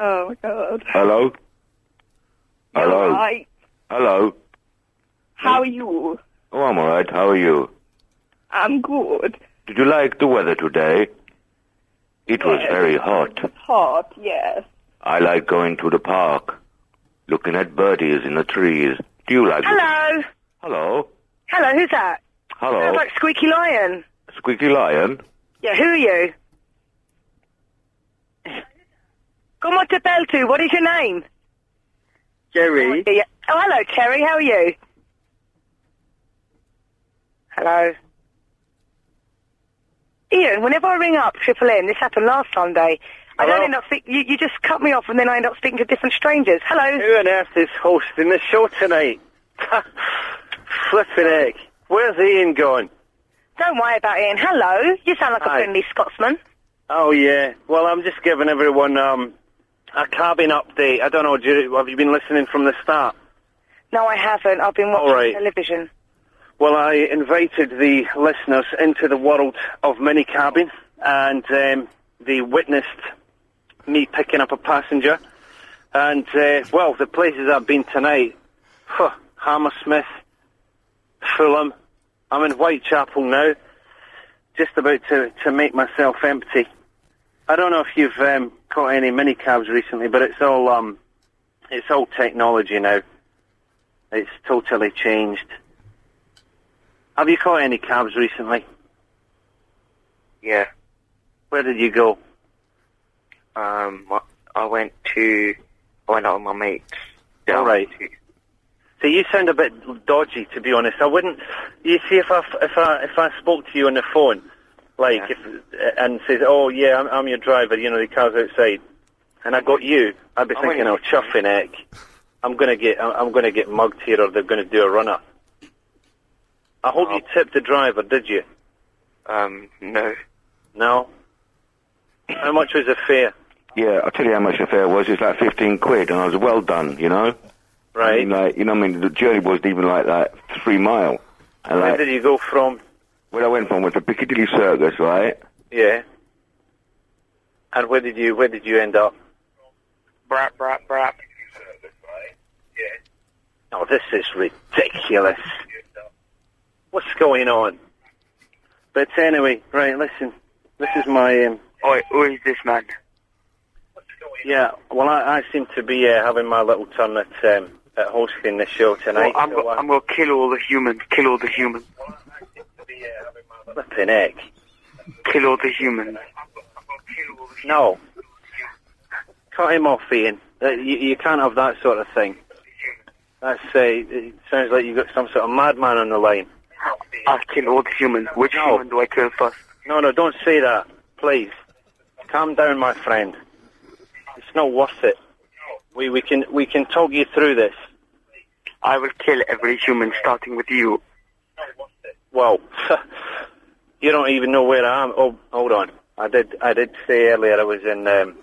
[SPEAKER 7] Oh my god.
[SPEAKER 25] Hello? Hello?
[SPEAKER 7] Hi.
[SPEAKER 25] Hello?
[SPEAKER 7] How are you?
[SPEAKER 25] Oh, I'm alright. How are you?
[SPEAKER 7] I'm good.
[SPEAKER 25] Did you like the weather today? It was
[SPEAKER 7] Yes.
[SPEAKER 25] very hot.
[SPEAKER 7] Hot, yes.
[SPEAKER 25] I like going to the park, looking at birdies in the trees. Do you like
[SPEAKER 12] Hello.
[SPEAKER 25] Hello?
[SPEAKER 12] Hello. Who's that?
[SPEAKER 25] Hello?
[SPEAKER 12] Sounds like Squeaky Lion.
[SPEAKER 25] Squeaky Lion?
[SPEAKER 12] Yeah. Who are you? Come on to Beltu. What is your name?
[SPEAKER 5] Jerry.
[SPEAKER 12] Yeah. Oh, hello, Terry. How are you? Hello. Ian, whenever I ring up Triple M, this happened last Sunday. I don't end up speak- you, you just cut me off and then I end up speaking to different strangers. Hello.
[SPEAKER 11] Who on earth is hosting the show tonight? Flippin' egg. Where's Ian gone?
[SPEAKER 12] Don't worry about Ian. Hello. You sound like
[SPEAKER 11] Hi.
[SPEAKER 12] a friendly Scotsman.
[SPEAKER 11] Oh yeah. Well, I'm just giving everyone um a cabin update. I don't know. Do you, have you been listening from the start?
[SPEAKER 12] No, I haven't. I've been watching
[SPEAKER 11] All right.
[SPEAKER 12] television.
[SPEAKER 11] Well, I invited the listeners into the world of mini cabin, and um, they witnessed me picking up a passenger. And uh, well, the places I've been tonight: huh, Hammersmith, Fulham. I'm in Whitechapel now, just about to to make myself empty. I don't know if you've um, caught any mini cabs recently, but it's all um, it's all technology now. It's totally changed. Have you caught any cabs recently? Yeah. Where did you go?
[SPEAKER 27] Um, I- I went to I went out with my mates.
[SPEAKER 11] All right. So you sound a bit dodgy, to be honest. I wouldn't. You see, if I f- if I if I spoke to you on the phone, like if and says, "Oh yeah, I'm, I'm your driver," you know, the car's outside, and I got you, I'd be
[SPEAKER 27] I
[SPEAKER 11] thinking, "Oh, chuffing neck, I'm gonna get I'm, I'm gonna get mugged here, or they're gonna do a runner." I hope you tipped the driver, did you?
[SPEAKER 27] Oh. Um, no.
[SPEAKER 11] No. How much was the fare?
[SPEAKER 25] Yeah, I'll tell you how much the fare was. It's like 15 quid, and I was well done, you know?
[SPEAKER 11] Right.
[SPEAKER 25] I mean, like, you know what I mean? The journey wasn't even like that three mile. And
[SPEAKER 11] Where
[SPEAKER 25] like,
[SPEAKER 11] did you go from?
[SPEAKER 25] where I went from was the Piccadilly Circus, right?
[SPEAKER 11] Yeah. And where did you where did you end up? Brap brap brap. Oh, this is ridiculous. What's going on? But anyway, right, listen. This is my um Oi, who is this man? Yeah, well I, I seem to be uh, having my little turn at um, at hosting this show tonight.
[SPEAKER 27] Well, I'm,
[SPEAKER 11] so
[SPEAKER 27] go- I'm gonna kill all the humans. Kill all the humans.
[SPEAKER 11] I'm flipping egg.
[SPEAKER 27] Kill all the humans.
[SPEAKER 11] No. Cut him off, Ian. Uh, You, you can't have that sort of thing. That's uh, it sounds like you've got some sort of madman on the line.
[SPEAKER 27] I'll kill all the humans. Which human do I kill first?
[SPEAKER 11] No, no, don't say that, please. Calm down, my friend. It's not worth it. We we can we can talk you through this.
[SPEAKER 27] I will kill every human, starting with you.
[SPEAKER 11] Well, you don't even know where I am. Oh, hold on. I did I did say earlier I was in um,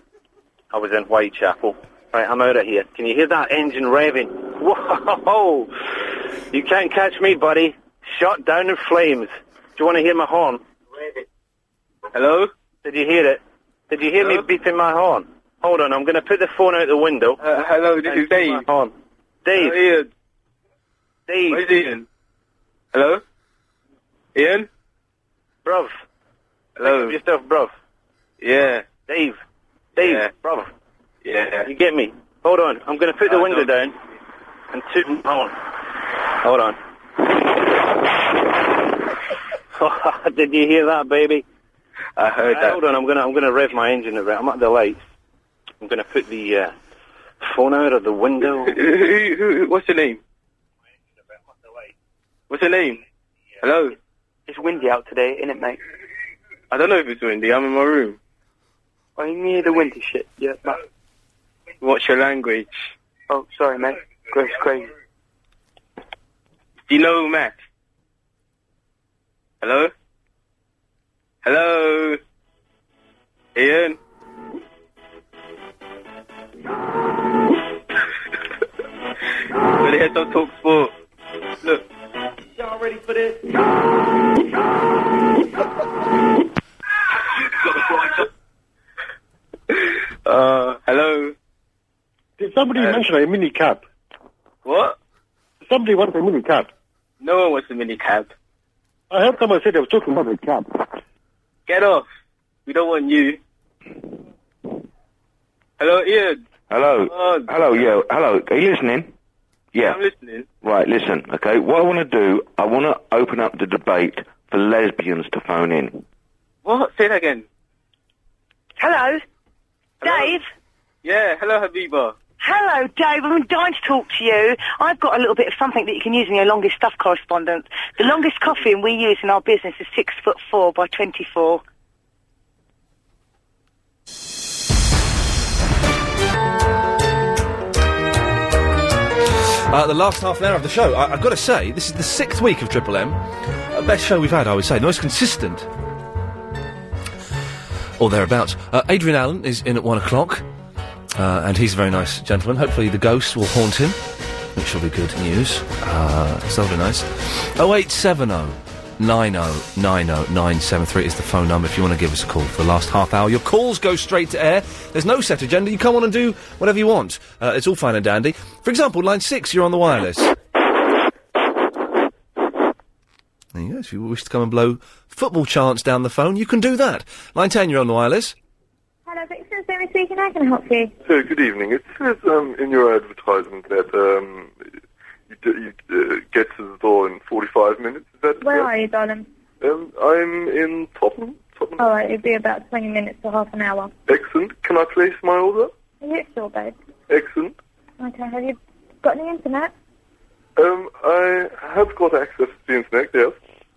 [SPEAKER 11] I was in Whitechapel. Right, I'm out of here. Can you hear that engine revving? Whoa! You can't catch me, buddy. Shot down in flames. Do you want to hear my horn? Hello? Did you hear it? Did you hear me beeping my horn? Hold on, I'm going to put the phone out the window. Uh, hello, this is Dave. Horn. Dave. Ian. Dave. Where's Ian? Hello? Ian? Bruv. Hello. Yourself, bruv. Yeah. Dave. Dave, bruv. Yeah. You get me? Hold on, I'm going to put the window down and toot my horn. Hold on. Did you hear that, baby? I heard that. Hold on, I'm gonna I'm gonna rev my engine around. I'm at the lights. I'm gonna put the uh, phone out of the window.
[SPEAKER 10] who, who, what's your name? What's your name? Hello?
[SPEAKER 27] It's windy out today, isn't it, mate?
[SPEAKER 10] I don't know if it's windy. I'm in my room.
[SPEAKER 27] Are Oh, you near the windy shit? Yeah, mate.
[SPEAKER 10] What's your language?
[SPEAKER 27] Oh, sorry, mate. Grace crazy.
[SPEAKER 10] Do you know Matt? Hello? Hello? Ian? Really head on talk sport. Look.
[SPEAKER 7] Y'all ready for this?
[SPEAKER 10] Uh, hello?
[SPEAKER 18] Did somebody
[SPEAKER 9] Uh,
[SPEAKER 18] mention a mini cab?
[SPEAKER 10] What?
[SPEAKER 18] Somebody wants a mini cab.
[SPEAKER 10] No one wants a mini cab.
[SPEAKER 18] I heard someone say they were talking about a cab.
[SPEAKER 10] Get off. We don't want you. Hello, Ian.
[SPEAKER 25] Hello.
[SPEAKER 10] Oh.
[SPEAKER 25] Hello, yeah. Hello. Are you listening? Yeah.
[SPEAKER 10] I'm listening.
[SPEAKER 25] Right, listen, okay? What I want to do, I want to open up the debate for lesbians to phone in.
[SPEAKER 10] What? Say that again.
[SPEAKER 12] Hello. Dave.
[SPEAKER 10] Yeah, hello, Habiba.
[SPEAKER 12] Hello, Dave. I've been dying to talk to you. I've got a little bit of something that you can use in your longest stuff correspondence. The longest coffin we use in our business is six foot four by twenty-four.
[SPEAKER 1] Uh, the last half an hour of the show, I- I've got to say, this is the sixth week of Triple M. Uh, best show we've had, I would say. The most consistent. Or thereabouts. Uh, Adrian Allen is in at one o'clock. Uh, and he's a very nice gentleman. Hopefully, the ghost will haunt him, which will be good news. Uh, so that'll be nice. Oh, 0870 90 90 973 is the phone number if you want to give us a call for the last half hour. Your calls go straight to air. There's no set agenda. You come on and do whatever you want. Uh, it's all fine and dandy. For example, line six, you're on the wireless. There you go. If you wish to come and blow football chants down the phone, you can do that. Line 10, you're on the wireless.
[SPEAKER 30] Hello, Vixen. Sammy speaking. How can I help you?
[SPEAKER 9] Hey, good evening. It says um, in your advertisement that um, you, d- you uh, get to the door in 45 minutes. Is that
[SPEAKER 30] Where are you, darling?
[SPEAKER 9] Um, I'm in Tottenham. Tot-
[SPEAKER 27] apartment.
[SPEAKER 13] All right, it'd be about 20 minutes to half an hour.
[SPEAKER 27] Excellent. Can I place my order?
[SPEAKER 13] Yes, sure, babe.
[SPEAKER 27] Excellent.
[SPEAKER 13] Okay, have you got any internet?
[SPEAKER 27] Um, I have got access to the internet, yes.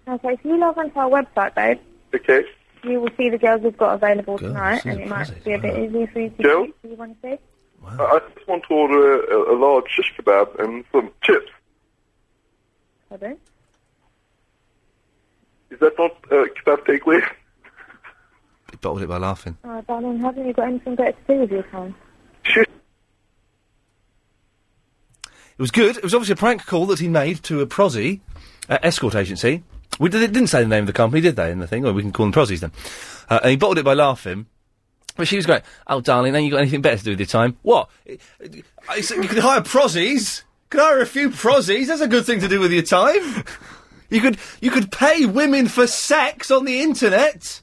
[SPEAKER 13] Okay, if you log onto our website, babe,
[SPEAKER 27] Okay.
[SPEAKER 13] you will see the girls we've got available
[SPEAKER 27] Girls,
[SPEAKER 13] tonight, and
[SPEAKER 27] yeah,
[SPEAKER 13] it might be a bit easier for you to
[SPEAKER 27] Girls?
[SPEAKER 13] choose who you want to see.
[SPEAKER 27] I, I just want to order a, a large shish kebab and some chips.
[SPEAKER 13] Pardon?
[SPEAKER 27] Is that not uh, kebab takeaway?
[SPEAKER 1] Bottled it by laughing.
[SPEAKER 13] Oh, darling, haven't you got anything better to do with your time?
[SPEAKER 1] It was good. It was obviously a prank call that he made to a prosy uh, escort agency. We did, it didn't say the name of the company, did they, in the thing? Or we can call them prosies then. Uh, and he bottled it by laughing. But she was going, oh, darling, ain't you got anything better to do with your time? What? I- I said, you can hire prosies? Can hire a few prosies? That's a good thing to do with your time. You could, you could pay women for sex on the internet.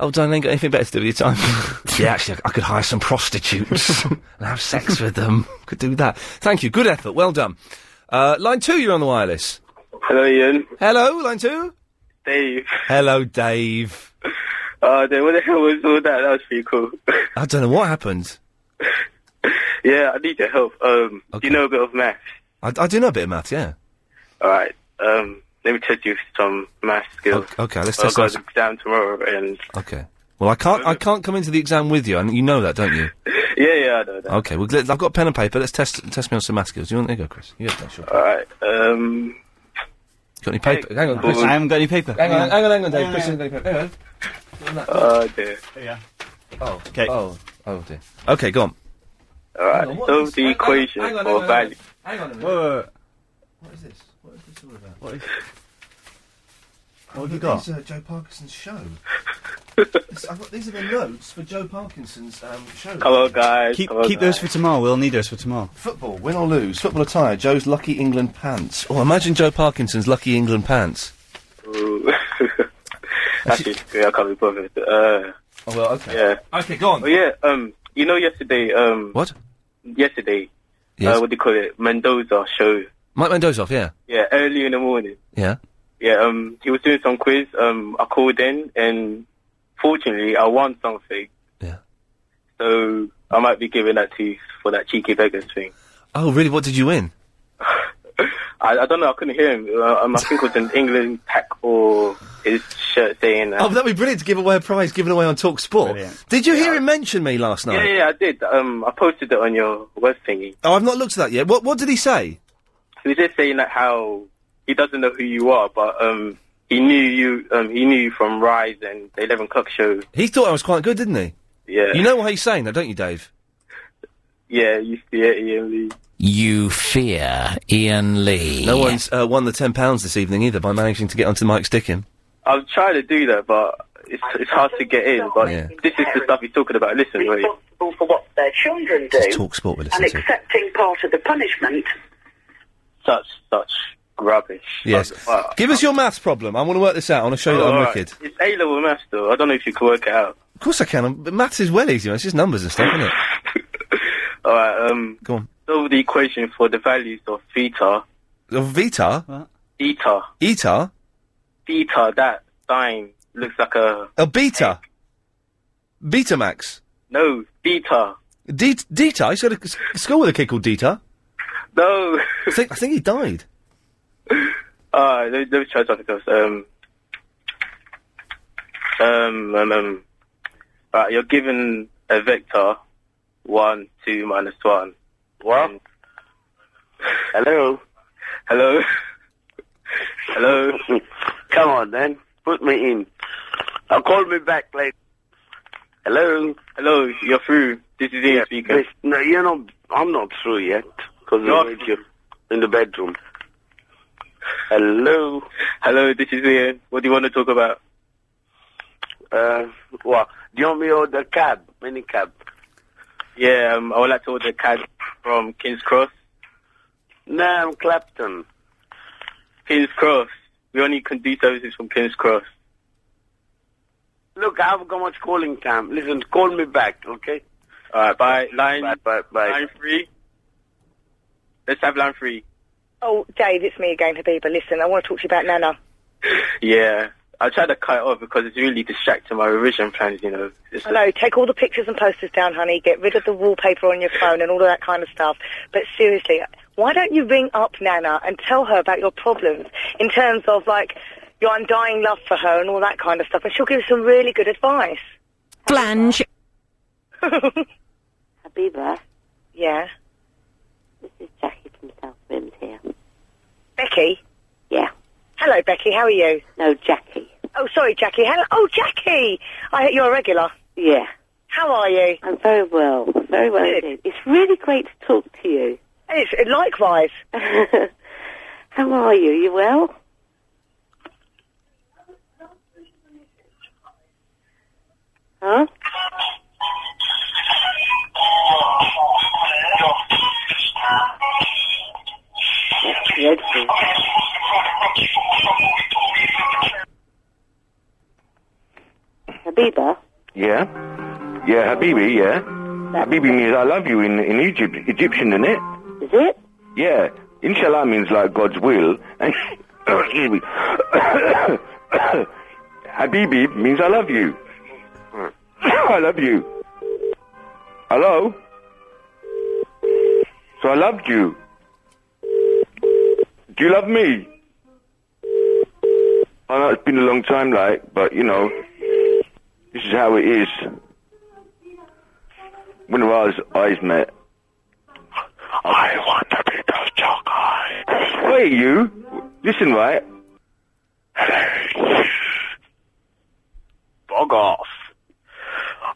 [SPEAKER 1] Oh, darling, ain't got anything better to do with your time? yeah, actually, I could hire some prostitutes and have sex with them. Could do that. Thank you. Good effort. Well done. Uh, line two, you're on the wireless.
[SPEAKER 10] Hello, Ian.
[SPEAKER 1] Hello, line two.
[SPEAKER 10] Dave.
[SPEAKER 1] Hello, Dave.
[SPEAKER 10] Uh, Dave, what the hell was all that? That was pretty cool.
[SPEAKER 1] I don't know what happened.
[SPEAKER 10] yeah, I need your help. Um, do you know a bit of math?
[SPEAKER 1] I, I do know a bit of math, yeah.
[SPEAKER 10] All right. Um, let me test you some math skills.
[SPEAKER 1] Okay, let's
[SPEAKER 10] I've
[SPEAKER 1] test
[SPEAKER 10] got
[SPEAKER 1] those.
[SPEAKER 10] an exam tomorrow, and
[SPEAKER 1] Okay. Well, I can't. I can't come into the exam with you, and you know that, don't you?
[SPEAKER 10] yeah, yeah, I know that.
[SPEAKER 1] Okay. Well, let- I've got pen and paper. Let's test test me on some math skills. You want? There you go, Chris. You got that, sure.
[SPEAKER 10] All right. Um,
[SPEAKER 1] Got any paper? Hang on, Chris.
[SPEAKER 10] I haven't
[SPEAKER 1] got any paper. Hang on, hang on, hang on,
[SPEAKER 10] Hang
[SPEAKER 1] Dave.
[SPEAKER 10] on,
[SPEAKER 1] Chris
[SPEAKER 10] hang
[SPEAKER 1] hasn't got any paper. Hang on.
[SPEAKER 10] uh, dear.
[SPEAKER 3] Yeah.
[SPEAKER 1] Oh. Okay. Oh. Oh dear. Okay, go on.
[SPEAKER 10] All right.
[SPEAKER 1] on, what
[SPEAKER 10] Solve
[SPEAKER 1] is-
[SPEAKER 10] the equation
[SPEAKER 1] hang on, hang
[SPEAKER 10] for
[SPEAKER 1] on, hang on.
[SPEAKER 10] value.
[SPEAKER 1] Hang on a minute.
[SPEAKER 3] Whoa.
[SPEAKER 1] What is this? What is this all about?
[SPEAKER 3] What, is, what
[SPEAKER 1] Oh,
[SPEAKER 3] have you
[SPEAKER 1] these
[SPEAKER 3] got?
[SPEAKER 1] are Joe Parkinson's show. This- I've got, these are the notes for Joe Parkinson's um, show.
[SPEAKER 10] guys.
[SPEAKER 3] Keep,
[SPEAKER 1] Hello,
[SPEAKER 3] keep those for tomorrow. We'll need those for tomorrow.
[SPEAKER 1] Football, win or lose. Football attire, Joe's lucky England pants. Oh, imagine Joe Parkinson's lucky England pants.
[SPEAKER 10] Ooh. Actually, yeah, I can't be bothered. Uh,
[SPEAKER 1] oh well, okay.
[SPEAKER 10] Yeah.
[SPEAKER 1] Okay, go on.
[SPEAKER 10] Oh yeah. Um, you know, yesterday. Um,
[SPEAKER 1] what?
[SPEAKER 10] Yesterday.
[SPEAKER 1] Yes.
[SPEAKER 10] Uh, what do you call it? Mendoza show.
[SPEAKER 1] Mike Mendoza off, yeah.
[SPEAKER 10] Yeah, early in the morning.
[SPEAKER 1] Yeah.
[SPEAKER 10] Yeah. Um, he was doing some quiz. Um, I called in, and fortunately, I won something.
[SPEAKER 1] Yeah.
[SPEAKER 10] So I might be giving that to you for that cheeky beggars thing.
[SPEAKER 1] Oh, really? What did you win?
[SPEAKER 10] I, I don't know. I couldn't hear him. Uh, um, I think it was an England pack or his shirt saying that.
[SPEAKER 1] Oh, that'd be brilliant to give away a prize given away on Talk Sport. Did you hear him mention me last night?
[SPEAKER 10] yeah, yeah, I did. Um, I posted it on your web thingy.
[SPEAKER 1] Oh, I've not looked at that yet. What What did he say?
[SPEAKER 10] He was just saying that how he doesn't know who you are, but um, he knew you. Um, he knew you from Rise and the Eleven O'clock Show.
[SPEAKER 1] He thought I was quite good, didn't he?
[SPEAKER 10] Yeah.
[SPEAKER 1] You know why he's saying that, don't you, Dave?
[SPEAKER 10] Yeah, you see it, Ian Lee.
[SPEAKER 1] You fear Ian Lee. No one's uh, won the ten pounds this evening either by managing to get onto Mike's Stickham.
[SPEAKER 10] I've tried to do that, but it's it's hard to get in. But
[SPEAKER 1] Yeah.
[SPEAKER 10] this is the stuff he's talking about. Listen, wait.
[SPEAKER 14] responsible for what their children do
[SPEAKER 1] Just talk sport with us.
[SPEAKER 14] and accepting part of the punishment.
[SPEAKER 10] Such such rubbish.
[SPEAKER 1] Yes.
[SPEAKER 10] Wow.
[SPEAKER 1] Give us your maths problem. I want to work this out. I want to show you that
[SPEAKER 10] Oh,
[SPEAKER 1] I'm
[SPEAKER 10] alright.
[SPEAKER 1] wicked.
[SPEAKER 10] It's A level maths though. I don't know if you can work it out.
[SPEAKER 1] Of course I can. I'm- but maths is well easy. man. It's just numbers and stuff, isn't it?
[SPEAKER 10] All right. Um,
[SPEAKER 1] Go on.
[SPEAKER 10] solve the equation for the values of theta,
[SPEAKER 1] Of Vita,
[SPEAKER 10] theta,
[SPEAKER 1] Eta,
[SPEAKER 10] theta. That sign looks like a
[SPEAKER 1] a Beta, Betamax,
[SPEAKER 10] no theta.
[SPEAKER 1] D- Deta. He's got a s- school with a kid called Deta.
[SPEAKER 10] No.
[SPEAKER 1] I think, I think he died.
[SPEAKER 10] All right. Uh, Let, let me try something else. Um. Um. Um. um all right. You're given a vector, one, two, minus one. What?
[SPEAKER 14] Hello?
[SPEAKER 10] Hello. Hello.
[SPEAKER 14] Come on then, put me in. I'll call me back later. Hello?
[SPEAKER 10] Hello, you're through. This is Ian speaking.
[SPEAKER 14] This- no, you're not, I'm not through yet, because
[SPEAKER 10] You're-
[SPEAKER 14] you in the bedroom. Hello?
[SPEAKER 10] Hello, this is Ian. What do you want to talk about?
[SPEAKER 14] Uh, well, do you want me to order cab, mini cab?
[SPEAKER 10] Yeah, um, I would like to order a cab from King's Cross.
[SPEAKER 14] No, I'm Clapton.
[SPEAKER 10] King's Cross. We only can do services from King's Cross.
[SPEAKER 14] Look, I haven't got much calling time. Listen, call me back, okay?
[SPEAKER 10] All right, bye. Line,
[SPEAKER 14] bye, bye, bye.
[SPEAKER 10] line three. Let's have line three.
[SPEAKER 12] Oh, Dave, it's me again, Habiba. Listen, I want to talk to you about Nana.
[SPEAKER 10] Yeah. I tried to cut it off because it's really distracting my revision plans. You know, it's
[SPEAKER 12] I know, take all the pictures and posters down, honey. Get rid of the wallpaper on your phone and all of that kind of stuff. But seriously, why don't you ring up Nana and tell her about your problems in terms of like your undying love for her and all that kind of stuff, and she'll give you some really good advice.
[SPEAKER 6] Flange.
[SPEAKER 11] Habiba,
[SPEAKER 12] Yeah,
[SPEAKER 11] this is Jackie from South Wims here.
[SPEAKER 12] Becky.
[SPEAKER 11] Yeah.
[SPEAKER 12] Hello, Becky. How are you?
[SPEAKER 11] No, Jackie.
[SPEAKER 12] Oh, sorry, Jackie. Hello. Oh, Jackie. I you're a regular.
[SPEAKER 11] Yeah.
[SPEAKER 12] How are you?
[SPEAKER 11] I'm very well. Very well indeed. It's really great to talk to you.
[SPEAKER 12] It's likewise.
[SPEAKER 11] How are you? You well? Huh? That's dreadful. Habiba?
[SPEAKER 25] Yeah? Yeah, Habibi, yeah? Habibi means I love you in, in Egypt, Egyptian, isn't it?
[SPEAKER 11] Is it?
[SPEAKER 25] Yeah. Inshallah means like God's will. And excuse me. Habibi means I love you. I love you. Hello? So I loved you. Do you love me? I know it's been a long time, like, but you know, this is how it is. When our eyes, eyes met. I want to be those dark eyes. Wait, you. Listen, right?
[SPEAKER 8] Bog off.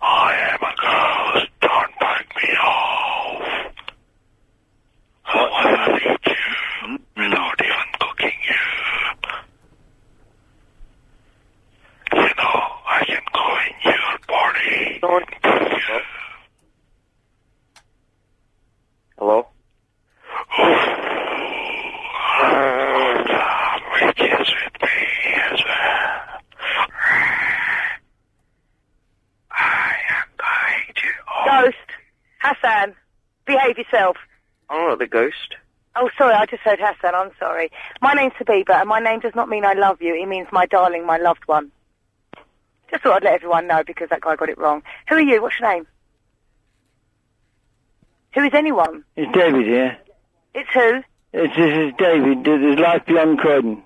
[SPEAKER 25] I am a ghost. Don't bite me off. I will eat you without even cooking you. You know, I can go in your body.
[SPEAKER 8] Hello?
[SPEAKER 12] Ghost. Hassan, behave yourself.
[SPEAKER 18] I'm not the ghost.
[SPEAKER 12] Oh, sorry, I just heard Hassan. I'm sorry. My name's Habiba, and my name does not mean I love you. It means my darling, my loved one. Just thought I'd let everyone know because that guy got it wrong. Who are you? What's your name? Who is anyone?
[SPEAKER 15] It's David here.
[SPEAKER 12] It's who?
[SPEAKER 15] It's, this is David. This is Life Beyond Croydon.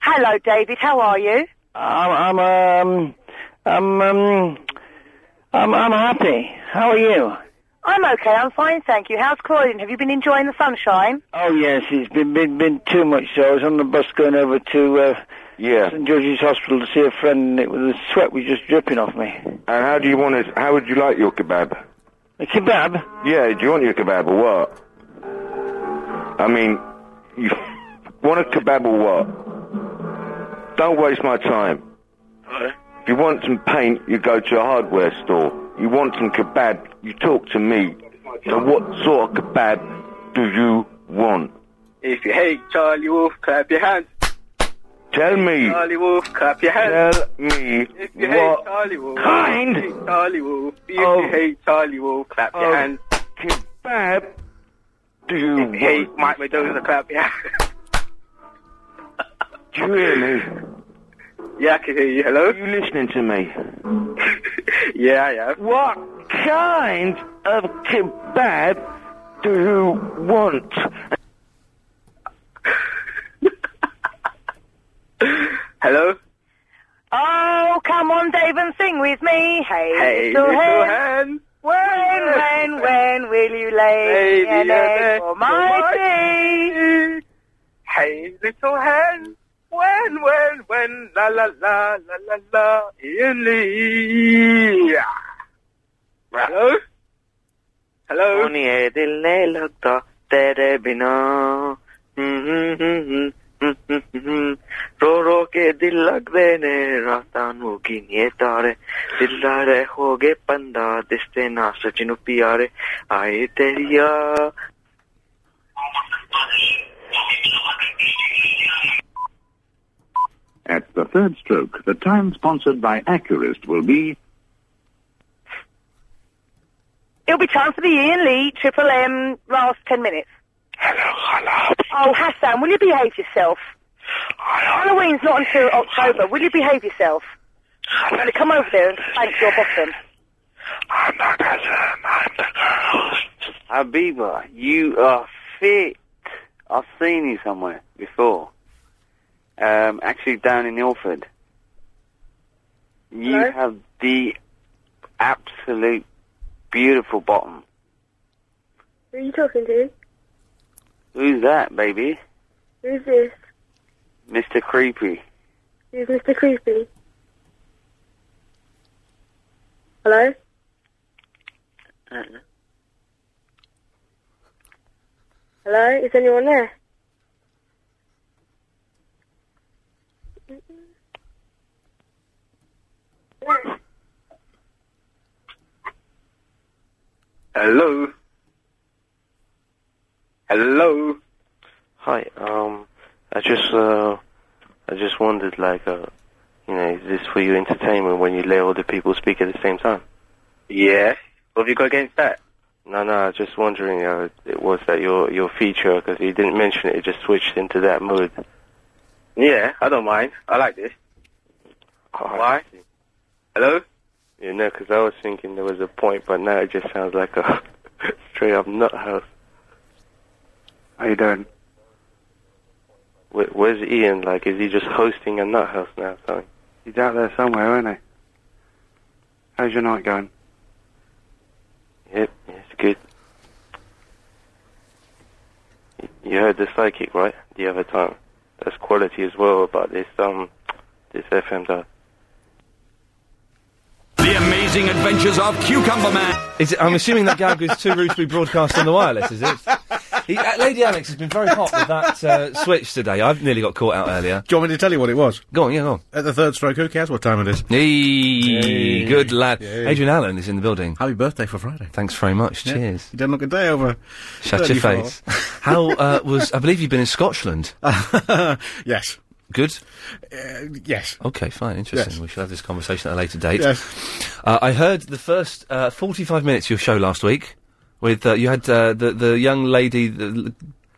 [SPEAKER 12] Hello, David. How are you?
[SPEAKER 15] I'm, I'm, um, I'm, um, I'm, I'm happy. How are you?
[SPEAKER 12] I'm okay. I'm fine, thank you. How's Croydon? Have you been enjoying the sunshine?
[SPEAKER 15] Oh yes, it's been been been too much. So I was on the bus going over to uh,
[SPEAKER 25] yeah
[SPEAKER 15] St George's Hospital to see a friend, and it was the sweat was just dripping off me.
[SPEAKER 25] And how do you want it? How would you like your kebab?
[SPEAKER 15] A kebab?
[SPEAKER 25] Yeah, do you want your kebab or what? I mean, you want a kebab or what? Don't waste my time. If you want some paint, you go to a hardware store. You want some kebab, you talk to me. So what sort of kebab do you want?
[SPEAKER 10] If you hate Charlie Wolf, clap your hands.
[SPEAKER 25] Tell me.
[SPEAKER 10] Charlie Wolf, clap your hands.
[SPEAKER 25] Tell me
[SPEAKER 10] If you hate
[SPEAKER 25] what
[SPEAKER 10] Charlie Wolf,
[SPEAKER 25] kind
[SPEAKER 10] if you hate Charlie Wolf, if
[SPEAKER 25] of-
[SPEAKER 10] you hate Charlie Wolf, clap your
[SPEAKER 25] of
[SPEAKER 10] hands.
[SPEAKER 25] kebab do you
[SPEAKER 10] If you hate
[SPEAKER 25] want?
[SPEAKER 10] Mike Mendoza, clap your hands.
[SPEAKER 25] Really?
[SPEAKER 10] Yeah, I can hear you. Hello?
[SPEAKER 25] Are you listening to me?
[SPEAKER 10] yeah, I am.
[SPEAKER 25] What kind of kebab do you want?
[SPEAKER 10] Hello?
[SPEAKER 12] Oh, come on, Dave, and sing with me. Hey,
[SPEAKER 10] Hey,
[SPEAKER 12] little
[SPEAKER 10] little
[SPEAKER 12] hen,
[SPEAKER 10] hen,
[SPEAKER 12] when, when, when will you lay
[SPEAKER 10] Lay
[SPEAKER 12] me an
[SPEAKER 10] me an
[SPEAKER 12] egg
[SPEAKER 10] egg
[SPEAKER 12] for
[SPEAKER 10] for
[SPEAKER 12] my
[SPEAKER 10] my
[SPEAKER 12] tea?
[SPEAKER 10] Hey, little hen, when, when, when, la la la, la la la, in the yeah. Hello? Hello?
[SPEAKER 18] कौन ये दिल ने लगता तेरे बिना रो रो के दिल लग गए ने रातानू की निये तारे दिल्ला रे हो गए पंदा दिसते ना सचिनु प्यारे आए तेरी याद
[SPEAKER 7] At the third stroke, the time sponsored by Accurist will be
[SPEAKER 12] It'll be time for the Ian Lee Triple M last ten minutes. Hello, hello. Oh, Hassan, will you behave yourself? Halloween's not until October. Will you behave yourself? I'm going to come over there and spank your bottom.
[SPEAKER 27] Habiba, you are fit. I've seen you somewhere before. Um, actually, down in Ilford. You have the absolute beautiful bottom.
[SPEAKER 7] Who are you talking to?
[SPEAKER 27] Who's that, baby?
[SPEAKER 7] Who's this?
[SPEAKER 27] Mr. Creepy.
[SPEAKER 7] Who's Mr. Creepy? Hello? Hello? Is anyone there?
[SPEAKER 36] Hello. Hello. Hi. Um, I just uh, I just wondered, like, uh, you know, is this for your entertainment when you let all the people speak at the same time?
[SPEAKER 10] Yeah. What have you got against that?
[SPEAKER 36] No, no. I was just wondering. Uh, it was that your your feature because you didn't mention it. It just switched into that mode.
[SPEAKER 10] Yeah, I don't mind. I like this.
[SPEAKER 25] Oh,
[SPEAKER 36] Why? Hello. Yeah, no, because I was thinking there was a point, but now it just sounds like a straight up nut house.
[SPEAKER 37] How you doing?
[SPEAKER 36] Where, where's Ian? Like, is he just hosting a nut house now? or Something?
[SPEAKER 37] He's out there somewhere, isn't he? How's your night going?
[SPEAKER 36] Yep, yeah, it's good. Y- You heard the psychic, right? The other time. That's quality as well about this um this FM dial.
[SPEAKER 1] The amazing adventures of Cucumber Man. Is it, I'm assuming that gag is too rude to be broadcast on the wireless, is it? He, uh, Lady Alex has been very hot with that uh, switch today. I've nearly got caught out earlier.
[SPEAKER 2] Do you want me to tell you what it was?
[SPEAKER 1] Go on, yeah, go on.
[SPEAKER 2] At the third stroke, who cares what time it is?
[SPEAKER 1] Hey,
[SPEAKER 2] Hey.
[SPEAKER 1] good lad.
[SPEAKER 2] Yay.
[SPEAKER 1] Adrian Allen is in the building.
[SPEAKER 2] Happy birthday for Friday.
[SPEAKER 1] Thanks very much.
[SPEAKER 2] Yeah.
[SPEAKER 1] Cheers.
[SPEAKER 2] You didn't look a day over.
[SPEAKER 1] Shut your
[SPEAKER 2] 34.
[SPEAKER 1] face. How uh, was? I believe you've been in Scotland.
[SPEAKER 2] yes.
[SPEAKER 1] Good.
[SPEAKER 2] Uh, yes.
[SPEAKER 1] Okay. Fine. Interesting.
[SPEAKER 2] Yes.
[SPEAKER 1] We should have this conversation at a later date.
[SPEAKER 2] Yes.
[SPEAKER 1] Uh, I heard the first uh, forty-five minutes of your show last week. With uh, you had uh, the the young lady. The, the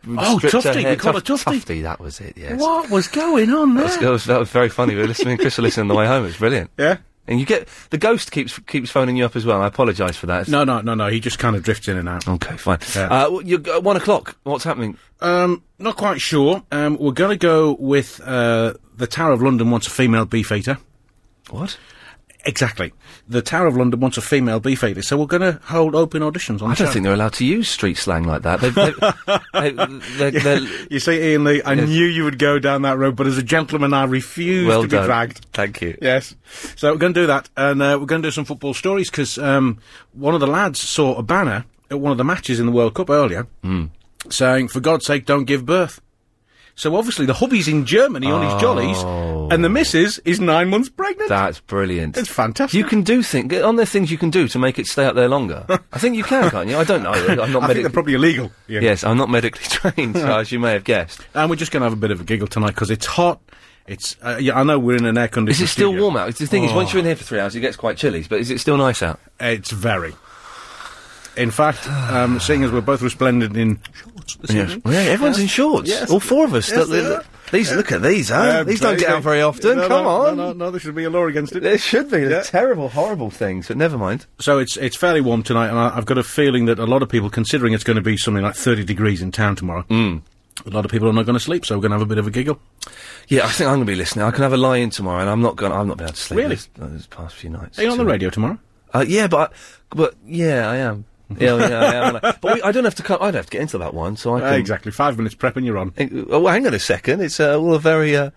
[SPEAKER 2] Oh,
[SPEAKER 1] stripped her
[SPEAKER 2] Tufty, we
[SPEAKER 1] hair-
[SPEAKER 2] call her Tufty.
[SPEAKER 1] Tufty. That was it. Yes.
[SPEAKER 2] What was going on
[SPEAKER 1] That was,
[SPEAKER 2] there?
[SPEAKER 1] that was- that was very funny. We were listening. Chris was listening on the way home. It was brilliant.
[SPEAKER 2] Yeah.
[SPEAKER 1] And you get the ghost keeps keeps phoning you up as well. I apologise for that.
[SPEAKER 2] No, no, no, no. Oh, He just kind of drifts in and out.
[SPEAKER 1] Okay, fine. Uh, w- you uh, one o'clock. What's happening?
[SPEAKER 2] Um, not quite sure. Um, we're going to go with uh, the Tower of London wants a female beef eater.
[SPEAKER 1] What?
[SPEAKER 2] Exactly. The Tower of London wants a female beef eater. So we're going to hold open auditions on.
[SPEAKER 1] I
[SPEAKER 2] the
[SPEAKER 1] don't
[SPEAKER 2] show.
[SPEAKER 1] think they're allowed to use street slang like that. They, they, they, they, they're-
[SPEAKER 2] You see, Ian Lee, I knew you would go down that road, but as a gentleman, I refuse
[SPEAKER 1] Well
[SPEAKER 2] to be
[SPEAKER 1] done.
[SPEAKER 2] dragged.
[SPEAKER 1] Thank you.
[SPEAKER 2] Yes. So we're going to do that, and uh, we're going to do some football stories because um, one of the lads saw a banner at one of the matches in the World Cup earlier
[SPEAKER 1] Mm.
[SPEAKER 2] saying, "For God's sake, don't give birth." So obviously, the hubby's in Germany on his jollies, and the missus is nine months pregnant.
[SPEAKER 1] That's brilliant.
[SPEAKER 2] It's fantastic.
[SPEAKER 1] You can do things. On there things you can do to make it stay up there longer. I think you can, can't you? I don't know. I'm not
[SPEAKER 2] I think
[SPEAKER 1] medically.
[SPEAKER 2] they're probably illegal. Yeah.
[SPEAKER 1] Yes, I'm not medically trained, so as you may have guessed.
[SPEAKER 2] And we're just going to have a bit of a giggle tonight because it's hot. It's uh, yeah, I know we're in an air
[SPEAKER 1] Is
[SPEAKER 2] conditioned.
[SPEAKER 1] it still warm out? The thing is, once you're in here for three hours, it gets quite chilly. But is it still nice out?
[SPEAKER 2] It's very. In fact, um, seeing as we're both resplendent in shorts this
[SPEAKER 1] Yes.
[SPEAKER 2] evening-
[SPEAKER 1] Mm-hmm. Yeah, everyone's
[SPEAKER 2] Yes.
[SPEAKER 1] in shorts.
[SPEAKER 2] Yes.
[SPEAKER 1] All four of us.
[SPEAKER 2] Yes,
[SPEAKER 1] Look, look,
[SPEAKER 2] they
[SPEAKER 1] look.
[SPEAKER 2] are.
[SPEAKER 1] These look at these, huh?
[SPEAKER 2] Yeah,
[SPEAKER 1] these don't get
[SPEAKER 2] baby.
[SPEAKER 1] out very often.
[SPEAKER 2] No,
[SPEAKER 1] Come
[SPEAKER 2] no,
[SPEAKER 1] on.
[SPEAKER 2] No, no, no, there should be a law against it.
[SPEAKER 1] There should be. They're
[SPEAKER 2] Yeah.
[SPEAKER 1] terrible, horrible things. But never mind.
[SPEAKER 2] So it's it's fairly warm tonight, and I, I've got a feeling that a lot of people, considering it's going to be something like 30 degrees in town tomorrow,
[SPEAKER 1] Hmm.
[SPEAKER 2] a lot of people are not going to sleep, so we're going to have a bit of a giggle.
[SPEAKER 1] Yeah, I think I'm going to be listening. I can have a lie in tomorrow, and I'm not going. to I've not been able to sleep
[SPEAKER 2] Really?
[SPEAKER 1] this, uh, this past few nights.
[SPEAKER 2] Are you on the
[SPEAKER 1] So-
[SPEAKER 2] radio tomorrow?
[SPEAKER 1] Uh, yeah, but but yeah, I am. Yeah, yeah, I am. But we, I don't have to. Come, I don't have to get into that one, so I
[SPEAKER 2] Ah,
[SPEAKER 1] can.
[SPEAKER 2] exactly. Five minutes prep and you're on.
[SPEAKER 1] Oh, well, hang on a second. It's uh, all a very uh,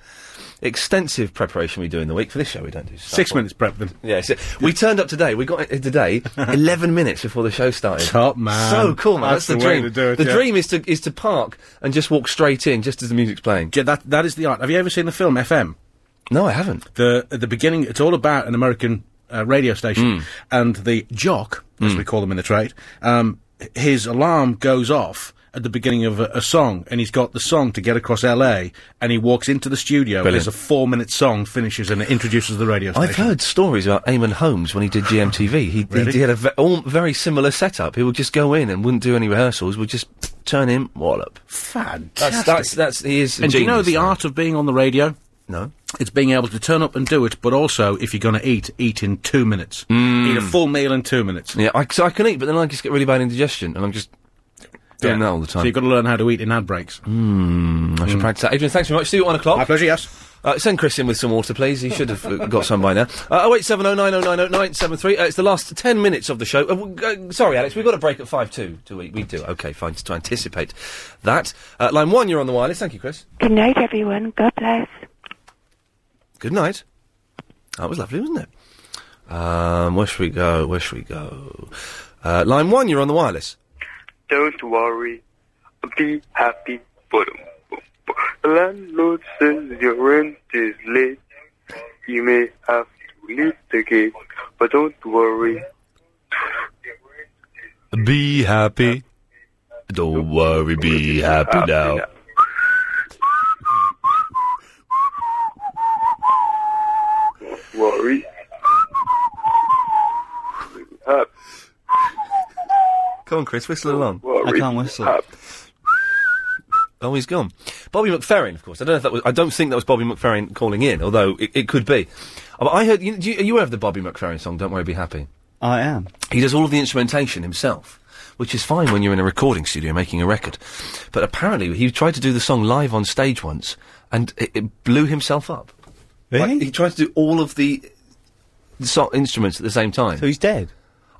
[SPEAKER 1] extensive preparation we do in the week for this show. We don't do stuff
[SPEAKER 2] Six
[SPEAKER 1] on-
[SPEAKER 2] minutes prep then.
[SPEAKER 1] Yeah, so we turned up today. We got it today, eleven minutes before the show started.
[SPEAKER 2] Top man.
[SPEAKER 1] so cool, man.
[SPEAKER 2] That's
[SPEAKER 1] That's,
[SPEAKER 2] the
[SPEAKER 1] the
[SPEAKER 2] way
[SPEAKER 1] dream.
[SPEAKER 2] to do it,
[SPEAKER 1] the
[SPEAKER 2] yeah.
[SPEAKER 1] dream is to is to park and just walk straight in, just as the music's playing.
[SPEAKER 2] Yeah, that that is the art. Have you ever seen the film FM?
[SPEAKER 1] No, I haven't.
[SPEAKER 2] The at the beginning, it's all about an American uh, radio
[SPEAKER 1] Hmm.
[SPEAKER 2] station, and the jock, as we call them in the trade, um, h- his alarm goes off at the beginning of a, a song, and he's got the song to get across LA, and he walks into the studio.
[SPEAKER 1] Brilliant.
[SPEAKER 2] There's a four-minute song finishes, and it introduces the radio station.
[SPEAKER 1] I've heard stories about Eamon Holmes when he did GMTV. He, he,
[SPEAKER 2] Really?
[SPEAKER 1] had a ve- all, very similar setup. He would just go in and wouldn't do any rehearsals. Would just turn him wallop. That's
[SPEAKER 2] Fantastic.
[SPEAKER 1] that's that's he is. a
[SPEAKER 2] And do you know
[SPEAKER 1] genius.
[SPEAKER 2] the art of being on the radio?
[SPEAKER 1] No.
[SPEAKER 2] It's being able to turn up and do it, but also if you're going to eat, eat in two minutes.
[SPEAKER 1] Hmm.
[SPEAKER 2] Eat a full meal in two minutes.
[SPEAKER 1] Mm. Yeah, I, 'cause I can eat, but then I just get really bad indigestion, and I'm just doing that all the time.
[SPEAKER 2] So you've got to learn how to eat in ad breaks.
[SPEAKER 1] Mm, I
[SPEAKER 37] Hmm.
[SPEAKER 1] should practice that. Adrian, thanks very much. See you at one o'clock. My
[SPEAKER 2] pleasure, yes.
[SPEAKER 1] Uh, send Chris in with some water, please. He should have uh, got some by now. Uh, 08709090973. Uh, it's the last 10 minutes of the show. Uh, w- uh, sorry, Alex, we've got a break at 5 2, do we? We do. Okay, fine, to anticipate that. Uh, line 1, you're on the wireless. Thank you, Chris.
[SPEAKER 4] Good night, everyone. God bless.
[SPEAKER 1] Good night. That was lovely, wasn't it? Um, where should we go? Where should we go? Uh, line 1, you're on the wireless.
[SPEAKER 10] Don't worry, be happy. Boom, boom, boom. The landlord says your rent is late. You may have to leave the gate, but don't worry.
[SPEAKER 1] Be happy. Don't worry, be happy now.
[SPEAKER 10] Worry.
[SPEAKER 22] Uh,
[SPEAKER 1] Come on, Chris, whistle along.
[SPEAKER 10] I can't
[SPEAKER 1] whistle. Oh, he's gone. Bobby McFerrin, of course. I don't know if that was. I don't think that was Bobby McFerrin calling in, although it, it could be. Uh, but I heard. You, do you, you aware of the Bobby McFerrin song? Don't worry, be happy.
[SPEAKER 3] I am.
[SPEAKER 1] He does all of the instrumentation himself, which is fine when you're in a recording studio making a record. But apparently, he tried to do the song live on stage once, and it, it blew himself up. Really? he tried to do all of the so- instruments at the same time. So
[SPEAKER 3] he's dead.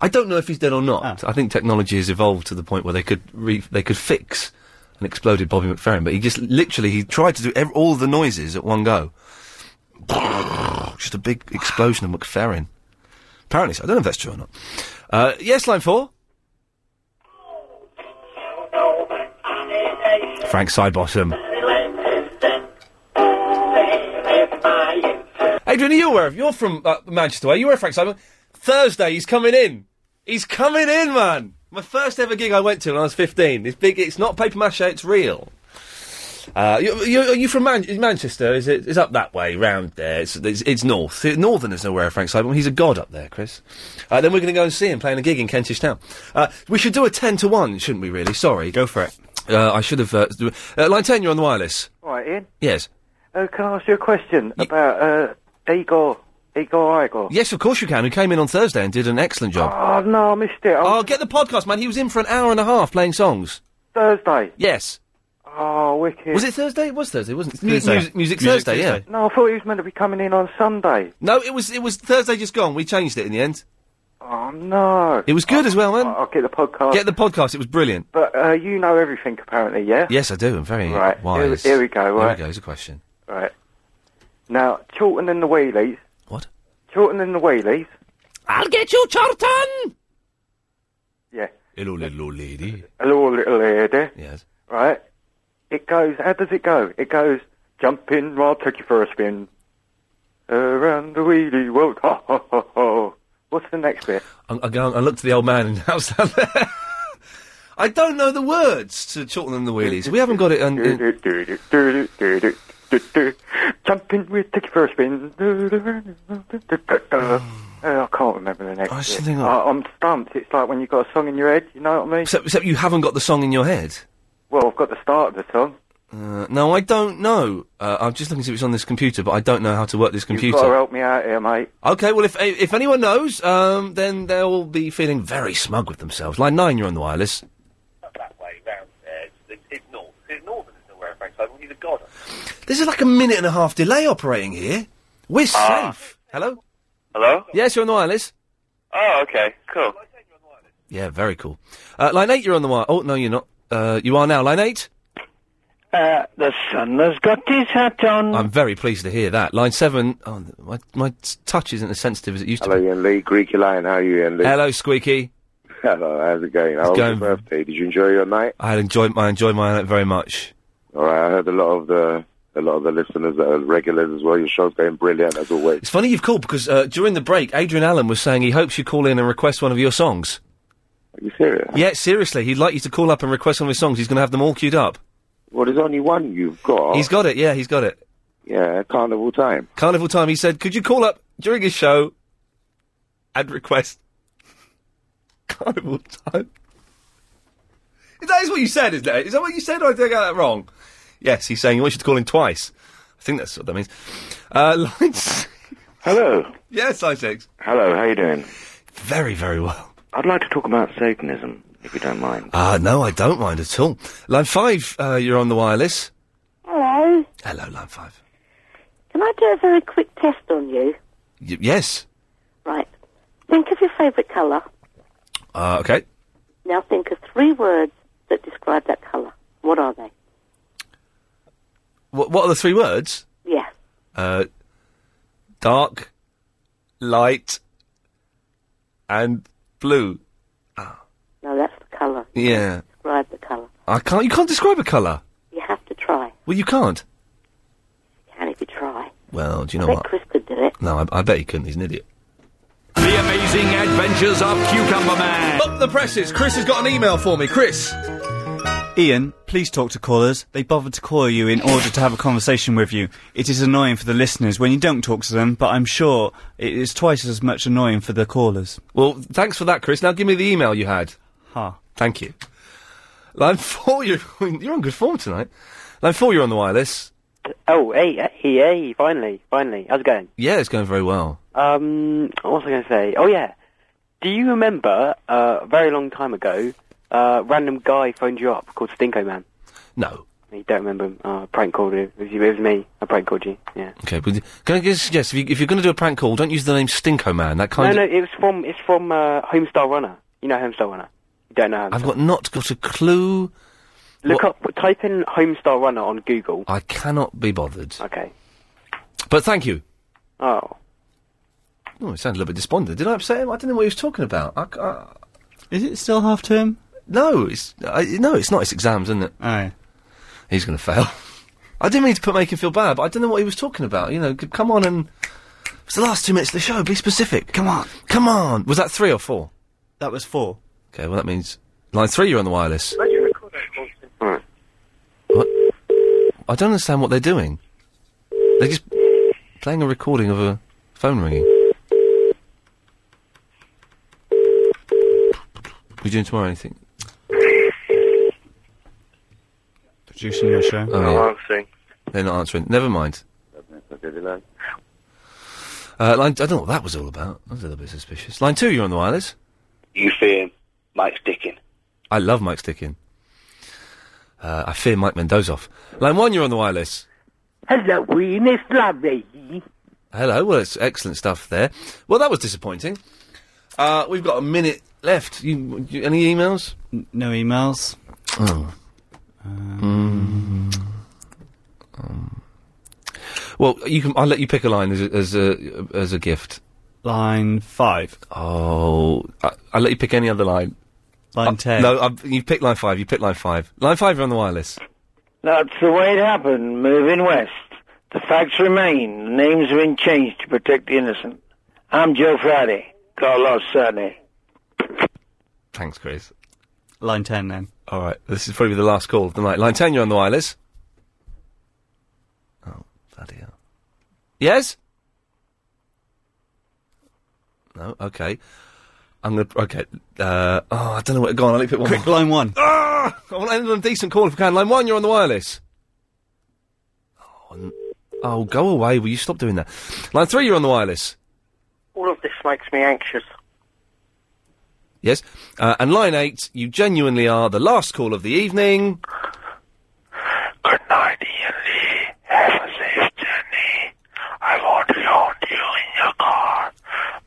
[SPEAKER 1] I don't know if he's dead or not. I think technology has evolved to the point where they could re- they could fix an exploded Bobby McFerrin, but he just literally he tried to do ev- all the noises at one go. just a big explosion of McFerrin. Apparently, so. I don't know if that's true or not. Uh, yes, line four. Frank Sidebottom. Adrian, are you aware of? You're from uh, Manchester. Are you aware of Frank Simon? Thursday, he's coming in. He's coming in, man. My first ever gig I went to when I was 15. It's big. It's not paper mache. It's real. Uh, you, you, are you from Man- is Manchester? Is it? Is up that way, round there? It's, it's, it's north. Northerners are aware of Frank Simon. He's a god up there, Chris. Uh, then we're going to go and see him playing a gig in Kentish Town. Uh, we should do a ten to one, shouldn't we? Really? Sorry. Go for it. Uh, I should have. Uh, do- uh, line ten, you're on the wireless.
[SPEAKER 22] Right, Ian.
[SPEAKER 1] Yes.
[SPEAKER 22] Uh, can I ask you a question about uh, Igor? Igor Igor.
[SPEAKER 1] Yes, of course you can. Who came in on Thursday and did an excellent job.
[SPEAKER 22] Oh no, I missed it. I
[SPEAKER 1] Oh, get the podcast, man. He was in for an hour and a half playing songs.
[SPEAKER 22] Thursday.
[SPEAKER 1] Yes.
[SPEAKER 22] Oh, wicked.
[SPEAKER 1] Was it Thursday? It was Thursday, wasn't it? Mu-
[SPEAKER 22] Thursday.
[SPEAKER 1] Music, music
[SPEAKER 22] Music
[SPEAKER 1] Thursday, yeah.
[SPEAKER 22] No, I thought he was meant to be coming in on Sunday.
[SPEAKER 1] No, it was it was Thursday just gone. We changed it in the end.
[SPEAKER 22] Oh no. Oh,
[SPEAKER 1] It was good as well, man.
[SPEAKER 22] I'll get the podcast.
[SPEAKER 1] Get the podcast. It was brilliant.
[SPEAKER 22] But uh, you know everything apparently, yeah?
[SPEAKER 1] Yes, I do. I'm very
[SPEAKER 22] Right. Here,
[SPEAKER 1] wise.
[SPEAKER 22] here we go. Right.
[SPEAKER 1] Here we go. Here's a question.
[SPEAKER 22] Right. Now, Chilton and the Wheelies.
[SPEAKER 1] What?
[SPEAKER 22] Chilton and the Wheelies.
[SPEAKER 1] I'll get you, Charlton.
[SPEAKER 22] Yeah.
[SPEAKER 1] Hello, little lady.
[SPEAKER 22] Hello, little lady.
[SPEAKER 1] Yes.
[SPEAKER 22] Right. It goes. How does it go? It goes. Jump in, I'll take you for a spin. Around the wheelie world. Ho ho ho ho. What's the next bit?
[SPEAKER 1] I, I, go, I looked at the old man in the house down there. I don't know the words to Chilton and the Wheelies. We haven't got it. Un-
[SPEAKER 22] Jump in, we'll take you for a spin. Uh, I can't remember the next.
[SPEAKER 1] I was
[SPEAKER 22] bit.
[SPEAKER 1] thinking-
[SPEAKER 22] I, I'm stumped. It's like when you've got a song in your head. You know what I mean?
[SPEAKER 1] except, except you haven't got the song in your head.
[SPEAKER 22] Well, I've got the start of the song.
[SPEAKER 1] Uh, no, I don't know. Uh, I'm just looking to see if it's on this computer, but I don't know how to work this
[SPEAKER 22] You've got to
[SPEAKER 1] computer.
[SPEAKER 22] help me out here, mate.
[SPEAKER 1] Okay, well, if if anyone knows, um, then they'll be feeling very smug with themselves. Line nine, you're on the wireless. This is like a minute and a half delay operating here. We're
[SPEAKER 10] Ah.
[SPEAKER 1] safe. Hello.
[SPEAKER 10] Hello?
[SPEAKER 1] Yes, you're on the wireless.
[SPEAKER 10] Oh, okay, cool.
[SPEAKER 1] Yeah, very cool. Uh, line eight, you're on the wire. Oh no, you're not. Uh, you are now. Line eight.
[SPEAKER 15] Uh, the sun has got his hat on.
[SPEAKER 1] I'm very pleased to hear that. Line seven. Oh, th- my my t- touch isn't as sensitive as it used to
[SPEAKER 23] Hello, Ian Lee. Greek Lion. How are you, Ian
[SPEAKER 1] be.
[SPEAKER 23] Lee?
[SPEAKER 1] Hello, Squeaky.
[SPEAKER 23] Hello, how's it going? How was
[SPEAKER 1] going-
[SPEAKER 23] your birthday? Did you enjoy your night?
[SPEAKER 1] I enjoyed I enjoyed my night very much.
[SPEAKER 23] All right, I heard a lot of the a lot of the listeners that are regulars as well. Your show's going brilliant as always.
[SPEAKER 1] It's funny you've called because uh, during the break, Adrian Allen was saying he hopes you call in and request one of your songs.
[SPEAKER 23] Are you serious?
[SPEAKER 1] Yeah, seriously, he'd like you to call up and request one of his songs. He's going to have them all queued up.
[SPEAKER 23] Well, there's only one you've got.
[SPEAKER 1] He's got it. Yeah, he's got it.
[SPEAKER 23] Yeah, Carnival Time.
[SPEAKER 1] Carnival time. He said, "Could you call up during his show and request Carnival time?" Is that that is what you said, isn't it? Is that what you said, or did I get that wrong? Yes, he's saying you wish to call in twice. I think that's what that means. Uh, line six.
[SPEAKER 25] Hello.
[SPEAKER 1] Yes, line six.
[SPEAKER 25] Hello, how you doing?
[SPEAKER 1] Very, very well.
[SPEAKER 25] I'd like to talk about Satanism, if you don't mind.
[SPEAKER 1] Ah, no, I don't mind at all. Line five, uh, you're on the wireless.
[SPEAKER 7] Hello.
[SPEAKER 1] Hello, line five.
[SPEAKER 7] Can I do a very quick test on you?
[SPEAKER 1] Y- yes.
[SPEAKER 7] Right. Think of your favourite colour.
[SPEAKER 1] Uh, okay.
[SPEAKER 7] Now think of three words that describe that colour. What are they?
[SPEAKER 1] Wh- what are the three words?
[SPEAKER 7] Yeah.
[SPEAKER 1] Uh, dark, light, and blue.
[SPEAKER 7] No, that's the colour.
[SPEAKER 1] Yeah.
[SPEAKER 7] Describe the colour.
[SPEAKER 1] I can't. You can't describe a colour.
[SPEAKER 7] You have to try.
[SPEAKER 1] Well, you can't.
[SPEAKER 7] And if you try,
[SPEAKER 1] Well, do you
[SPEAKER 7] I
[SPEAKER 1] know
[SPEAKER 7] bet
[SPEAKER 1] what?
[SPEAKER 7] Chris could do it.
[SPEAKER 1] No, I, I bet he couldn't. He's an idiot.
[SPEAKER 38] The amazing adventures of Cucumber Man.
[SPEAKER 1] Up the presses. Chris has got an email for me. Chris.
[SPEAKER 3] Ian, please talk to callers. They bothered to call you in order to have a conversation with you. It is annoying for the listeners when you don't talk to them, but I'm sure it is twice as much annoying for the callers.
[SPEAKER 1] Well, thanks for that, Chris. Now give me the email you had.
[SPEAKER 3] Ha.
[SPEAKER 1] Thank you. Line four, you're you're on good form tonight. Line four, you're on the wireless.
[SPEAKER 27] Oh, hey, hey, hey, finally, finally. How's it going?
[SPEAKER 1] Yeah, it's going very well.
[SPEAKER 27] Um, what was I going to say? Oh, yeah. Do you remember, uh, a very long time ago, uh, random guy phoned you up called Stinko Man?
[SPEAKER 1] No.
[SPEAKER 27] You don't remember him? Oh, I prank called you. It was, you- it was me. I prank called you, yeah.
[SPEAKER 1] Okay, but can I just suggest if, you, if you're going to do a prank call, don't use the name Stinko Man. That kind.
[SPEAKER 27] no,
[SPEAKER 1] of,
[SPEAKER 27] no, it was from, it's from, uh, Homestar Runner. You know Homestar Runner? You don't know Homestar.
[SPEAKER 1] I've got not got a clue.
[SPEAKER 27] Look up, type in Homestar Runner on Google.
[SPEAKER 1] I cannot be bothered.
[SPEAKER 27] Okay.
[SPEAKER 1] But thank you.
[SPEAKER 27] Oh.
[SPEAKER 1] Oh, he sounded a little bit despondent. Did I upset him? I don't know what he was talking about. I, c- I-
[SPEAKER 3] Is it still half term? Oh.
[SPEAKER 1] No, it's I, no, it's not. It's exams, isn't it?
[SPEAKER 3] Aye.
[SPEAKER 1] He's going to fail. I didn't mean to put, make him feel bad, but I don't know what he was talking about. You know, c- come on and it's the last two minutes of the show. Be specific. Come on, come on. Was that three or four?
[SPEAKER 3] That was four.
[SPEAKER 1] Okay, well that means line three. You're on the wireless.
[SPEAKER 27] Right.
[SPEAKER 1] What? I don't understand what they're doing. They're just playing a recording of a phone ringing. We doing tomorrow? Anything?
[SPEAKER 3] Producing your show.
[SPEAKER 1] Oh,
[SPEAKER 25] Not
[SPEAKER 1] yeah.
[SPEAKER 25] answering.
[SPEAKER 1] They're not answering. Never mind. Uh, line, I don't know what that was all about. That was a little bit suspicious. Line two, you're on the wireless.
[SPEAKER 22] You fear him. Mike's dicking.
[SPEAKER 1] I love Mike Stickin. Uh, I fear Mike Mendozoff. Line one, you're on the wireless.
[SPEAKER 18] Hello, Ian. It's Larry.
[SPEAKER 1] Hello. Well, it's excellent stuff there. Well, that was disappointing. Uh, we've got a minute left. You, you, any emails?
[SPEAKER 3] No emails.
[SPEAKER 1] Oh. Um, Well, you can. I'll let you pick a line as a, as a as a gift.
[SPEAKER 3] Line five.
[SPEAKER 1] Oh, I, I'll let you pick any other line. Uh,
[SPEAKER 3] Line ten.
[SPEAKER 1] No, I've, you picked line five. You picked line five. Line five, you're on the wireless.
[SPEAKER 18] That's the way it happened, moving west. The facts remain. The names have been changed to protect the innocent. I'm Joe Friday. Got lost Saturday.
[SPEAKER 1] Thanks, Chris.
[SPEAKER 3] Line ten then.
[SPEAKER 1] All right, this is probably the last call of the night. Line ten, you're on the wireless. Oh, bloody hell! Yes. No. Okay. I'm gonna. Okay. Uh, oh, I don't know where to go on. I'll let you pick one.
[SPEAKER 3] Quick,
[SPEAKER 1] more.
[SPEAKER 3] line one.
[SPEAKER 1] Ah! I want to end on a decent call if I can. Line one, you're on the wireless. Oh, n- oh, go away. Will you stop doing that? Line three, you're on the wireless.
[SPEAKER 18] All of this makes me anxious.
[SPEAKER 1] Yes. Uh, and line eight, you genuinely are the last call of the evening.
[SPEAKER 22] I won't loan you in your car,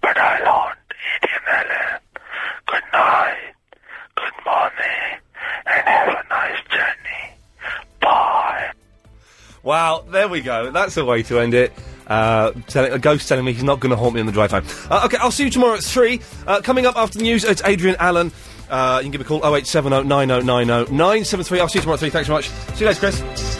[SPEAKER 22] but I loaned it in Ellen. Good night, good morning, and have a nice journey. Bye.
[SPEAKER 1] Wow, there we go. That's a way to end it. Uh, telling, a ghost telling me he's not going to haunt me on the drive home. Uh, okay, I'll see you tomorrow at three. Uh, coming up after the news, it's Adrian Allen. oh Uh, you can give a call 0870 9090 973. I'll see you tomorrow at three. Thanks very much. See you later, Chris.